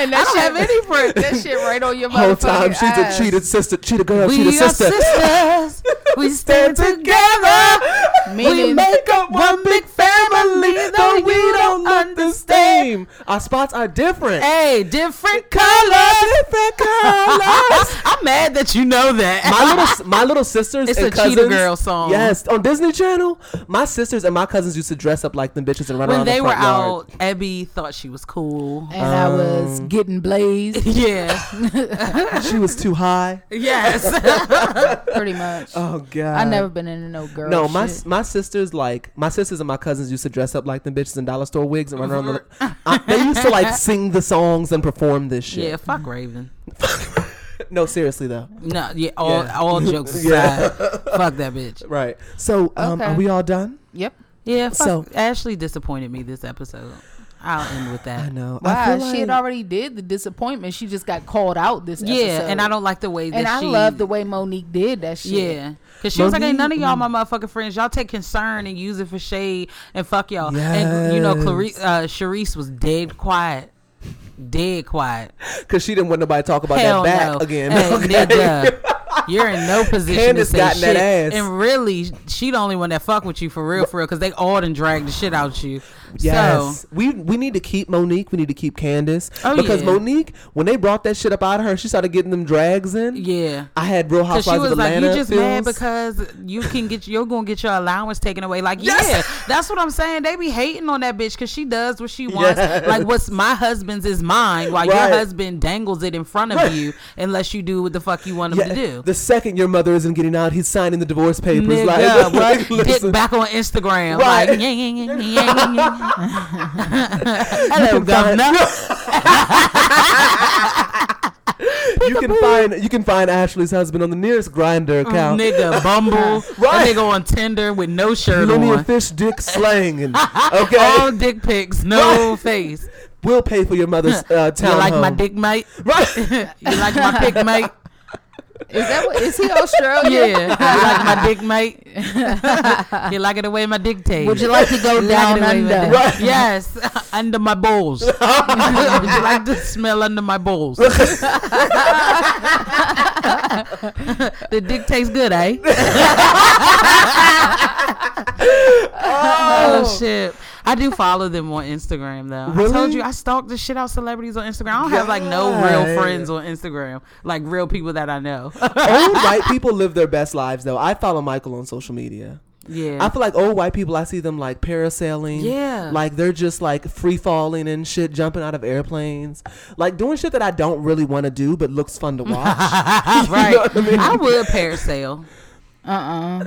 Speaker 3: and that shit,
Speaker 4: have any
Speaker 3: print. That shit right on your
Speaker 2: whole
Speaker 3: motherfucking
Speaker 2: time she's
Speaker 3: eyes.
Speaker 2: a cheated sister, cheated girl,
Speaker 4: we
Speaker 2: cheated
Speaker 4: are
Speaker 2: sister.
Speaker 4: sisters. we stand together. We
Speaker 3: Meaning-
Speaker 4: make up one big family, though we don't understand.
Speaker 2: Same. Our spots are different.
Speaker 4: Hey, different colors.
Speaker 2: Different colors.
Speaker 4: I'm mad that you know that.
Speaker 2: my little s- my little sisters.
Speaker 4: It's
Speaker 2: and
Speaker 4: a Cheetah
Speaker 2: cousins-
Speaker 4: Girl song.
Speaker 2: Yes, on Disney Channel. My sisters and my cousins used to dress up like them bitches and run
Speaker 4: when
Speaker 2: around
Speaker 4: they
Speaker 2: the
Speaker 4: were
Speaker 2: front yard.
Speaker 4: out, Ebby thought she was cool.
Speaker 3: and I was getting blazed,
Speaker 4: Yeah.
Speaker 2: She was too high.
Speaker 4: yes.
Speaker 3: pretty much.
Speaker 2: Oh god.
Speaker 3: I never been into no
Speaker 4: Oh,
Speaker 3: girl.
Speaker 2: No, my
Speaker 3: shit.
Speaker 2: my sisters like my sisters and my cousins used to dress up like them bitches in dollar store wigs and run around. The, I, they used to like sing the songs and perform this shit.
Speaker 4: Yeah. Fuck Raven.
Speaker 2: No, seriously though.
Speaker 4: No. Yeah. All
Speaker 2: Yeah.
Speaker 4: all jokes aside.
Speaker 2: Yeah.
Speaker 4: fuck that bitch.
Speaker 2: Right. So, um,
Speaker 3: Okay.
Speaker 2: are we all done?
Speaker 3: Yep.
Speaker 4: Yeah. Fuck.
Speaker 2: So-
Speaker 4: Ashley disappointed me this episode. I'll end with that.
Speaker 2: know.
Speaker 3: Wow,
Speaker 2: feel
Speaker 3: she had
Speaker 2: like-
Speaker 3: already did the disappointment. She just got called out this
Speaker 4: Yeah,
Speaker 3: episode.
Speaker 4: and I don't like the way that
Speaker 3: And I
Speaker 4: she.
Speaker 3: love the way Monique did that shit.
Speaker 4: Yeah. Cause she was like, "Ain't none of
Speaker 2: Monique-
Speaker 4: y'all my motherfucking friends. Y'all take concern and use it for shade and fuck y'all." And you know, Clarice, uh, Charisse was dead quiet, dead quiet.
Speaker 2: Cause she didn't want nobody to talk about
Speaker 4: Hell
Speaker 2: that back
Speaker 4: no.
Speaker 2: again.
Speaker 4: Hey,
Speaker 2: Okay.
Speaker 4: nigga, you're in no position
Speaker 2: Candace
Speaker 4: to say
Speaker 2: got in
Speaker 4: shit.
Speaker 2: that ass.
Speaker 4: And really, she the only one that fuck with you for real, for real, because they all done dragged the shit out you.
Speaker 2: Yes,
Speaker 4: So
Speaker 2: we we need to keep Monique. We need to keep Candace
Speaker 4: Oh,
Speaker 2: because
Speaker 4: yeah.
Speaker 2: Monique, when they brought that shit up out of her, she started getting them drags in.
Speaker 4: yeah.
Speaker 2: I had Real Housewives
Speaker 4: Cause she
Speaker 2: of
Speaker 4: was like,
Speaker 2: Atlanta.
Speaker 4: "You just mad
Speaker 2: feels.
Speaker 4: because you can get you're gonna get your allowance taken away." Like,
Speaker 2: Yes.
Speaker 4: yeah, that's what I'm saying. They be hating on that bitch because she does what she wants.
Speaker 2: Yes.
Speaker 4: Like, what's my husband's is mine, while
Speaker 2: Right.
Speaker 4: your husband dangles it in front of
Speaker 2: Right.
Speaker 4: you unless you do what the fuck you want him
Speaker 2: Yeah,
Speaker 4: to do.
Speaker 2: The second your mother isn't getting out, he's signing the divorce papers. like,
Speaker 4: Nigga, what?
Speaker 2: listen,
Speaker 4: Dick back on Instagram.
Speaker 2: Right.
Speaker 4: Like, yang, yang, yang, yang, yang, yang. Hello,
Speaker 2: you can find-
Speaker 4: governor.
Speaker 2: you can find you can find Ashley's husband on the nearest grinder account.
Speaker 4: Oh, Nigga, Bumble.
Speaker 2: Right.
Speaker 4: That nigga on Tinder with no shirt
Speaker 2: Linear
Speaker 4: on.
Speaker 2: fish dick slanging. Okay,
Speaker 4: All dick pics, no
Speaker 2: Right.
Speaker 4: face.
Speaker 2: we'll pay for your mother's uh,
Speaker 4: You
Speaker 2: town.
Speaker 4: like my dick, mate?
Speaker 2: Right.
Speaker 4: you like my pic, mate?
Speaker 3: Is that what is he Australian?
Speaker 4: Yeah. You like my dick, mate? you like it the way my dick tastes?
Speaker 3: Would you like to go
Speaker 4: You
Speaker 3: down
Speaker 4: it the way my
Speaker 3: under?
Speaker 4: dick- Yes, under my balls. Would you like to smell under my balls? the dick tastes good, eh? oh. shit. I do follow them on Instagram though. I told
Speaker 2: Really?
Speaker 4: you I stalk the shit out celebrities on Instagram. I don't have like no real
Speaker 2: God.
Speaker 4: friends on Instagram, like real people that I know.
Speaker 2: old white people live their best lives though. I follow Michael on social media.
Speaker 4: yeah.
Speaker 2: I feel like old white people. I see them like parasailing.
Speaker 4: Yeah.
Speaker 2: like they're just like free falling and shit, jumping out of airplanes, like doing shit that I don't really want to do, but looks fun to watch.
Speaker 4: right.
Speaker 2: know what I
Speaker 4: I,
Speaker 2: mean?
Speaker 4: would parasail.
Speaker 3: Uh uh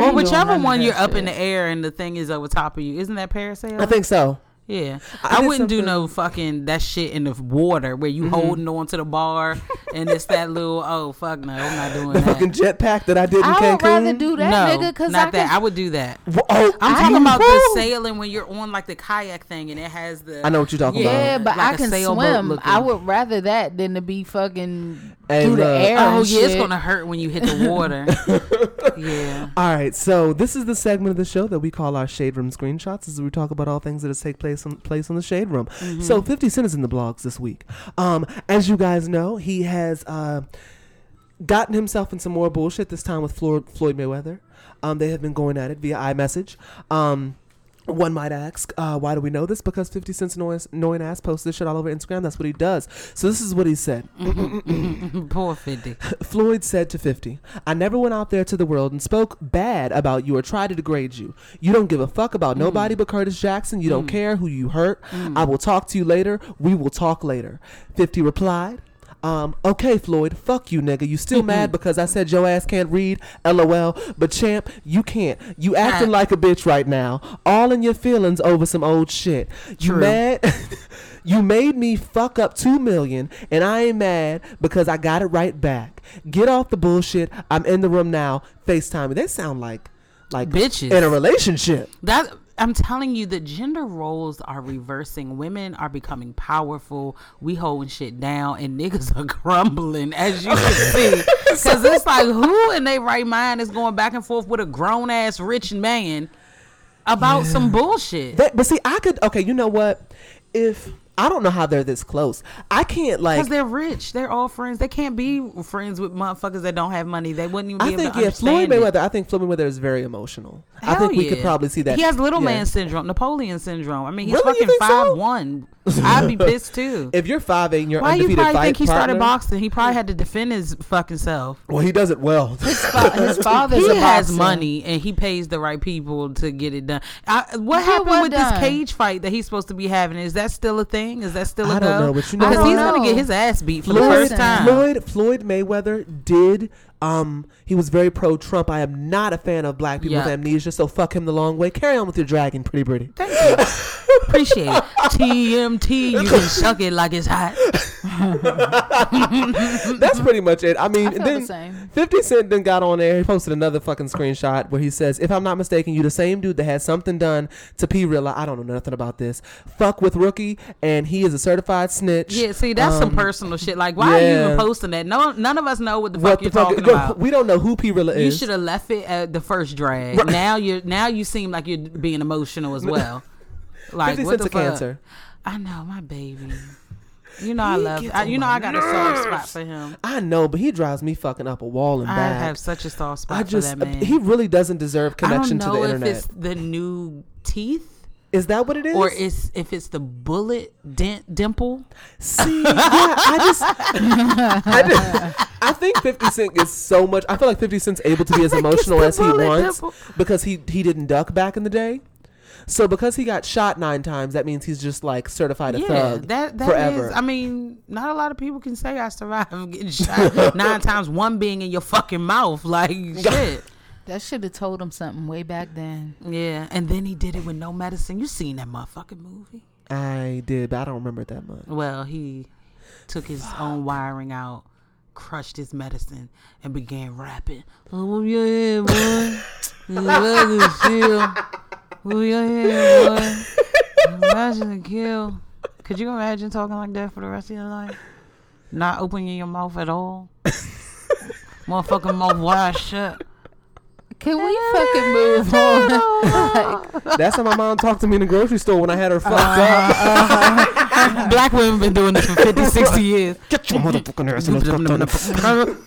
Speaker 4: Well, whichever one you're up in the air and the thing is over top of you. Isn't that parasail?
Speaker 2: I think so.
Speaker 4: yeah.
Speaker 2: I
Speaker 4: I,
Speaker 2: did
Speaker 4: wouldn't do
Speaker 2: something- Mm-hmm.
Speaker 4: no fucking that shit in the water where you holding on to the bar and it's that little oh fuck no, I'm not doing
Speaker 2: The
Speaker 4: that.
Speaker 2: fucking jetpack that I did in
Speaker 3: Mm. I
Speaker 2: Cancun.
Speaker 3: would rather do that,
Speaker 4: no,
Speaker 3: nigga, because
Speaker 4: not
Speaker 3: I
Speaker 4: that. I
Speaker 3: can.
Speaker 4: would do that.
Speaker 2: Wha- Oh,
Speaker 4: I'm talking about the
Speaker 2: Woo!
Speaker 4: sailing when you're on like the kayak thing and it has the.
Speaker 2: I know what you're talking about.
Speaker 3: yeah, but
Speaker 4: like
Speaker 3: I
Speaker 4: a
Speaker 3: can
Speaker 4: sailboat
Speaker 3: swim.
Speaker 4: looking.
Speaker 3: I would rather that than to be fucking
Speaker 2: Hey,
Speaker 3: through the
Speaker 2: look.
Speaker 3: air.
Speaker 4: Oh
Speaker 3: and
Speaker 4: yeah, it's
Speaker 3: shit.
Speaker 4: gonna hurt when you hit the water. yeah.
Speaker 2: All right, so this is the segment of the show that we call our Shade Room Screenshots. This is where we talk about all things that has take place on, place on the Shade Room.
Speaker 3: Mm-hmm.
Speaker 2: So 50 Cent is in the blogs this week. Um, as you guys know, he has uh, gotten himself in some more bullshit, this time with Floyd, Floyd Mayweather. Um, they have been going at it via iMessage. Um, one might ask, uh, why do we know this? Because 50 Cent's annoying, annoying ass posts this shit all over Instagram. That's what he does. So this is what he said.
Speaker 4: Poor Fifty.
Speaker 2: Floyd said to 50, I never went out there to the world and spoke bad about you or tried to degrade you. You don't give a fuck about nobody but Curtis Jackson. You don't care who you hurt. I will talk to you later. We will talk later. 50 replied, Um, okay, Floyd, fuck you, nigga. You still mad because I said your ass can't read? LOL. But champ, you can't. You acting like a bitch right now. All in your feelings over some old shit. You
Speaker 4: True.
Speaker 2: mad? you made me fuck up two million, and I ain't mad because I got it right back. Get off the bullshit. I'm in the room now. Facetime me. They sound like like
Speaker 4: Bitches.
Speaker 2: in a relationship.
Speaker 4: That I'm telling you, the gender roles are reversing. Women are becoming powerful. We holding shit down, and niggas are grumbling, as you can see. Because it's like, who in their right mind is going back and forth with a grown ass rich man about some bullshit?
Speaker 2: That, but see, I could. Okay, you know what? If I don't know how they're this close, I can't like.
Speaker 4: Because they're rich. They're all friends. They can't be friends with motherfuckers that don't have money. They wouldn't even be
Speaker 2: I
Speaker 4: able
Speaker 2: think
Speaker 4: to
Speaker 2: yeah, Floyd
Speaker 4: understand it.
Speaker 2: Mayweather. I think Floyd Mayweather is very emotional. I
Speaker 4: Hell
Speaker 2: think we could
Speaker 4: yeah.
Speaker 2: probably see that.
Speaker 4: He has little
Speaker 2: Yeah.
Speaker 4: man syndrome, Napoleon syndrome. I mean, he's
Speaker 2: Really? You
Speaker 4: fucking
Speaker 2: think so?
Speaker 4: five one. I'd be pissed too.
Speaker 2: If you're five eight and you're
Speaker 4: Why you
Speaker 2: undefeated
Speaker 4: probably
Speaker 2: fight
Speaker 4: think he started
Speaker 2: partner-
Speaker 4: boxing? He probably had to defend his fucking self.
Speaker 2: Well, he does it well.
Speaker 3: Fa- Uh, his father's
Speaker 4: He
Speaker 3: a
Speaker 4: has
Speaker 3: boxer.
Speaker 4: money and he pays the right people to get it done. I, what
Speaker 3: Get
Speaker 4: happened
Speaker 3: what
Speaker 4: with
Speaker 3: done?
Speaker 4: this cage fight that he's supposed to be having? Is that still a thing? Is that still a
Speaker 2: I don't
Speaker 4: go?
Speaker 2: know, but you know
Speaker 4: because
Speaker 3: what?
Speaker 4: he's
Speaker 3: I don't
Speaker 4: gonna
Speaker 3: know.
Speaker 4: get his ass beat for the
Speaker 2: Floyd,
Speaker 4: first
Speaker 3: Listen.
Speaker 4: time.
Speaker 2: Floyd Floyd Mayweather did. Um, he was very pro Trump. I am not a fan of black people with
Speaker 4: Yeah.
Speaker 2: amnesia, so fuck him the long way. Carry on with your dragon, pretty pretty.
Speaker 4: Thank you. Appreciate it. TMT, you can suck it like it's hot.
Speaker 2: That's pretty much it. I mean,
Speaker 3: I feel
Speaker 2: then
Speaker 3: the same.
Speaker 2: 50 Cent then got on there. He posted another fucking screenshot where he says, If I'm not mistaken, you the same dude that had something done to P Rilla. I don't know nothing about this. Fuck with Rookie, and he is a certified snitch.
Speaker 4: Yeah, see, that's some
Speaker 2: Um,
Speaker 4: personal shit. Like, why are you
Speaker 2: yeah.
Speaker 4: even posting that? No, none of us know what the
Speaker 2: What
Speaker 4: fuck
Speaker 2: the
Speaker 4: you're
Speaker 2: fuck?
Speaker 4: talking
Speaker 2: Girl,
Speaker 4: about.
Speaker 2: We don't know who P Rilla
Speaker 4: You
Speaker 2: is.
Speaker 4: should have left it at the first drag. Now you're now you seem like you're being emotional as well. Like
Speaker 2: 50
Speaker 4: what
Speaker 2: Cent's
Speaker 4: the
Speaker 2: a
Speaker 4: fuck?
Speaker 2: cancer.
Speaker 4: I know my baby. You know I love. I, you know I got a soft spot for him.
Speaker 2: I know, but he drives me fucking up a wall and
Speaker 4: I
Speaker 2: back.
Speaker 4: have such a soft spot
Speaker 2: I just,
Speaker 4: for that man.
Speaker 2: he really doesn't deserve
Speaker 4: I don't
Speaker 2: connection to
Speaker 4: know
Speaker 2: the
Speaker 4: if
Speaker 2: internet.
Speaker 4: it's the new teeth
Speaker 2: Is that what it is?
Speaker 4: or it's if it's the bullet dent dimple.
Speaker 2: See, yeah, I just, I, just- I think Fifty Cent is so much. I feel like Fifty Cent's able to be as
Speaker 4: think it's
Speaker 2: emotional
Speaker 4: the
Speaker 2: as he
Speaker 4: bullet
Speaker 2: wants
Speaker 4: nipple.
Speaker 2: because he he didn't duck back in the day. So because he got shot nine times, that means he's just like certified a thug
Speaker 4: that that
Speaker 2: forever.
Speaker 4: is- I mean, not a lot of people can say I survived getting shot nine times, one being in your fucking mouth. Like shit.
Speaker 3: That should have told him something way back then.
Speaker 4: Yeah, and then he did it with no medicine. You seen that motherfucking movie?
Speaker 2: I did, but I don't remember it that much.
Speaker 4: Well, he took his own wiring out, crushed his medicine, and began rapping. Oh yeah, boy. Love this shit. Oh yeah, boy. Imagine the kill. Could you imagine talking like that for the rest of your life? Not opening your mouth at all. Motherfucking mouth wide shut.
Speaker 3: Can we fucking move on?
Speaker 2: That's how my mom talked to me in the grocery store when I
Speaker 4: Uh,
Speaker 2: had her fucked up.
Speaker 4: Black women been doing this for 50, 60 years.
Speaker 2: Get your motherfucking ass in the fucking-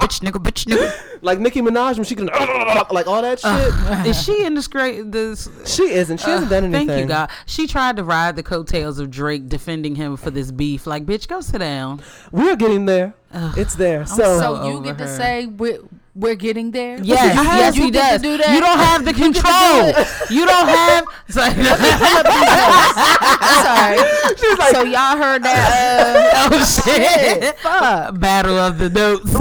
Speaker 4: bitch nigga, bitch nigga.
Speaker 2: Like Nicki Minaj when she can like all that shit.
Speaker 4: Is she in this great this
Speaker 2: She isn't. She hasn't done anything.
Speaker 4: Thank you, God. She tried to ride the coattails of Drake defending him for this beef. Like, bitch, go sit down.
Speaker 2: We're getting there. It's there.
Speaker 4: so-
Speaker 3: So you get to
Speaker 4: Over her.
Speaker 3: say we're, we're getting there?
Speaker 4: Yes,
Speaker 3: I
Speaker 4: yes,
Speaker 3: you
Speaker 4: he
Speaker 3: get
Speaker 4: does.
Speaker 3: to do that.
Speaker 4: You don't have the control. you don't have.
Speaker 3: I'm sorry. so y'all heard that?
Speaker 4: oh shit!
Speaker 3: Fuck.
Speaker 4: Battle of the notes.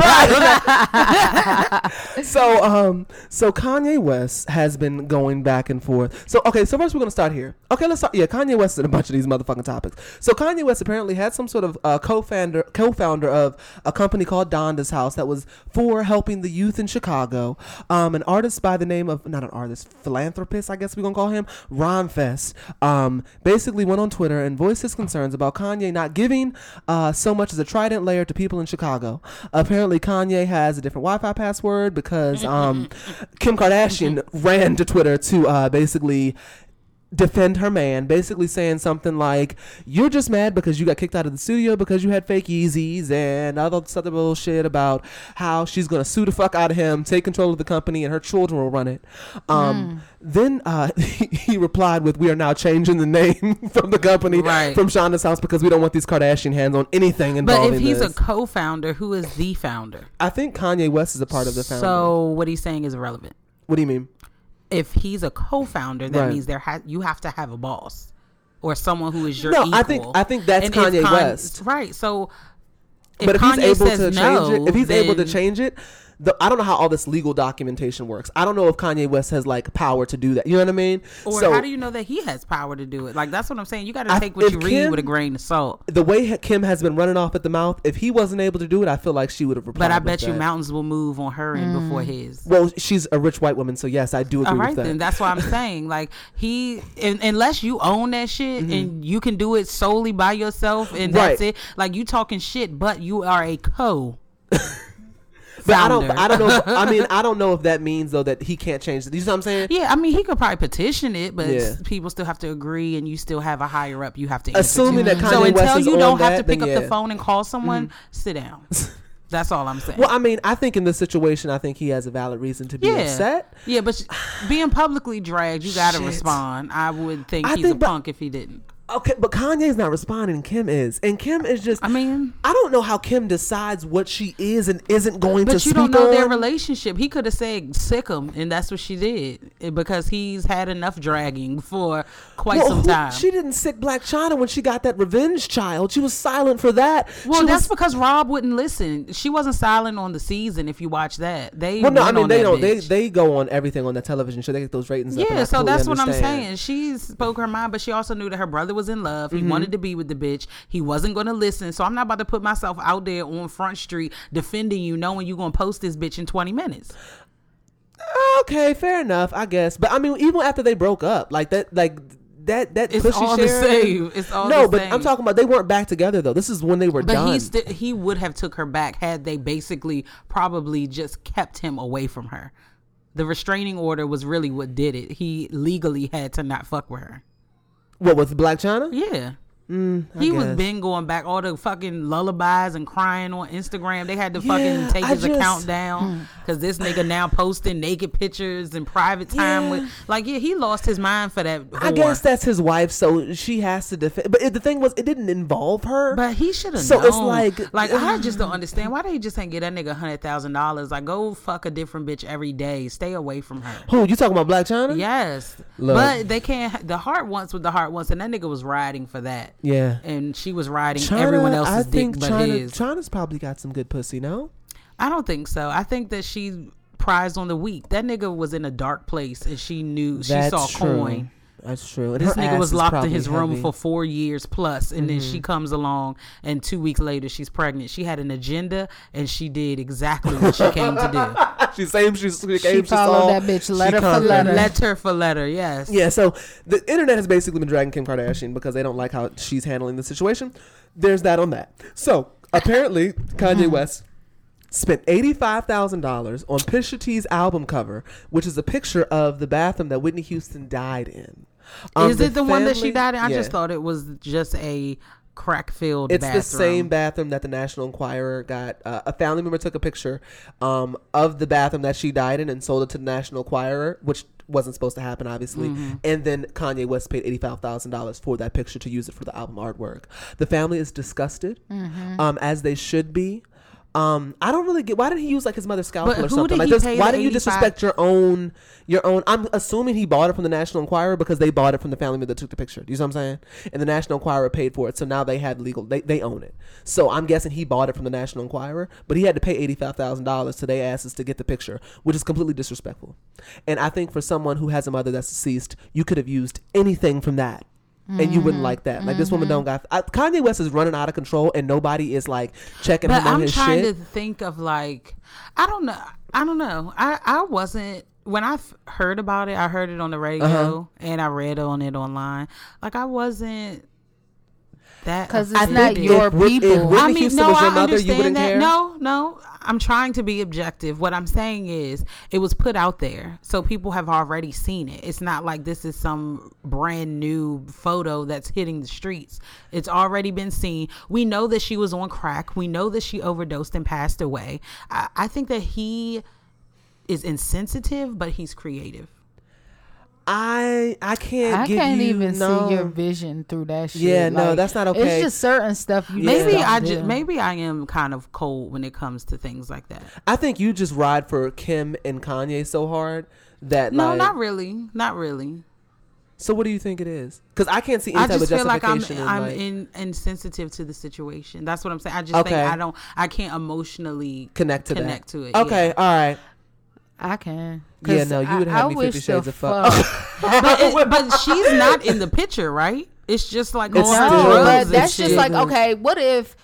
Speaker 2: So um so Kanye West has been going back and forth. So okay, so first we're gonna start here. Okay, let's start. Yeah, Kanye West is in a bunch of these motherfucking topics. So Kanye West apparently had some sort of uh, co-founder co-founder of a company called Donda's House that was for helping the youth in Chicago. Um, an artist by the name of not an artist philanthropist, I guess we're gonna call him Ron Fest. Um, basically went on Twitter and voiced his concerns about Kanye not giving uh, so much as a trident layer to people in Chicago. Apparently, Kanye has a different Wi-Fi password because um, Kim Kardashian ran to Twitter to uh, basically defend her man, basically saying something like, "You're just mad because you got kicked out of the studio because you had fake Yeezys and all this other bullshit about how she's gonna sue the fuck out of him, take control of the company, and her children will run it."
Speaker 4: Hmm.
Speaker 2: Um, Then uh, he, he replied with, "We are now changing the name from the company
Speaker 4: Right.
Speaker 2: from Shonda's house because we don't want these Kardashian hands on anything involving
Speaker 4: But if he's
Speaker 2: this."
Speaker 4: a co-founder, who is the founder?
Speaker 2: I think Kanye West is a part of the family.
Speaker 4: So what he's saying is irrelevant.
Speaker 2: what do you mean?
Speaker 4: If he's a co-founder, that
Speaker 2: Right.
Speaker 4: means there ha- you have to have a boss or someone who is your
Speaker 2: No,
Speaker 4: equal.
Speaker 2: I think- I think that's
Speaker 4: if
Speaker 2: Kanye
Speaker 4: Kan-
Speaker 2: West.
Speaker 4: right? So If
Speaker 2: but if
Speaker 4: Kanye
Speaker 2: he's able
Speaker 4: says
Speaker 2: to change
Speaker 4: no,
Speaker 2: it, if he's able to
Speaker 4: then-
Speaker 2: change it, the, I don't know how all this legal documentation works. I don't know if Kanye West has like power to do that. You know what I mean?
Speaker 4: Or how do you know that he has power to do it? Like that's what I'm saying. You got to
Speaker 2: I-
Speaker 4: take what
Speaker 2: if
Speaker 4: you read
Speaker 2: Kim-
Speaker 4: with a grain of salt.
Speaker 2: the way ha- Kim has been running off at the mouth, if he wasn't able to do it, I feel like she would have replied.
Speaker 4: But I
Speaker 2: with
Speaker 4: bet you
Speaker 2: that.
Speaker 4: mountains will move on her end before his.
Speaker 2: Well, she's a rich white woman, so yes, I do agree
Speaker 4: All right,
Speaker 2: with that.
Speaker 4: then. That's why I'm saying, like, he, un unless you own that shit and you can do it solely by yourself, and that's
Speaker 2: Mm-hmm. Right.
Speaker 4: it. Like, you talking shit, but you are a co.
Speaker 2: but I don't.
Speaker 4: founder.
Speaker 2: I don't know. if- I mean, I don't know if that means though that he can't change. it. You know what I'm saying?
Speaker 4: Yeah, I mean, he could probably petition it, but
Speaker 2: Yeah.
Speaker 4: people still have to agree, and you still have a higher up. You have to
Speaker 2: Assuming that
Speaker 4: answer to. so
Speaker 2: Kanye
Speaker 4: until
Speaker 2: West is
Speaker 4: you
Speaker 2: on
Speaker 4: don't have
Speaker 2: that,
Speaker 4: to pick
Speaker 2: then
Speaker 4: up the
Speaker 2: yeah. Mm-hmm.
Speaker 4: phone and call someone, sit down. That's all I'm saying.
Speaker 2: Well, I mean, I think in this situation, I think he has a valid reason to be
Speaker 4: yeah,
Speaker 2: upset.
Speaker 4: yeah, but sh- being publicly dragged, you got to
Speaker 2: Shit.
Speaker 4: respond. I would think
Speaker 2: I
Speaker 4: he's
Speaker 2: think,
Speaker 4: a
Speaker 2: but-
Speaker 4: punk if he didn't.
Speaker 2: Okay, but Kanye's not responding. Kim is, and Kim is just.
Speaker 4: I mean-
Speaker 2: I don't know how Kim decides what she is and isn't going to
Speaker 4: But you
Speaker 2: speak
Speaker 4: don't know their
Speaker 2: on.
Speaker 4: relationship. He could have said sick him, and that's what she did eh, because he's had enough dragging for quite
Speaker 2: Well,
Speaker 4: some
Speaker 2: who-
Speaker 4: time.
Speaker 2: She didn't sick Black China when she got that revenge child. She was silent for that.
Speaker 4: well,
Speaker 2: she was,
Speaker 4: that's because Rob wouldn't listen. She wasn't silent on the season. If you watch that, they
Speaker 2: well, no, I
Speaker 4: went
Speaker 2: mean
Speaker 4: on
Speaker 2: they
Speaker 4: that
Speaker 2: don't. They
Speaker 4: bitch.
Speaker 2: they go on everything on the television show. They get those ratings. up, and
Speaker 4: yeah,
Speaker 2: I
Speaker 4: so
Speaker 2: totally
Speaker 4: that's what I'm
Speaker 2: understand.
Speaker 4: saying. She spoke her mind, but she also knew that her brother was in love. He
Speaker 2: Mm-hmm.
Speaker 4: wanted to be with the bitch. He wasn't going to listen. So I'm not about to put myself out there on Front Street defending you, knowing you're going to post this bitch in 20 minutes.
Speaker 2: Okay, fair enough, I guess. But I mean, even after they broke up, like that, like that, that
Speaker 4: It's
Speaker 2: pussy
Speaker 4: all the
Speaker 2: sharing-
Speaker 4: same. It's all
Speaker 2: no,
Speaker 4: the
Speaker 2: but
Speaker 4: same.
Speaker 2: I'm talking about they weren't back together though. This is when they were
Speaker 4: But
Speaker 2: done.
Speaker 4: he sti- he would have took her back had they basically probably just kept him away from her. The restraining order was really what did it. He legally had to not fuck with her.
Speaker 2: what with Black China?
Speaker 4: Yeah. he was
Speaker 2: Mm, guess.
Speaker 4: been going back all the fucking lullabies and crying on Instagram. They had to
Speaker 2: Yeah,
Speaker 4: fucking take
Speaker 2: I
Speaker 4: his
Speaker 2: just- Hmm.
Speaker 4: account down because this nigga now posting naked pictures and private time with like yeah he lost his mind for that.
Speaker 2: I
Speaker 4: whore.
Speaker 2: guess that's his wife, so she has to defend. But it, the thing was, it didn't involve her.
Speaker 4: But he should have.
Speaker 2: So it's
Speaker 4: known.
Speaker 2: like- mm.
Speaker 4: like I just don't understand why they just ain't get that nigga hundred thousand dollars. Like go fuck a different bitch every day. Stay away from her.
Speaker 2: who you talking about, Black China?
Speaker 4: Yes,
Speaker 2: Look.
Speaker 4: but they can't. The heart wants what the heart wants, and that nigga was riding for that.
Speaker 2: Yeah.
Speaker 4: and she was riding
Speaker 2: China,
Speaker 4: everyone else's
Speaker 2: I
Speaker 4: dick
Speaker 2: think
Speaker 4: but
Speaker 2: China,
Speaker 4: his.
Speaker 2: China's probably got some good pussy. No,
Speaker 4: I don't think so. I think that she prized on the weak. That nigga was in a dark place, and she knew she saw coin.
Speaker 2: That's true. And
Speaker 4: This
Speaker 2: her
Speaker 4: nigga
Speaker 2: ass
Speaker 4: was
Speaker 2: is
Speaker 4: locked in
Speaker 2: probably
Speaker 4: his room
Speaker 2: heavy. Mm-hmm.
Speaker 4: for four years plus, and then she comes along, and two weeks later she's pregnant. She had an agenda, and she did exactly what she came to
Speaker 2: she same she, she,
Speaker 3: She followed that bitch letter for
Speaker 4: do.
Speaker 3: letter.
Speaker 4: letter for letter, yes.
Speaker 2: Yeah, so the internet has basically been dragging Kim Kardashian because they don't like how she's handling the situation. There's that on that. So apparently, Kanye
Speaker 4: Mm-hmm.
Speaker 2: West spent eighty-five thousand dollars on Pusha T's album cover, which is a picture of the bathroom that Whitney Houston died in. Um,
Speaker 4: Is it the one that she
Speaker 2: family-
Speaker 4: died in? I
Speaker 2: Yeah.
Speaker 4: just thought it was just a crack filled
Speaker 2: It's
Speaker 4: bathroom.
Speaker 2: the same bathroom that the National Enquirer got. Uh, a family member took a picture um, of the bathroom that she died in and sold it to the National Enquirer, which wasn't supposed to happen, obviously.
Speaker 4: Mm-hmm.
Speaker 2: And then Kanye West paid eighty-five thousand dollars for that picture to use it for the album artwork. The family is disgusted,
Speaker 4: Mm-hmm.
Speaker 2: um, as they should be. Um, I don't really get why did he use like his mother's scalpel
Speaker 4: But
Speaker 2: or
Speaker 4: who
Speaker 2: something
Speaker 4: did
Speaker 2: like
Speaker 4: he
Speaker 2: this?
Speaker 4: pay
Speaker 2: Why
Speaker 4: the
Speaker 2: did you
Speaker 4: 85
Speaker 2: disrespect your own your own? I'm assuming he bought it from the National Enquirer because they bought it from the family member that took the picture. Do you see what I'm saying? And the National Enquirer paid for it, so now they had legal they, they own it. So I'm guessing he bought it from the National Enquirer, but he had to pay eighty five thousand dollars to their asses to get the picture, which is completely disrespectful. And I think for someone who has a mother that's deceased, you could have used anything from that. And you wouldn't like that. Like this woman don't
Speaker 4: Mm-hmm.
Speaker 2: got. I, Kanye West is running out of control, and nobody is like checking
Speaker 4: But
Speaker 2: him on
Speaker 4: I'm
Speaker 2: his
Speaker 4: trying
Speaker 2: shit.
Speaker 4: to think of like I don't know. I don't know. I I wasn't when I f- heard about it. I heard it
Speaker 2: Uh-huh.
Speaker 4: on the radio and I read on it online. Like I wasn't that
Speaker 3: Because it's
Speaker 4: offended.
Speaker 3: not your
Speaker 2: If Whit- if
Speaker 3: people.
Speaker 2: Whitney
Speaker 4: I mean,
Speaker 2: Houston
Speaker 4: no,
Speaker 2: was your
Speaker 4: I
Speaker 2: mother, you
Speaker 4: understand
Speaker 2: wouldn't
Speaker 4: that.
Speaker 2: care?
Speaker 4: No, no, I'm trying to be objective. What I'm saying is, it was put out there, so people have already seen it. It's not like this is some brand new photo that's hitting the streets. It's already been seen. We know that she was on crack. We know that she overdosed and passed away. I, I think that he is insensitive, but he's creative.
Speaker 2: I I can't.
Speaker 3: I
Speaker 2: give
Speaker 3: can't
Speaker 2: you-
Speaker 3: even
Speaker 2: no.
Speaker 3: see your vision through that shit.
Speaker 2: Yeah, no,
Speaker 3: Like,
Speaker 2: that's not okay.
Speaker 3: It's just certain stuff. You just
Speaker 4: Maybe
Speaker 3: don't
Speaker 4: I
Speaker 3: do.
Speaker 4: ju- maybe I am kind of cold when it comes to things like that.
Speaker 2: I think you just ride for Kim and Kanye so hard that
Speaker 4: No,
Speaker 2: like
Speaker 4: not really. Not really.
Speaker 2: So what do you think it is? Because I can't see any
Speaker 4: I
Speaker 2: type of
Speaker 4: just feel like I'm
Speaker 2: justification. in,
Speaker 4: I'm
Speaker 2: like,
Speaker 4: in, insensitive to the situation. That's what I'm saying. I just
Speaker 2: Okay.
Speaker 4: think I don't I can't emotionally
Speaker 2: connect to
Speaker 4: connect
Speaker 2: that.
Speaker 4: to it.
Speaker 2: Okay,
Speaker 4: yeah.
Speaker 2: all right.
Speaker 3: I can.
Speaker 2: Yeah,
Speaker 3: 'Cause
Speaker 2: no, you
Speaker 3: I-
Speaker 2: would have
Speaker 3: I
Speaker 2: me Fifty
Speaker 3: wish
Speaker 2: Shades
Speaker 3: the
Speaker 2: of Fuck.
Speaker 4: but, it, but she's not in the picture, right? It's just like
Speaker 2: It's
Speaker 4: on her
Speaker 2: still-
Speaker 3: No,
Speaker 4: drugs
Speaker 3: but
Speaker 4: and
Speaker 3: that's just
Speaker 4: shit.
Speaker 3: like okay. What if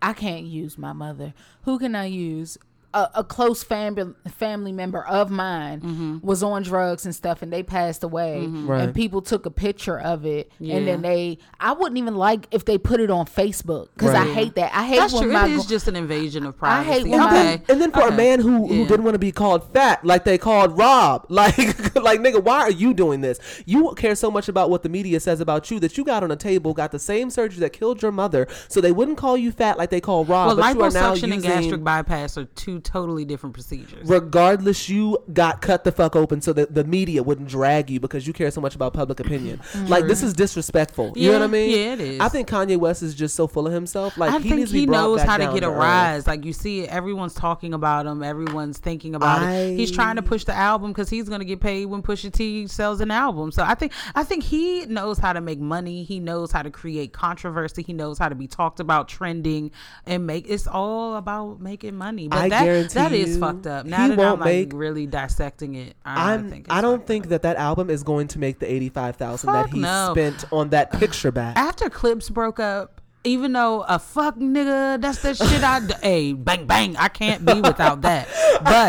Speaker 3: I can't use my mother? Who can I use? A, a close family family member of mine
Speaker 4: Mm-hmm.
Speaker 3: was on drugs and stuff, and they passed away,
Speaker 2: Right.
Speaker 3: and people took a picture of it,
Speaker 4: Yeah.
Speaker 3: and then they. I wouldn't even like if they put it on Facebook because
Speaker 2: Right.
Speaker 3: I hate that. I hate
Speaker 4: That's
Speaker 3: when
Speaker 4: true.
Speaker 3: my
Speaker 4: It is
Speaker 3: gr-
Speaker 4: just an invasion of
Speaker 3: I hate
Speaker 4: privacy.
Speaker 3: when my-
Speaker 4: okay.
Speaker 2: And then for a man who, who
Speaker 4: Yeah.
Speaker 2: didn't want to be called fat, like they called Rob, like like nigga, why are you doing this? You care so much about what the media says about you that you got on a table, got the same surgery that killed your mother, so they wouldn't call you fat like they call Rob.
Speaker 4: Well,
Speaker 2: but you are now
Speaker 4: liposuction and gastric
Speaker 2: using.
Speaker 4: bypass are two totally different procedures.
Speaker 2: Regardless, you got cut the fuck open so that the media wouldn't drag you because you care so much about public opinion. Like this is disrespectful. You know what I
Speaker 4: Yeah,
Speaker 2: mean?
Speaker 4: yeah, it is.
Speaker 2: I think Kanye West is just so full of himself. Like
Speaker 4: I
Speaker 2: he
Speaker 4: think
Speaker 2: needs to be
Speaker 4: he
Speaker 2: brought
Speaker 4: knows
Speaker 2: back
Speaker 4: how to
Speaker 2: down
Speaker 4: get a
Speaker 2: earth.
Speaker 4: rise. Like you see, it, everyone's talking about him. Everyone's thinking about it. He's trying to push the album because he's going to get paid when Pusha T sells an album. So I think I think he knows how to make money. He knows how to create controversy. He knows how to be talked about, trending, and make. It's all about making money. But
Speaker 2: I
Speaker 4: that
Speaker 2: guarantee
Speaker 4: that is
Speaker 2: you,
Speaker 4: fucked up.
Speaker 2: he
Speaker 4: Now that I'm
Speaker 2: won't
Speaker 4: like
Speaker 2: make-
Speaker 4: really dissecting it, I don't
Speaker 2: I'm.
Speaker 4: think. It's
Speaker 2: I don't
Speaker 4: fucked
Speaker 2: think
Speaker 4: up.
Speaker 2: that that album is going to make the eighty-five thousand that
Speaker 4: Fuck
Speaker 2: he
Speaker 4: no.
Speaker 2: spent on that picture back.
Speaker 4: after Clips broke up, even though a fuck nigga, that's the shit I do. hey, bang bang, I can't be without that.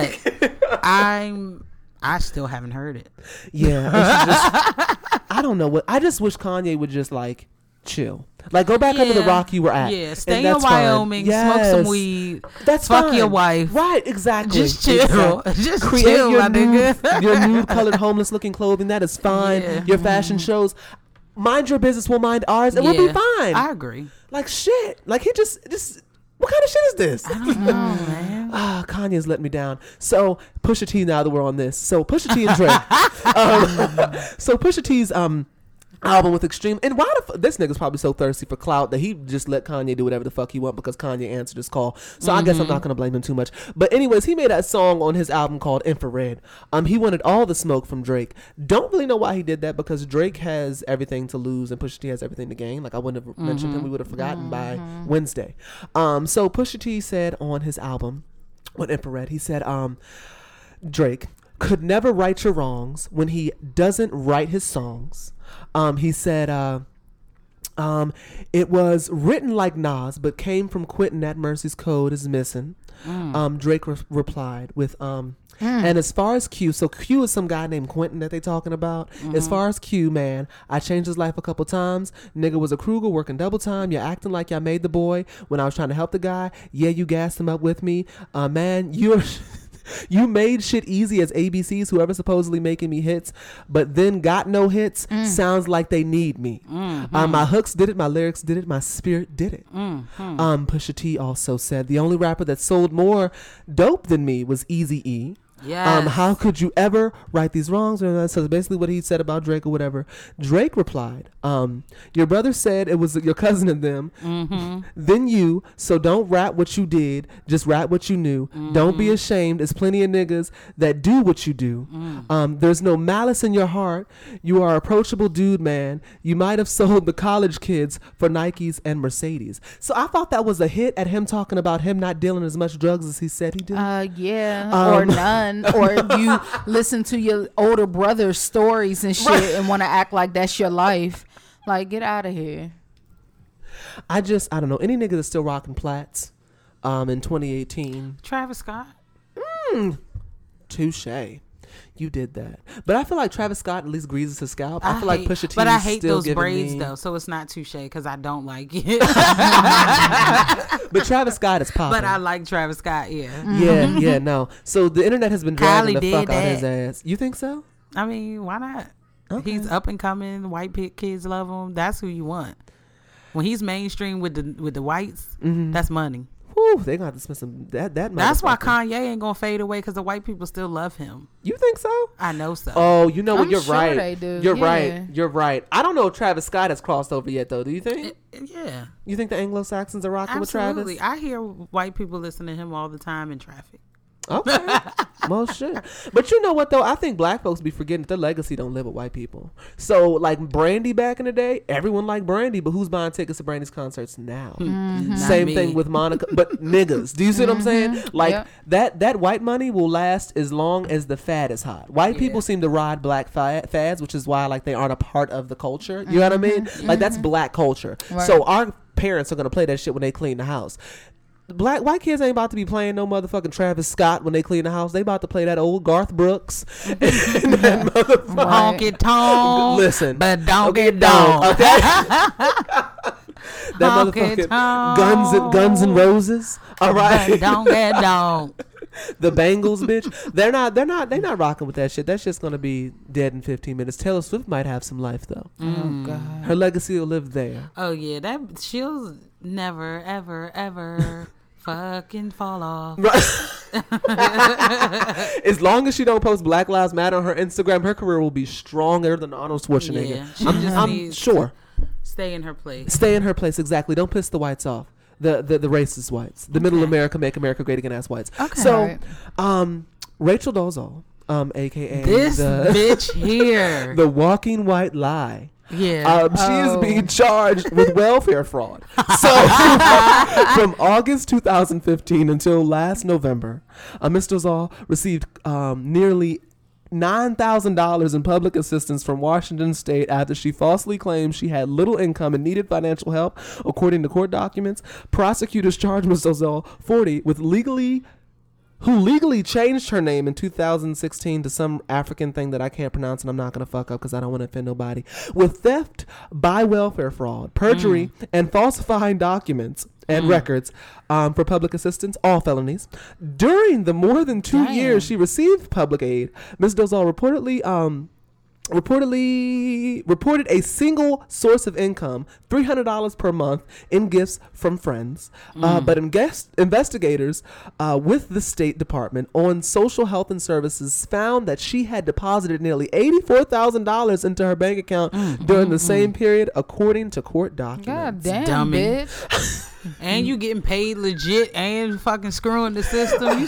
Speaker 4: But I'm I still haven't heard it.
Speaker 2: Yeah, it's just- I don't know what. I just wish Kanye would just like chill, like go back under the
Speaker 4: Yeah.
Speaker 2: rock you were at.
Speaker 4: Yeah,
Speaker 2: and
Speaker 4: stay in
Speaker 2: that's fine.
Speaker 4: Wyoming, smoke
Speaker 2: Yes.
Speaker 4: some weed,
Speaker 2: That's
Speaker 4: fuck
Speaker 2: fine.
Speaker 4: your wife.
Speaker 2: Right, exactly.
Speaker 4: Just chill.
Speaker 2: Exactly.
Speaker 4: Just
Speaker 2: Create
Speaker 4: chill,
Speaker 2: your
Speaker 4: my nigga.
Speaker 2: nude, your nude colored homeless looking clothing. That is fine.
Speaker 4: Yeah.
Speaker 2: Your fashion shows. Mind your business. We'll mind ours, and we'll be
Speaker 4: Yeah,
Speaker 2: fine.
Speaker 4: I agree.
Speaker 2: like shit. Like he just just what kind of shit is this? I don't know, man. Ah, Kanye's let me down. So Pusha T. Now that we're on this, so Pusha T and Drake. um, so Pusha T's um album with Extreme, and why the f- this nigga's probably so thirsty for clout that he just let Kanye do whatever the fuck he want because Kanye answered his call. So I guess I'm not gonna blame him too much. But anyways, he made that song on his album called Infrared. Um, he wanted all the smoke from Drake. Don't really know why he did that because Drake has everything to lose and Pusha T has everything to gain. Like I wouldn't have mentioned him, we would have forgotten by Wednesday. Um, so Pusha T said on his album, on Infrared, he said, um. Drake could never right your wrongs when he doesn't write his songs. Um, he said, uh, um, it was written like Nas, but came from Quentin at Mercy's Code is missing. Um, Drake re- replied with, um, and as far as Q, so Q is some guy named Quentin that they talking about. As far as Q, man, I changed his life a couple times. Nigga was a Kruger working double time. You're acting like y'all made the boy when I was trying to help the guy. Yeah, you gassed him up with me. Uh, man, you're. You made shit easy as ABCs, whoever supposedly making me hits, but then got no hits. Sounds like they need me. Uh, my hooks did it, my lyrics did it, my spirit did it. Um, Pusha T also said the only rapper that sold more dope than me was Easy E. Um,
Speaker 4: Yes.
Speaker 2: how could you ever right these wrongs? And uh, so basically, what he said about Drake or whatever. Drake replied, um, "Your brother said it was your cousin and them, then you. So don't rap what you did. Just rap what you knew. Don't be ashamed. There's plenty of niggas that do what you do. Um, there's no malice in your heart. You are approachable, dude, man. You might have sold the college kids for Nikes and Mercedes. So I thought that was a hit at him talking about him not dealing as much drugs as he said he did.
Speaker 3: Uh, yeah,
Speaker 2: Um,
Speaker 3: or none, or you listen to your older brother's stories and shit, and want to act like that's your life. Like, get out of here.
Speaker 2: I just I don't know any nigga that's still rocking plats. Um, in 2018,
Speaker 4: Travis Scott.
Speaker 2: touche. You did that, but I feel like Travis Scott at least greases his scalp. I, feel
Speaker 4: hate-
Speaker 2: like Pusha T.
Speaker 4: But I hate
Speaker 2: still
Speaker 4: those
Speaker 2: giving
Speaker 4: braids
Speaker 2: me-
Speaker 4: though, so it's not touche because I don't like it.
Speaker 2: But Travis Scott is popping.
Speaker 4: but I like Travis Scott. Yeah.
Speaker 2: yeah, yeah, no. So the internet has been dragging
Speaker 4: Kylie
Speaker 2: the fuck
Speaker 4: did
Speaker 2: out his
Speaker 4: that.
Speaker 2: ass. You think so?
Speaker 4: I mean, why not? He's up and coming. White pit kids love him. That's who you want. When he's mainstream with the with the whites,
Speaker 2: Mm-hmm.
Speaker 4: that's money.
Speaker 2: Whew, they gonna have to spend some that that.
Speaker 4: That's why
Speaker 2: motherfucker.
Speaker 4: Kanye ain't gonna fade away because the white people still love him.
Speaker 2: You think so?
Speaker 4: I know so.
Speaker 2: Oh, you know what?
Speaker 3: I'm
Speaker 2: You're
Speaker 3: sure
Speaker 2: right.
Speaker 3: they do,
Speaker 2: You're
Speaker 3: yeah.
Speaker 2: right. You're right. I don't know if Travis Scott has crossed over yet, though. Do you think?
Speaker 4: Eh, yeah,
Speaker 2: you think the Anglo Saxons are rocking
Speaker 4: absolutely.
Speaker 2: with Travis?
Speaker 4: I hear white people listen to him all the time in traffic.
Speaker 2: Okay. well, shit. But you know what though? I think black folks be forgetting that their legacy don't live with white people. So like Brandy back in the day, everyone liked Brandy, but who's buying tickets to Brandy's concerts now?
Speaker 4: Mm-hmm. Not
Speaker 2: Mm-hmm. Same
Speaker 4: me.
Speaker 2: thing with Monica, but niggas. Do you see what I'm saying? Like
Speaker 3: Yep.
Speaker 2: that that white money will last as long as the fad is hot. White people seem to ride black fa- fads, which is why like they aren't a part of the culture. You know what I mean? Like that's black culture. So our parents are gonna play that shit when they clean the house. Black white kids ain't about to be playing no motherfucking Travis Scott when they clean the house. They about to play that old Garth Brooks. and that motherfucker.
Speaker 3: Right.
Speaker 4: honky tonk.
Speaker 2: Listen,
Speaker 4: but don't
Speaker 2: Dog,
Speaker 4: get dog.
Speaker 2: okay? that
Speaker 4: Honky
Speaker 2: motherfucking
Speaker 4: tonk.
Speaker 2: guns and guns and roses. All
Speaker 4: But
Speaker 2: right,
Speaker 4: don't get dog.
Speaker 2: the Bengals, bitch. They're not. They're not. They're not rocking with that shit. That shit's gonna be dead in 15 minutes. Taylor Swift might have some life though.
Speaker 3: Oh God.
Speaker 2: Her legacy will live there.
Speaker 4: Oh yeah, that she'll never, ever, ever fucking fall off.
Speaker 2: As long as she don't post Black Lives Matter on her Instagram, her career will be stronger than Arnold Schwarzenegger.
Speaker 4: Yeah, she
Speaker 2: I'm,
Speaker 4: just
Speaker 2: I'm
Speaker 4: needs
Speaker 2: sure.
Speaker 4: Stay in her place.
Speaker 2: Stay in her place exactly. Don't piss the whites off. The the, the racist whites. The middle America make America great again ass whites.
Speaker 3: Okay.
Speaker 2: So,
Speaker 3: Alright.
Speaker 2: um, Rachel Dozal, um, aka
Speaker 4: This
Speaker 2: the,
Speaker 4: bitch here.
Speaker 2: the walking white lie.
Speaker 4: yeah.
Speaker 2: Um, She is
Speaker 3: Oh.
Speaker 2: being charged with welfare fraud. So, from August 2015 until last November, uh, Ms. Dozal received um, nearly $9,000 in public assistance from Washington state after she falsely claimed she had little income and needed financial help, according to court documents. Prosecutors charged Ms. Dozal, 40, with legally who legally changed her name in 2016 to some African thing that I can't pronounce and I'm not going to fuck up because I don't want to offend nobody, with theft by welfare fraud, perjury, and falsifying documents and records um, for public assistance, all felonies. During the more than two years she received public aid, Ms. Dozal reportedly. Um, reportedly reported a single source of income $300 per month in gifts from friends
Speaker 4: Mm.
Speaker 2: uh, but in guest investigators uh, with the state department on social health and services found that she had deposited nearly $84000 into her bank account
Speaker 4: Mm,
Speaker 2: during the same period according to court
Speaker 3: God
Speaker 2: documents
Speaker 3: damn,
Speaker 4: dummy.
Speaker 3: bitch.
Speaker 4: and you getting paid legit and fucking screwing the system. You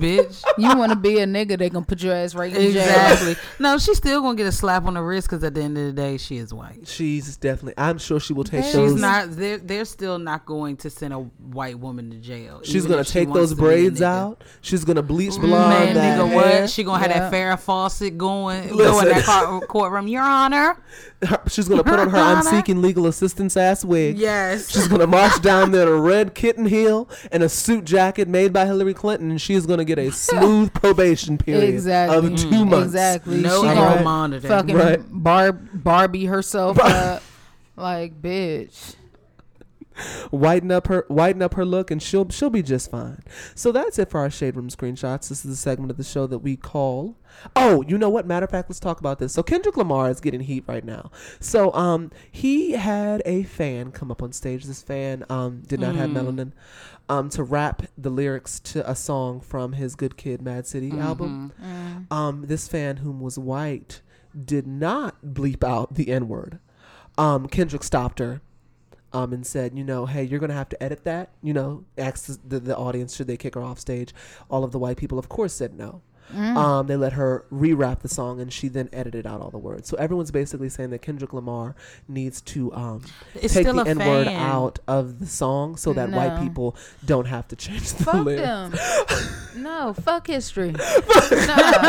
Speaker 4: bitch.
Speaker 3: You want to be a nigga? They gonna put your ass right in jail.
Speaker 4: Exactly. No, she's still gonna get a slap on the wrist because at the end of the day, she is white.
Speaker 2: she's definitely i'm sure she will take
Speaker 3: She's
Speaker 2: those
Speaker 4: She's not. They're they're still not going to send a white woman to jail.
Speaker 2: She's
Speaker 4: even
Speaker 2: gonna
Speaker 4: if she
Speaker 2: take
Speaker 4: wants
Speaker 2: those
Speaker 4: to be a
Speaker 2: braids
Speaker 4: nigga. Mm,
Speaker 2: out. She's gonna bleach
Speaker 4: Man,
Speaker 2: blonde that
Speaker 4: nigga,
Speaker 2: hair.
Speaker 4: what? She gonna
Speaker 3: Yeah.
Speaker 4: have that Farrah Fawcett going, go
Speaker 2: Listen.
Speaker 4: in that court, courtroom, Your Honor.
Speaker 2: Her- she's gonna put on her "I'm seeking legal assistance" ass wig.
Speaker 4: Yes.
Speaker 2: She's gonna march down there in a red kitten heel and a suit jacket made by Hillary Clinton, and she's gonna get a smooth probation period
Speaker 3: Exactly.
Speaker 2: of Um, two months.
Speaker 3: Exactly.
Speaker 4: No
Speaker 3: she
Speaker 4: eye
Speaker 3: gonna
Speaker 4: monitor.
Speaker 3: Fucking
Speaker 2: Right.
Speaker 3: Barb Barbie herself up. Like, bitch.
Speaker 2: Whiten up her, whiten up her look, and she'll she'll be just fine. So that's it for our shade room screenshots. This is the segment of the show that we call. Oh, you know what? Matter of fact, let's talk about this. So Kendrick Lamar is getting heat right now. So um, he had a fan come up on stage. This fan um did not have melanin. Um, to rap the lyrics to a song from his Good Kid, Mad City album. um, this fan whom was white did not bleep out the N word. Um, Kendrick stopped her um, and said, you know, hey, you're going to have to edit that. You know, asked the, the audience, should they kick her off stage? All of the white people, of course, said no.
Speaker 3: Mm.
Speaker 2: Um, they let her rewrap the song and she then edited out all the words. So everyone's basically saying that Kendrick Lamar needs to um,
Speaker 4: It's
Speaker 2: take
Speaker 4: still
Speaker 2: the
Speaker 4: a
Speaker 2: N word
Speaker 4: fan.
Speaker 2: out of the song so that white
Speaker 3: No.
Speaker 2: people don't have to change the
Speaker 3: Fuck
Speaker 2: lyrics.
Speaker 3: them. no, fuck history. no.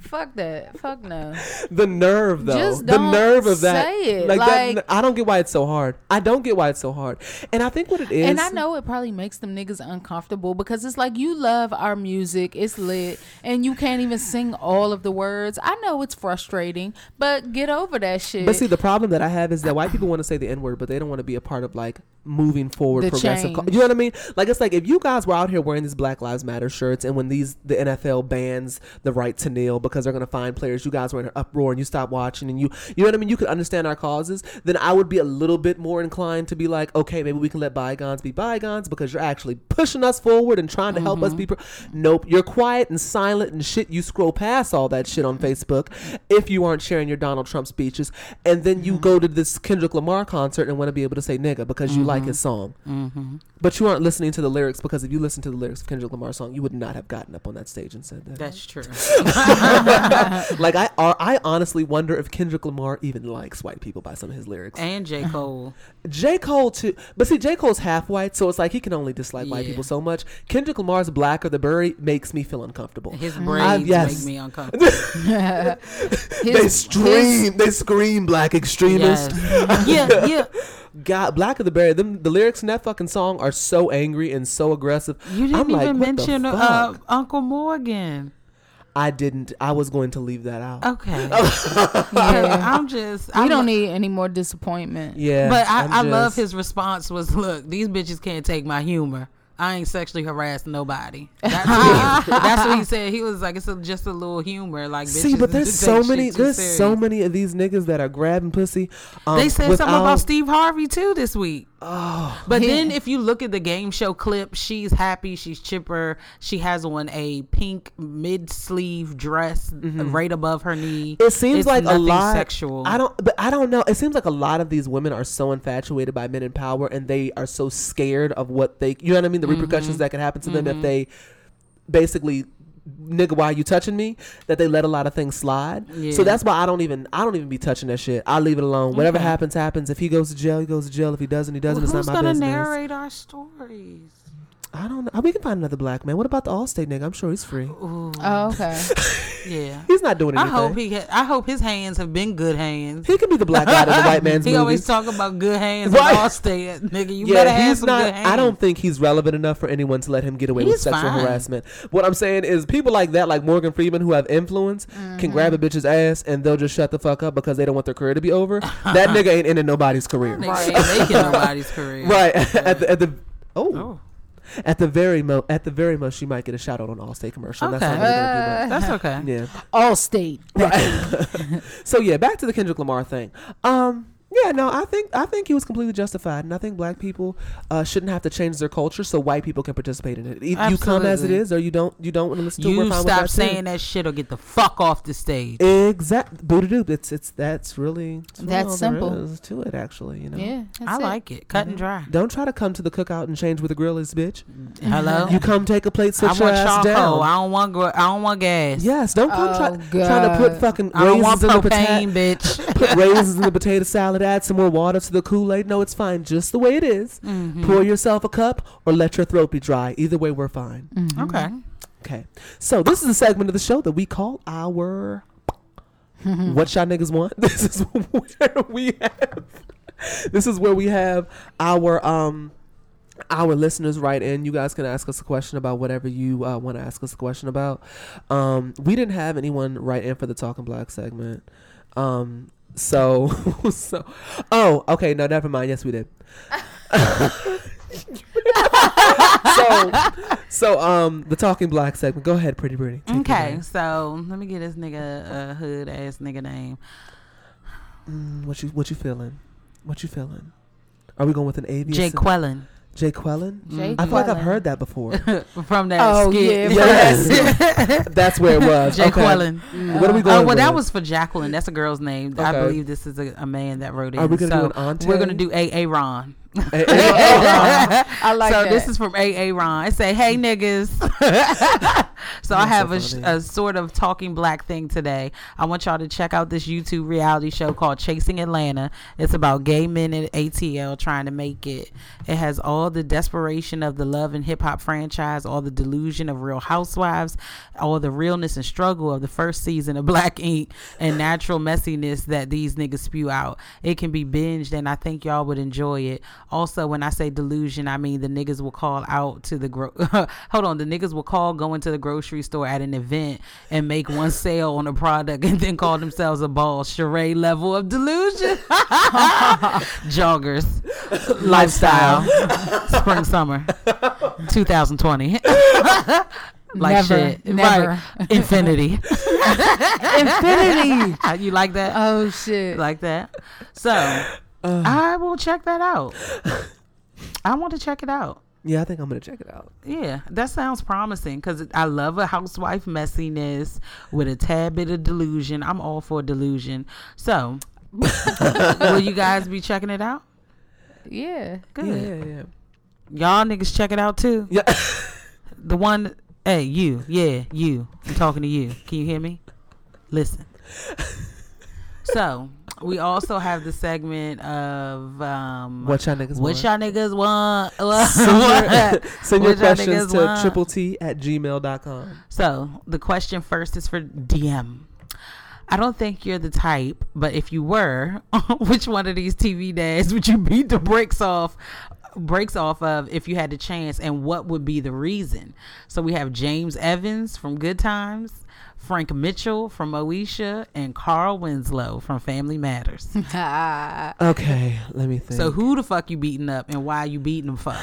Speaker 3: fuck that. Fuck no.
Speaker 2: The nerve, though.
Speaker 3: Just
Speaker 2: the
Speaker 3: don't
Speaker 2: nerve of that.
Speaker 3: say it, like-
Speaker 2: I don't get why it's so hard. I don't get why it's so hard. And I think what it is.
Speaker 3: And I know it probably makes them niggas uncomfortable because it's like you love our music, it's lit, and you can't even sing all of the words. I know it's frustrating, but get over that shit.
Speaker 2: But see, the problem that I have is that white people want to say the N word, but they don't want to be a part of like moving forward
Speaker 3: The
Speaker 2: progressive. cul-
Speaker 3: change.
Speaker 2: you know what I mean? Like it's like if you guys were out here wearing these Black Lives Matter shirts, and when these the NFL bans the right to kneel because they're gonna find players, you guys were in an uproar and you stopped watching, and you you know what I mean? You could understand our causes. Then I would be a little bit more inclined to be like, okay, maybe we can let bygones be bygones because you're actually pushing us forward and trying to help
Speaker 4: Mm-hmm.
Speaker 2: us be. Pro- nope, you're quiet and silent and shit. You scroll past all that shit on Facebook if you aren't
Speaker 4: Mm-hmm.
Speaker 2: sharing your Donald Trump speeches, and then you go to this Kendrick Lamar concert and want to be able to say nigga because you like his
Speaker 4: Mm-hmm.
Speaker 2: song. But you aren't listening to the lyrics because if you listen to the lyrics of Kendrick Lamar's song, you would not have gotten up on that stage and said that.
Speaker 4: That's true.
Speaker 2: like I, I honestly wonder if Kendrick Lamar even likes white people by some of his lyrics.
Speaker 4: and J. Cole.
Speaker 2: J. Cole too, but see, J. Cole's half white, so it's like he can only dislike white
Speaker 4: Yeah.
Speaker 2: people so much. Kendrick Lamar's black or the berry makes me feel uncomfortable.
Speaker 4: His
Speaker 2: I-
Speaker 4: braids
Speaker 2: yes.
Speaker 4: make me uncomfortable.
Speaker 2: they
Speaker 3: His-
Speaker 2: scream, they scream black extremists.
Speaker 4: yes. yeah, yeah.
Speaker 2: God, Black of the Berry, them the lyrics in that fucking song are so angry and so aggressive.
Speaker 4: You
Speaker 2: I'm
Speaker 4: didn't
Speaker 2: like,
Speaker 4: even
Speaker 2: what the
Speaker 4: mention uh,
Speaker 2: fuck?
Speaker 4: Uncle Morgan.
Speaker 2: I didn't. I was going to leave that out.
Speaker 4: Okay.
Speaker 3: yeah.
Speaker 4: I'm just.
Speaker 3: We
Speaker 4: I
Speaker 3: don't need any more disappointment.
Speaker 2: Yeah,
Speaker 4: But I,
Speaker 2: I'm
Speaker 4: I love
Speaker 2: just-
Speaker 4: his response was, "Look, these bitches can't take my humor. I ain't sexually harassed nobody." That's, what, he- that's what he said. He was like, "It's a, just a little humor." Like,
Speaker 2: See,
Speaker 4: bitches
Speaker 2: but there's
Speaker 4: take
Speaker 2: so
Speaker 4: shit
Speaker 2: many.
Speaker 4: too
Speaker 2: There's so
Speaker 4: serious.
Speaker 2: many of these niggas that are grabbing pussy. Um,
Speaker 4: They said something
Speaker 2: without- Oh,
Speaker 4: about Steve Harvey too this week. But then if you look at the game show clip, she's happy, she's chipper, she has on a pink mid sleeve dress uh, right above her knee.
Speaker 2: Mm-hmm. It seems
Speaker 4: It's
Speaker 2: like a
Speaker 4: nothing
Speaker 2: lot.
Speaker 4: sexual.
Speaker 2: I don't, but I don't know. It seems like a lot of these women are so infatuated by men in power, and they are so scared of what they, you know what I mean,
Speaker 4: Mm-hmm.
Speaker 2: the repercussions that can happen to them if they, basically, nigga, why you touching me? That they let a lot of things slide. So
Speaker 4: Yeah.
Speaker 2: that's why I don't even, I don't even be touching that shit. I leave it alone. Whatever happens, happens. If he goes to jail, he goes to jail. If he doesn't, he doesn't.
Speaker 4: Well, who's
Speaker 2: it's not my
Speaker 4: gonna
Speaker 2: business.
Speaker 4: narrate our stories?
Speaker 2: I don't know. We can find another black man. What about the Allstate nigga? I'm sure he's free.
Speaker 3: Oh, okay.
Speaker 4: Yeah.
Speaker 2: He's not doing
Speaker 4: I
Speaker 2: anything.
Speaker 4: hope he. Ha- I hope his hands have been good hands.
Speaker 2: He can be the black guy in the white man's
Speaker 4: he
Speaker 2: movies.
Speaker 4: always talk about good hands.
Speaker 2: Right.
Speaker 4: Right. Allstate, nigga. You better have
Speaker 2: he's
Speaker 4: some
Speaker 2: not.
Speaker 4: good hands.
Speaker 2: I don't think he's relevant enough for anyone to let him get away with
Speaker 4: He's
Speaker 2: sexual
Speaker 4: fine.
Speaker 2: harassment. What I'm saying is, people like that, like Morgan Freeman, who have influence,
Speaker 4: Mm-hmm.
Speaker 2: can grab a bitch's ass and they'll just shut the fuck up because they don't want their career to be over. that nigga ain't ending nobody's career.
Speaker 4: They can't make it nobody's career.
Speaker 2: Right at the at the oh.
Speaker 4: Oh.
Speaker 2: At the very mo, at the very most, you might get a shout out on Allstate commercial. That's
Speaker 4: Okay.
Speaker 2: not really gonna
Speaker 4: That's okay.
Speaker 2: do that. Yeah.
Speaker 3: All state.
Speaker 2: So yeah, back to the Kendrick Lamar thing. Um, yeah, no, I think I think he was completely justified, and I think black people uh, shouldn't have to change their culture so white people can participate in it. If you come as it
Speaker 4: Absolutely.
Speaker 2: is, or you don't, you don't want to listen to. it, we're
Speaker 4: You
Speaker 2: fine with
Speaker 4: stop
Speaker 2: that
Speaker 4: saying that shit or get the fuck off the stage.
Speaker 2: Too. Exact booty doop. It's it's that's really it's really
Speaker 3: That's
Speaker 2: all there
Speaker 3: simple.
Speaker 2: is to it. Actually, you know.
Speaker 3: Yeah. that's
Speaker 4: I
Speaker 3: it.
Speaker 4: like it. Cut and dry.
Speaker 2: Don't try to come to the cookout and change with the grill is, bitch.
Speaker 4: Hello.
Speaker 2: Mm-hmm. You come take a plate, sit
Speaker 4: I
Speaker 2: your
Speaker 4: want
Speaker 2: ass
Speaker 4: charcoal.
Speaker 2: down.
Speaker 4: I don't want. Gr- I don't want gas.
Speaker 2: yes, don't come
Speaker 3: Oh,
Speaker 2: try, trying to put
Speaker 3: God.
Speaker 2: fucking
Speaker 4: I don't want
Speaker 2: raisins in the potato.
Speaker 4: propane, bitch.
Speaker 2: put raisins in the potato salad, add some more water to the Kool Aid. No, it's fine, just the way it is. Pour yourself a cup or let your throat be dry. Either way, we're fine.
Speaker 4: Okay.
Speaker 2: Okay. So, this is a segment of the show that we call our What Y'all Niggas Want. This is where we have. This is where we have our um our listeners write in. You guys can ask us a question about whatever you uh, want to ask us a question about. Um, we didn't have anyone write in for the Talking Black segment. Um, so, so, oh, okay, no, never mind. Yes, we did. so, so, um, the Talking Black segment. Go ahead, Pretty Pretty. Take it
Speaker 4: Okay.
Speaker 2: away.
Speaker 4: So let me get this nigga uh, hood ass nigga name.
Speaker 2: Mm, What you what you feeling? What you feeling? Are we going with an ABS?
Speaker 4: Jay Quellen
Speaker 2: Jay Quellen?
Speaker 3: Jay
Speaker 2: I feel like I've
Speaker 3: Quellen.
Speaker 2: heard that before.
Speaker 4: from that
Speaker 3: Oh,
Speaker 4: skit.
Speaker 3: yeah,
Speaker 2: That's where it was.
Speaker 4: Jay
Speaker 2: okay.
Speaker 4: Quellen.
Speaker 2: What are we going
Speaker 4: Oh well, that
Speaker 2: with?
Speaker 4: was for Jacqueline. That's a girl's name. I
Speaker 2: Okay.
Speaker 4: believe this is a, a man that wrote it.
Speaker 2: Are we gonna do
Speaker 4: so
Speaker 2: an Oh, Ante?
Speaker 4: We're gonna do A A Ron.
Speaker 3: I like
Speaker 4: so
Speaker 3: that.
Speaker 4: this is from A A Ron. It say, "Hey niggas." so I have a, sh- a sort of talking black thing today. I want y'all to check out this YouTube reality show called Chasing Atlanta. It's about gay men in ATL trying to make it. It has all the desperation of the love and hip hop franchise, all the delusion of Real Housewives, all the realness and struggle of the first season of Black Ink, and natural messiness that these niggas spew out. It can be binged, and I think y'all would enjoy it. Also, when I say delusion, I mean the niggas will call out to the gro- hold on, the niggas will call going to the grocery store at an event and make one sale on a product and then call themselves a ball charade level of delusion. Joggers, lifestyle, spring summer, 2020. Like
Speaker 3: Never,
Speaker 4: shit,
Speaker 3: never.
Speaker 4: Right. infinity, infinity. You like that?
Speaker 3: Oh shit.
Speaker 4: like that. So I will check that out. I want to check it out.
Speaker 2: Yeah, I think I'm gonna check it out.
Speaker 4: Yeah, that sounds promising because I love a housewife messiness with a tad bit of delusion. I'm all for delusion. So, will you guys be checking it out?
Speaker 3: Yeah.
Speaker 4: Good.
Speaker 2: Yeah, yeah.
Speaker 4: Y'all niggas check it out too.
Speaker 2: Yeah.
Speaker 4: The one, hey, you, yeah, you. I'm talking to you. Can you hear me? Listen. so we also have the segment of um,
Speaker 2: What y'all niggas
Speaker 4: what
Speaker 2: want?
Speaker 4: y'all niggas want. What-
Speaker 2: Send your, send your
Speaker 4: what y'all
Speaker 2: questions
Speaker 4: niggas
Speaker 2: to
Speaker 4: want?
Speaker 2: triple t at gmail.com.
Speaker 4: So the question first is for DM. I don't think you're the type, but if you were, which one of these TV dads would you beat the brakes off? breaks off of if you had the chance and what would be the reason so we have james evans from good times frank mitchell from oesha and carl winslow from family matters
Speaker 3: Ah.
Speaker 2: Okay, let me think.
Speaker 4: Uh, so who the fuck you beating up and why you beating them for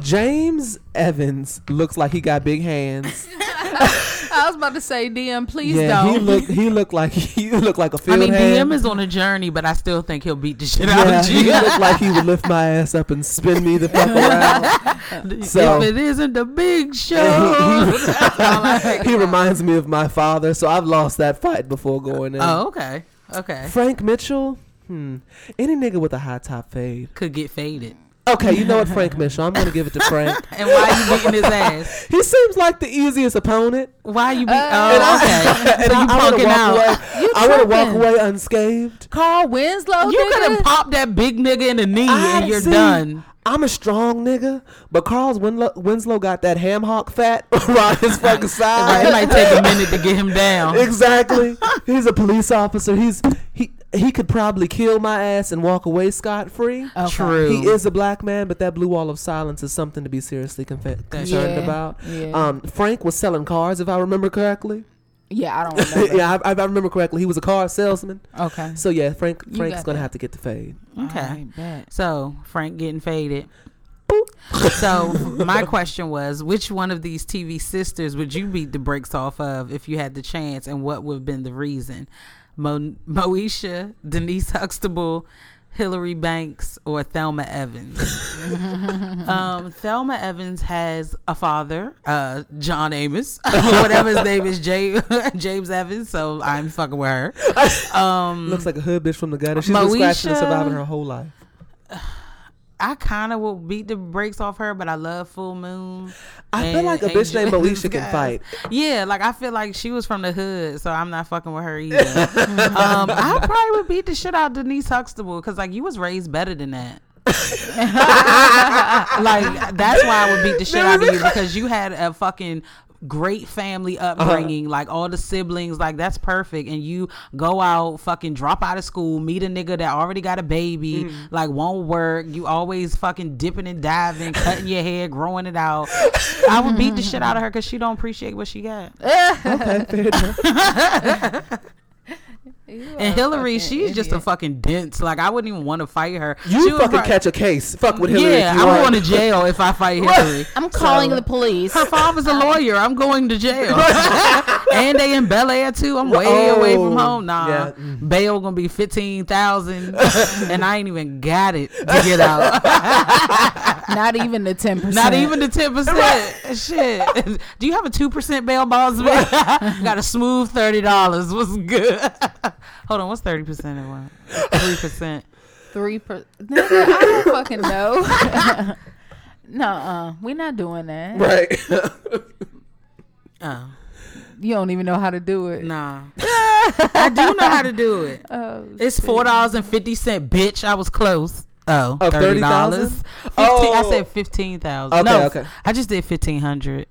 Speaker 2: James Evans looks like he got big hands.
Speaker 3: I was about to say, DM, please
Speaker 2: yeah,
Speaker 3: don't.
Speaker 2: he look he look like he look like a
Speaker 4: i
Speaker 2: field
Speaker 4: mean
Speaker 2: hand.
Speaker 4: dm is on a journey but i still think he'll beat the shit
Speaker 2: yeah,
Speaker 4: out of you
Speaker 2: he looked like he would lift my ass up and spin me the fuck around. So-
Speaker 4: if it isn't the big show.
Speaker 2: And he, he, he reminds me of my father, so I've lost that fight before going in.
Speaker 4: oh, okay. Okay.
Speaker 2: Frank Mitchell, hmm, any nigga with a high top fade.
Speaker 4: Could get faded.
Speaker 2: Okay, you know what, Frank Mitchell, I'm gonna give it to Frank.
Speaker 4: And why you beating his ass?
Speaker 2: He seems like the easiest opponent.
Speaker 4: Why you beat?
Speaker 2: Uh, And
Speaker 4: oh,
Speaker 2: I,
Speaker 4: okay.
Speaker 2: and
Speaker 4: So
Speaker 2: I,
Speaker 4: you
Speaker 2: I wanna
Speaker 4: punking
Speaker 2: walk
Speaker 4: out.
Speaker 2: away.
Speaker 3: You
Speaker 2: I want to walk
Speaker 3: tripping.
Speaker 2: away unscathed.
Speaker 3: Carl Winslow.
Speaker 4: You could
Speaker 3: nigga?
Speaker 4: have popped that big nigga in the knee
Speaker 2: I-
Speaker 4: and you're
Speaker 2: Ah, see,
Speaker 4: done.
Speaker 2: I'm a strong nigga, but Carl's Winlo- Winslow got that ham hock fat around his fucking
Speaker 4: Right, it
Speaker 2: side.
Speaker 4: might take a minute to get him down.
Speaker 2: exactly. He's a police officer. He's he he could probably kill my ass and walk away scot free.
Speaker 3: Okay.
Speaker 4: True.
Speaker 2: He is a black man, but that blue wall of silence is something to be seriously confe- concerned
Speaker 3: Yeah,
Speaker 2: about.
Speaker 3: yeah.
Speaker 2: Um, Frank was selling cars, if I remember correctly.
Speaker 3: Yeah, I don't remember.
Speaker 2: yeah, I, I remember correctly. He was a car salesman.
Speaker 3: Okay.
Speaker 2: So yeah, Frank
Speaker 3: You
Speaker 2: Frank's
Speaker 3: got
Speaker 2: gonna
Speaker 3: that.
Speaker 2: have to get the fade.
Speaker 4: Okay.
Speaker 3: Alright, bet.
Speaker 4: So Frank getting faded. so my question was, which one of these TV sisters would you beat the brakes off of if you had the chance, and what would have been the reason? Mo- Moesha, Denise Huxtable, Hillary Banks, or Thelma Evans? um, Thelma Evans has a father, uh, John Amos, whatever his name is, James, James Evans. So I'm fucking with her.
Speaker 3: Mm.
Speaker 2: Looks like a hood bitch from the gutter. She's been scratching and
Speaker 4: Moesha-
Speaker 2: surviving her whole life.
Speaker 4: I kind of will beat the brakes off her, but I love Full Moon.
Speaker 2: I feel
Speaker 4: and
Speaker 2: like a bitch named
Speaker 4: Angel-
Speaker 2: Moesha can fight.
Speaker 4: Yeah, like I feel like she was from the hood, so I'm not fucking with her either. um, I probably would beat the shit out of Denise Huxtable because like you was raised better than that. like that's why I would beat the shit out of you because you had a fucking great family
Speaker 2: Uh-huh.
Speaker 4: upbringing like all the siblings like that's perfect and you go out fucking drop out of school meet a nigga that already got a baby
Speaker 2: Mm.
Speaker 4: like won't work you always fucking dipping and diving cutting your hair growing it out i would beat the shit out of her because she don't appreciate what she got
Speaker 2: Okay, fair enough.
Speaker 3: You are
Speaker 4: and hillary
Speaker 3: fucking
Speaker 4: she's just a
Speaker 3: idiot.
Speaker 4: fucking dense like i wouldn't even want to fight her
Speaker 2: You
Speaker 4: She would
Speaker 2: fucking
Speaker 4: prob-
Speaker 2: catch a case. Fuck with Hillary.
Speaker 4: yeah
Speaker 2: if you
Speaker 4: i'm
Speaker 2: want.
Speaker 4: going to jail if i fight hillary
Speaker 3: I'm calling the police.
Speaker 4: her father's a lawyer. I'm going to jail. and they in Bel Air too. I'm way
Speaker 2: Oh,
Speaker 4: away from home. Nah,
Speaker 2: yeah.
Speaker 4: bail gonna be fifteen thousand, and I ain't even got it to get out.
Speaker 3: Not even the ten percent.
Speaker 4: Not even the ten percent. Shit. Do you have a two percent bail, Bosman? got a smooth thirty dollars. What's good? Hold on. What's thirty percent of one? Three percent.
Speaker 3: three percent. I don't fucking know. no, uh, we're not doing that.
Speaker 2: Right.
Speaker 4: Oh,
Speaker 3: You don't even know how to do it.
Speaker 4: nah. I do know how to do it.
Speaker 3: Oh,
Speaker 4: It's four dollars and fifty cent, bitch. I was close. Oh,
Speaker 2: Of $30,000?
Speaker 4: thirty dollars.
Speaker 2: Oh.
Speaker 4: I said fifteen thousand.
Speaker 2: Okay,
Speaker 4: no,
Speaker 2: okay.
Speaker 4: I just did fifteen hundred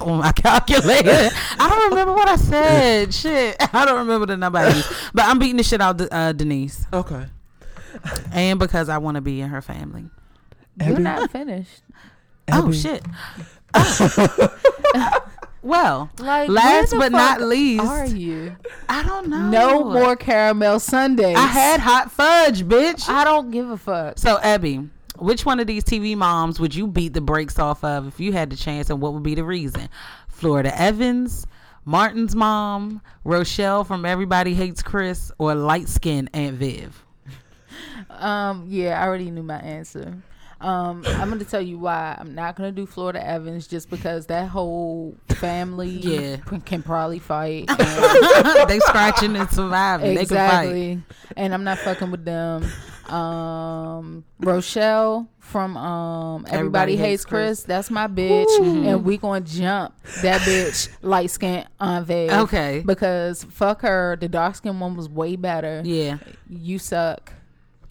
Speaker 4: on my calculator. I don't remember what I said. Shit, I don't remember the number. I used. But I'm beating the shit out of uh, Denise,
Speaker 2: okay.
Speaker 4: and because I want to be in her family.
Speaker 3: you're
Speaker 2: Abby-
Speaker 3: not finished.
Speaker 4: Oh
Speaker 2: Abby.
Speaker 4: shit. Oh. well,
Speaker 3: Like
Speaker 4: Last
Speaker 3: where the
Speaker 4: but not
Speaker 3: fuck
Speaker 4: least-
Speaker 3: are you?
Speaker 4: I don't know.
Speaker 3: No more caramel sundaes.
Speaker 4: I had hot fudge, bitch.
Speaker 3: I don't give a fuck.
Speaker 4: So, Ebby, which one of these TV moms would you beat the brakes off of if you had the chance, and what would be the reason? Florida Evans, Martin's mom, Rochelle from Everybody Hates Chris, or light skinned Aunt Viv?
Speaker 3: Um, yeah, I already knew my answer. Um, I'm gonna tell you why I'm not gonna do Florida Evans just because that whole family
Speaker 4: Yeah.
Speaker 3: p- can probably fight.
Speaker 4: they scratching and surviving. They can fight.
Speaker 3: exactly. And I'm not fucking with them. um, Rochelle from um, Everybody,
Speaker 4: Everybody
Speaker 3: Hates,
Speaker 4: Hates
Speaker 3: Chris.
Speaker 4: Chris.
Speaker 3: That's my bitch, and we gonna jump that bitch light skin unveiled.
Speaker 4: Okay.
Speaker 3: because fuck her. The dark skinned one was way better.
Speaker 4: Yeah.
Speaker 3: You suck.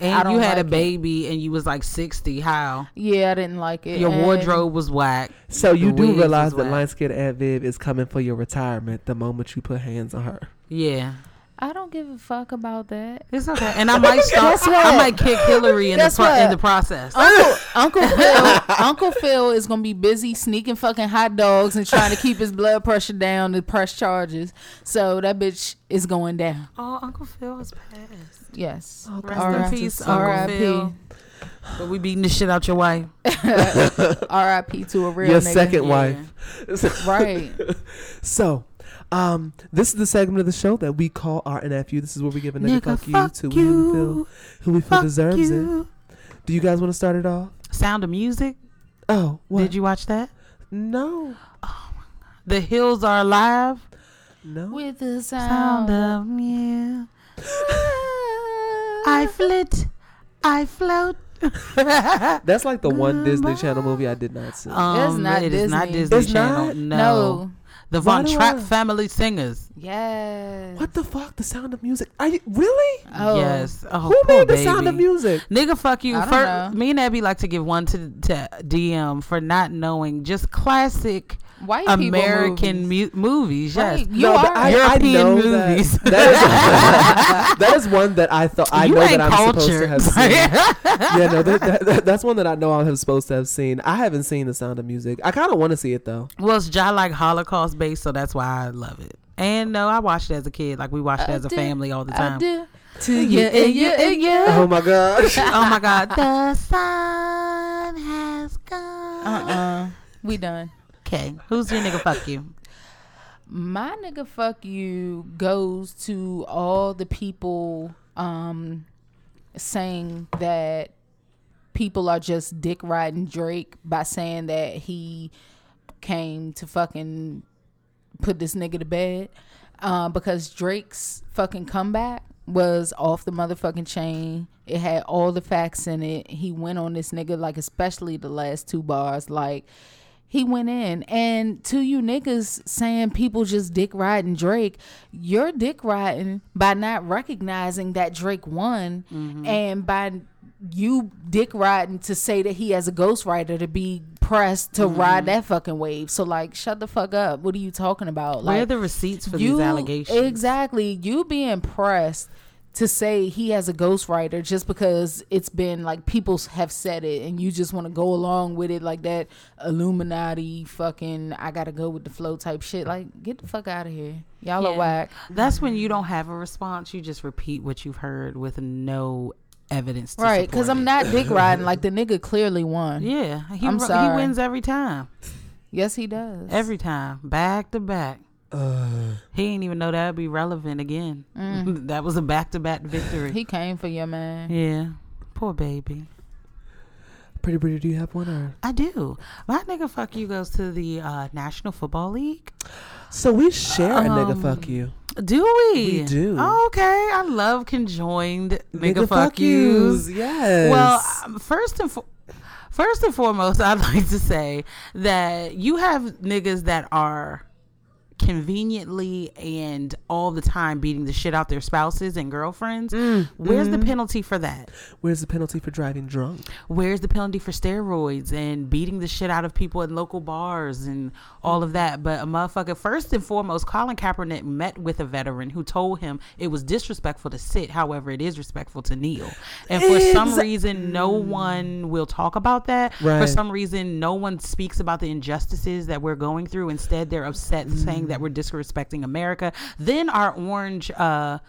Speaker 3: I
Speaker 4: And
Speaker 3: don't
Speaker 4: you had
Speaker 3: like
Speaker 4: a
Speaker 3: it.
Speaker 4: baby and you was like 60. How?
Speaker 3: Yeah, I didn't like it.
Speaker 4: Your
Speaker 3: And-
Speaker 4: wardrobe was whack.
Speaker 2: So you
Speaker 4: The wigs
Speaker 2: do
Speaker 4: is
Speaker 2: realize that
Speaker 4: whack.
Speaker 2: Lionskin Aunt Viv is coming for your retirement the moment you put hands on her.
Speaker 4: Yeah.
Speaker 3: I don't give a fuck about that.
Speaker 4: It's okay. And I might start,
Speaker 3: Guess what?
Speaker 4: I might kick Hillary in, the,
Speaker 3: Guess
Speaker 4: pro- in
Speaker 3: what?
Speaker 4: the process.
Speaker 3: Uncle, Uncle Phil, Uncle Phil is gonna be busy sneaking fucking hot dogs and trying to keep his blood pressure down to press charges. So that bitch is going down.
Speaker 4: Oh, Uncle Phil has passed.
Speaker 3: Yes.
Speaker 4: Rest
Speaker 3: R.I.P.
Speaker 4: in peace, Uncle
Speaker 3: R.I.P.
Speaker 4: Phil. But we beating the shit out your wife.
Speaker 3: R.I.P. to a real
Speaker 2: your
Speaker 3: nigga.
Speaker 2: second
Speaker 4: yeah.
Speaker 2: wife.
Speaker 3: Right.
Speaker 2: So, um, this is the segment of the show that we call Art and F You. This is where we give a nigga, fuck, you to who we feel, who we feel
Speaker 4: Fuck
Speaker 2: deserves
Speaker 4: you.
Speaker 2: it. Do you guys want to start it off?
Speaker 4: Sound of Music.
Speaker 2: Oh, what?
Speaker 4: Did you watch that?
Speaker 2: No,
Speaker 4: The Hills Are Alive.
Speaker 2: no.
Speaker 3: With the sound
Speaker 4: Sound
Speaker 3: of
Speaker 2: Oh.
Speaker 4: of Music. I flit. I float.
Speaker 2: That's like the one Disney Channel movie I did not see.
Speaker 4: Um,
Speaker 3: not
Speaker 4: it is not
Speaker 3: Disney.
Speaker 4: Disney
Speaker 2: It's
Speaker 4: Channel.
Speaker 2: not?
Speaker 4: No.
Speaker 3: No.
Speaker 4: The
Speaker 2: Why
Speaker 4: Von
Speaker 2: do
Speaker 4: Trapp
Speaker 2: I-
Speaker 4: Family Singers.
Speaker 3: Yes.
Speaker 2: what the fuck? The Sound of Music? Are you really?
Speaker 3: Oh.
Speaker 4: Yes. Oh,
Speaker 2: Who
Speaker 4: poor
Speaker 2: made the Sound of
Speaker 4: baby.
Speaker 2: Music?
Speaker 4: Nigga, fuck you.
Speaker 3: I don't
Speaker 4: Fir-
Speaker 3: know.
Speaker 4: me and Abby like to give one to, to DM for not knowing just classic
Speaker 3: White people
Speaker 4: American
Speaker 3: movies.
Speaker 4: mu- movies. Yes.
Speaker 3: Right. You
Speaker 2: No,
Speaker 3: are.
Speaker 2: but I-
Speaker 4: European
Speaker 2: know that-
Speaker 4: movies.
Speaker 2: That, is, that is one that I thought I
Speaker 4: you
Speaker 2: know
Speaker 4: ain't
Speaker 2: that I'm supposed to
Speaker 4: cultured.
Speaker 2: have seen. yeah, no, that, that, that- that's one that I know I'm supposed to have seen. I haven't seen The Sound of Music. I kind of want to see it though.
Speaker 4: well, it's Jai like Holocaust based, so that's why I love it. And no, I watched it as a kid. Like we watched it as a
Speaker 3: do-
Speaker 4: family all the
Speaker 3: I
Speaker 4: time.
Speaker 3: do. To you, and you, and you.
Speaker 2: Oh my gosh.
Speaker 4: Oh my God. the sun has gone.
Speaker 3: Uh-uh. We done.
Speaker 4: Uh, Okay. Who's your nigga? Fuck you.
Speaker 3: my nigga fuck you goes to all the people um saying that people are just dick riding Drake by saying that he came to fucking put this nigga to bed uh, because Drake's fucking comeback was off the motherfucking chain. It had all the facts in it. He went on this nigga, like, especially the last two bars. Like, he went in. And to you niggas saying people just dick riding Drake, you're dick riding by not recognizing that Drake won and by you dick riding to say that he has a ghostwriter to be pressed to
Speaker 4: Mm-hmm.
Speaker 3: ride that fucking wave. So like shut the fuck up. What are you talking about?
Speaker 4: Where are
Speaker 3: Like
Speaker 4: the receipts for
Speaker 3: you-
Speaker 4: these allegations?
Speaker 3: Exactly. You being pressed to say he has a ghostwriter just because it's been like people have said it and you just want to go along with it like that Illuminati fucking I gotta go with the flow type shit. Like get the fuck out of here. Y'all
Speaker 4: Yeah.
Speaker 3: are whack.
Speaker 4: That's when you don't have a response. You just repeat what you've heard with no evidence. To
Speaker 3: Right,
Speaker 4: because
Speaker 3: because I'm not dick riding. Like the nigga clearly won.
Speaker 4: Yeah, he
Speaker 3: I'm
Speaker 4: ro-
Speaker 3: sorry.
Speaker 4: he wins every time.
Speaker 3: Yes, he does.
Speaker 4: Every time, back to back.
Speaker 2: Uh,
Speaker 4: he didn't even know that would be relevant again. that was a back to back victory.
Speaker 3: he came for your man.
Speaker 4: yeah, poor baby.
Speaker 2: Pretty pretty. Do you have one? Or?
Speaker 4: I do. My nigga, fuck you goes to the uh, National Football League.
Speaker 2: So we share a nigga. Fuck you.
Speaker 4: Do we?
Speaker 2: We do.
Speaker 4: Oh, okay, I love conjoined nigga, fuck, yous.
Speaker 2: yous. Yes.
Speaker 4: Well, um, first and fo- first and foremost, I'd like to say that you have niggas that are conveniently and all the time beating the shit out their spouses and girlfriends. Where's the penalty for that?
Speaker 2: where's the penalty for driving drunk?
Speaker 4: Where's the penalty for steroids and beating the shit out of people in local bars and all of that? But a motherfucker, first and foremost, Colin Kaepernick met with a veteran who told him it was disrespectful to sit. However, it is respectful to kneel. And for some
Speaker 2: Exact-
Speaker 4: reason, no one will talk about that. For
Speaker 2: Right.
Speaker 4: some reason, no one speaks about the injustices that we're going through. Instead, they're upset saying that we're disrespecting America. Then our orange. Uh,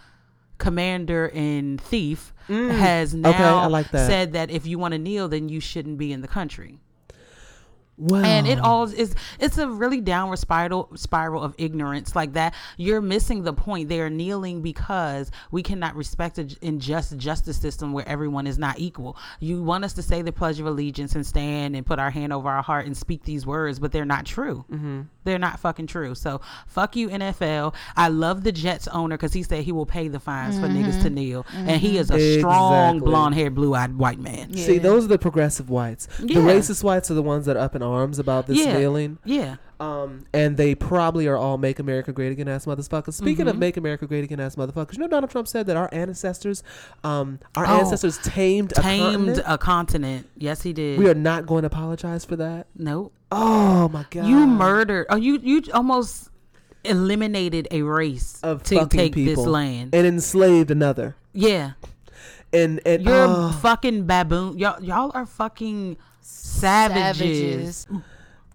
Speaker 4: commander and thief has now
Speaker 2: Mm. I like that.
Speaker 4: said that if you want to kneel then you shouldn't be in the country
Speaker 2: Wow.
Speaker 4: and it all is it's a really downward spiral spiral of ignorance like that you're missing the point they are kneeling because we cannot respect an unjust justice system where everyone is not equal you want us to say the pledge of allegiance and stand and put our hand over our heart and speak these words but they're not true they're not fucking true so fuck you nfl i love the jets owner because he said he will pay the fines for niggas to kneel and he is a strong
Speaker 2: Exactly.
Speaker 4: blonde haired blue eyed white man
Speaker 2: See, those are the progressive whites.
Speaker 4: Yeah.
Speaker 2: The racist whites are the ones that are up in arms about this
Speaker 4: Yeah.
Speaker 2: kneeling.
Speaker 4: yeah
Speaker 2: Um, and they probably are all make America great again ass motherfuckers. Speaking of make America great again ass motherfuckers, you know Donald Trump said that our ancestors, um, our
Speaker 4: Oh.
Speaker 2: ancestors tamed, a
Speaker 4: tamed
Speaker 2: continent.
Speaker 4: a continent yes he did
Speaker 2: We are not going to apologize for that.
Speaker 4: Nope.
Speaker 2: Oh my god!
Speaker 4: You murdered. Oh, you you almost eliminated a race
Speaker 2: of
Speaker 4: to
Speaker 2: fucking
Speaker 4: take
Speaker 2: people
Speaker 4: this land.
Speaker 2: and enslaved another.
Speaker 4: yeah,
Speaker 2: And and
Speaker 4: you're
Speaker 2: oh,
Speaker 4: fucking baboon. Y'all y'all are fucking savages.
Speaker 3: Savages.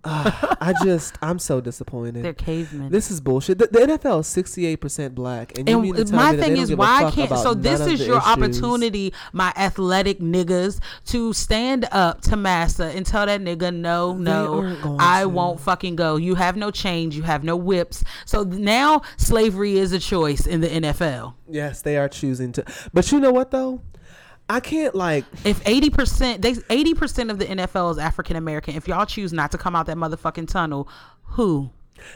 Speaker 2: I just I'm so disappointed.
Speaker 4: They're cavemen.
Speaker 2: This is bullshit. The, the NFL is 68% black. And, you mean to
Speaker 4: and
Speaker 2: tell
Speaker 4: my
Speaker 2: me that
Speaker 4: thing
Speaker 2: they
Speaker 4: is
Speaker 2: don't give a
Speaker 4: why
Speaker 2: fuck
Speaker 4: can't
Speaker 2: about
Speaker 4: so this
Speaker 2: none of
Speaker 4: is
Speaker 2: the
Speaker 4: your
Speaker 2: issues?
Speaker 4: opportunity my athletic niggas to stand up to massa and tell that nigga no no
Speaker 2: aren't going
Speaker 4: i
Speaker 2: to.
Speaker 4: won't fucking go you have no change you have no whips so now slavery is a choice in the nfl
Speaker 2: Yes, they are choosing to. But you know what, though? I can't, like,
Speaker 4: If eighty percent, they eighty percent of the NFL is African American. If y'all choose not to come out that motherfucking tunnel, who?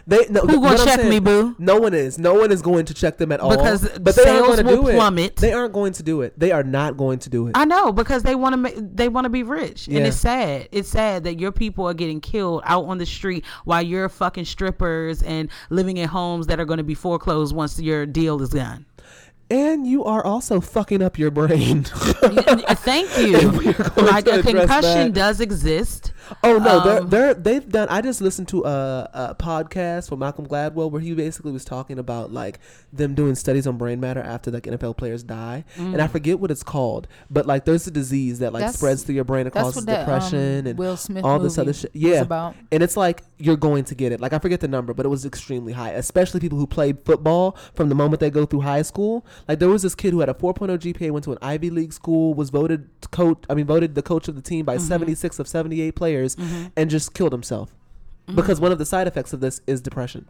Speaker 2: they no,
Speaker 4: Who gonna
Speaker 2: what I'm
Speaker 4: check me, boo?
Speaker 2: No one is. No one is going to check them at all.
Speaker 4: Because
Speaker 2: but they aren't
Speaker 4: sales
Speaker 2: going to
Speaker 4: will
Speaker 2: do
Speaker 4: plummet.
Speaker 2: it. They aren't going to do it. They are not going to do it.
Speaker 4: I know because they want to make they want to be rich, and
Speaker 2: Yeah.
Speaker 4: it's sad. It's sad that your people are getting killed out on the street while you're fucking strippers and living in homes that are going to be foreclosed once your deal is gone.
Speaker 2: and you are also fucking up your brain.
Speaker 4: Uh, Thank you.
Speaker 2: we are going
Speaker 4: Like
Speaker 2: to
Speaker 4: a
Speaker 2: address
Speaker 4: concussion
Speaker 2: that.
Speaker 4: does exist.
Speaker 2: Oh no,
Speaker 4: Um,
Speaker 2: they're, they're they've done. I just listened to a, a podcast from Malcolm Gladwell where he basically was talking about like them doing studies on brain matter after like NFL players die, and I forget what it's called, but like there's a disease that like
Speaker 3: Mm. That's-
Speaker 2: spreads through your brain and
Speaker 3: that's
Speaker 2: causes
Speaker 3: what that,
Speaker 2: depression
Speaker 3: um,
Speaker 2: and
Speaker 3: Will Smith
Speaker 2: all this
Speaker 3: movie
Speaker 2: other shit.
Speaker 3: was
Speaker 2: Yeah,
Speaker 3: about.
Speaker 2: and it's like you're going to get it. Like I forget the number, but it was extremely high, especially people who played football from the moment they go through high school. Like there was this kid who had a 4.0 GPA, went to an Ivy League school, was voted coach. I mean, voted the coach of the team by
Speaker 4: Mm-hmm.
Speaker 2: 76 of 78 players, and just killed himself
Speaker 4: Mm-hmm.
Speaker 2: because one of the side effects of this is depression.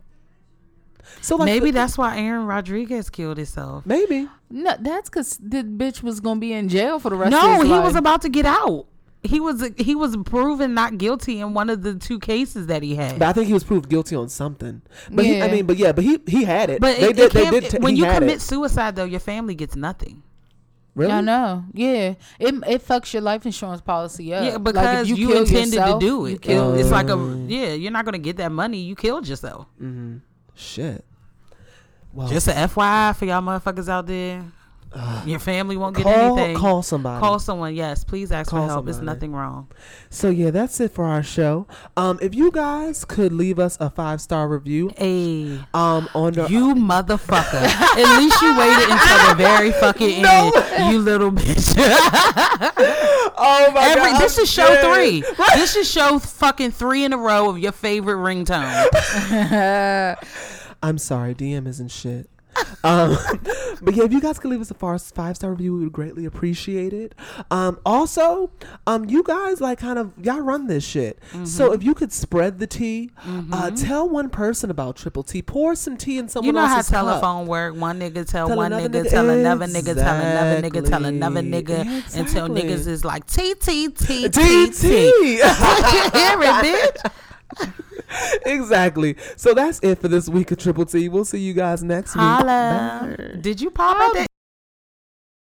Speaker 2: So like
Speaker 4: Maybe
Speaker 2: the-
Speaker 4: that's why Aaron Rodriguez killed himself.
Speaker 2: maybe
Speaker 3: No, that's because the bitch was gonna be in jail for the rest. of
Speaker 4: No,
Speaker 3: his
Speaker 4: he
Speaker 3: life.
Speaker 4: was about to get out. He was he was proven not guilty in one of the two cases that he had.
Speaker 2: But I think he was proved guilty on something. But he, I
Speaker 3: Yeah.
Speaker 2: mean, but yeah, but he he had it.
Speaker 4: But
Speaker 2: they
Speaker 4: it,
Speaker 2: did.
Speaker 4: it
Speaker 2: they
Speaker 4: can't-
Speaker 2: did.
Speaker 4: it-
Speaker 2: t-
Speaker 4: when
Speaker 2: he
Speaker 4: you
Speaker 2: had
Speaker 4: commit
Speaker 2: it.
Speaker 4: suicide, though, your family gets nothing.
Speaker 2: really,
Speaker 3: I know. Yeah, it it fucks your life insurance policy up.
Speaker 4: Yeah,
Speaker 3: Like, if
Speaker 4: because you,
Speaker 3: kill
Speaker 4: intended
Speaker 3: yourself,
Speaker 4: to do
Speaker 3: you
Speaker 4: it.
Speaker 3: kill-
Speaker 4: it's like a yeah. You're not gonna get that money. You killed yourself.
Speaker 2: shit. Well,
Speaker 4: Just a FYI for y'all motherfuckers out there. Your family won't get
Speaker 2: call
Speaker 4: anything.
Speaker 2: call somebody.
Speaker 4: Call someone. Yes, please ask for
Speaker 2: Call
Speaker 4: help. It's
Speaker 2: somebody.
Speaker 4: nothing wrong.
Speaker 2: So yeah, that's it for our show. Um, if you guys could leave us a five star review,
Speaker 4: Hey.
Speaker 2: um, on the
Speaker 4: You motherfucker. At least you waited until the very fucking end, you little bitch.
Speaker 2: oh my
Speaker 4: Every,
Speaker 2: God,
Speaker 4: this
Speaker 2: I'm
Speaker 4: is show
Speaker 2: dead.
Speaker 4: three. This is show fucking three in a row of your favorite ringtone.
Speaker 2: I'm sorry, DM isn't shit. um, but yeah, if you guys could leave us a five star review, we would greatly appreciate it. Um, also, um, you guys like kind of y'all run this shit.
Speaker 4: Mm-hmm.
Speaker 2: So if you could spread the tea, uh, tell one person about Triple T, pour some tea in
Speaker 4: You
Speaker 2: someone
Speaker 4: know how
Speaker 2: else's cup.
Speaker 4: telephone work. One nigga tell,
Speaker 2: Tell
Speaker 4: one
Speaker 2: another
Speaker 4: nigga,
Speaker 2: nigga-
Speaker 4: tell another nigga, tell another nigga, tell another
Speaker 2: Exactly.
Speaker 4: nigga, until
Speaker 2: Exactly.
Speaker 4: niggas is like T T T T
Speaker 2: T
Speaker 4: T.
Speaker 2: T.
Speaker 4: You hear it, bitch?
Speaker 2: exactly. So that's it for this week of Triple T. We'll see you guys next week.
Speaker 4: Holla. Did you pop out the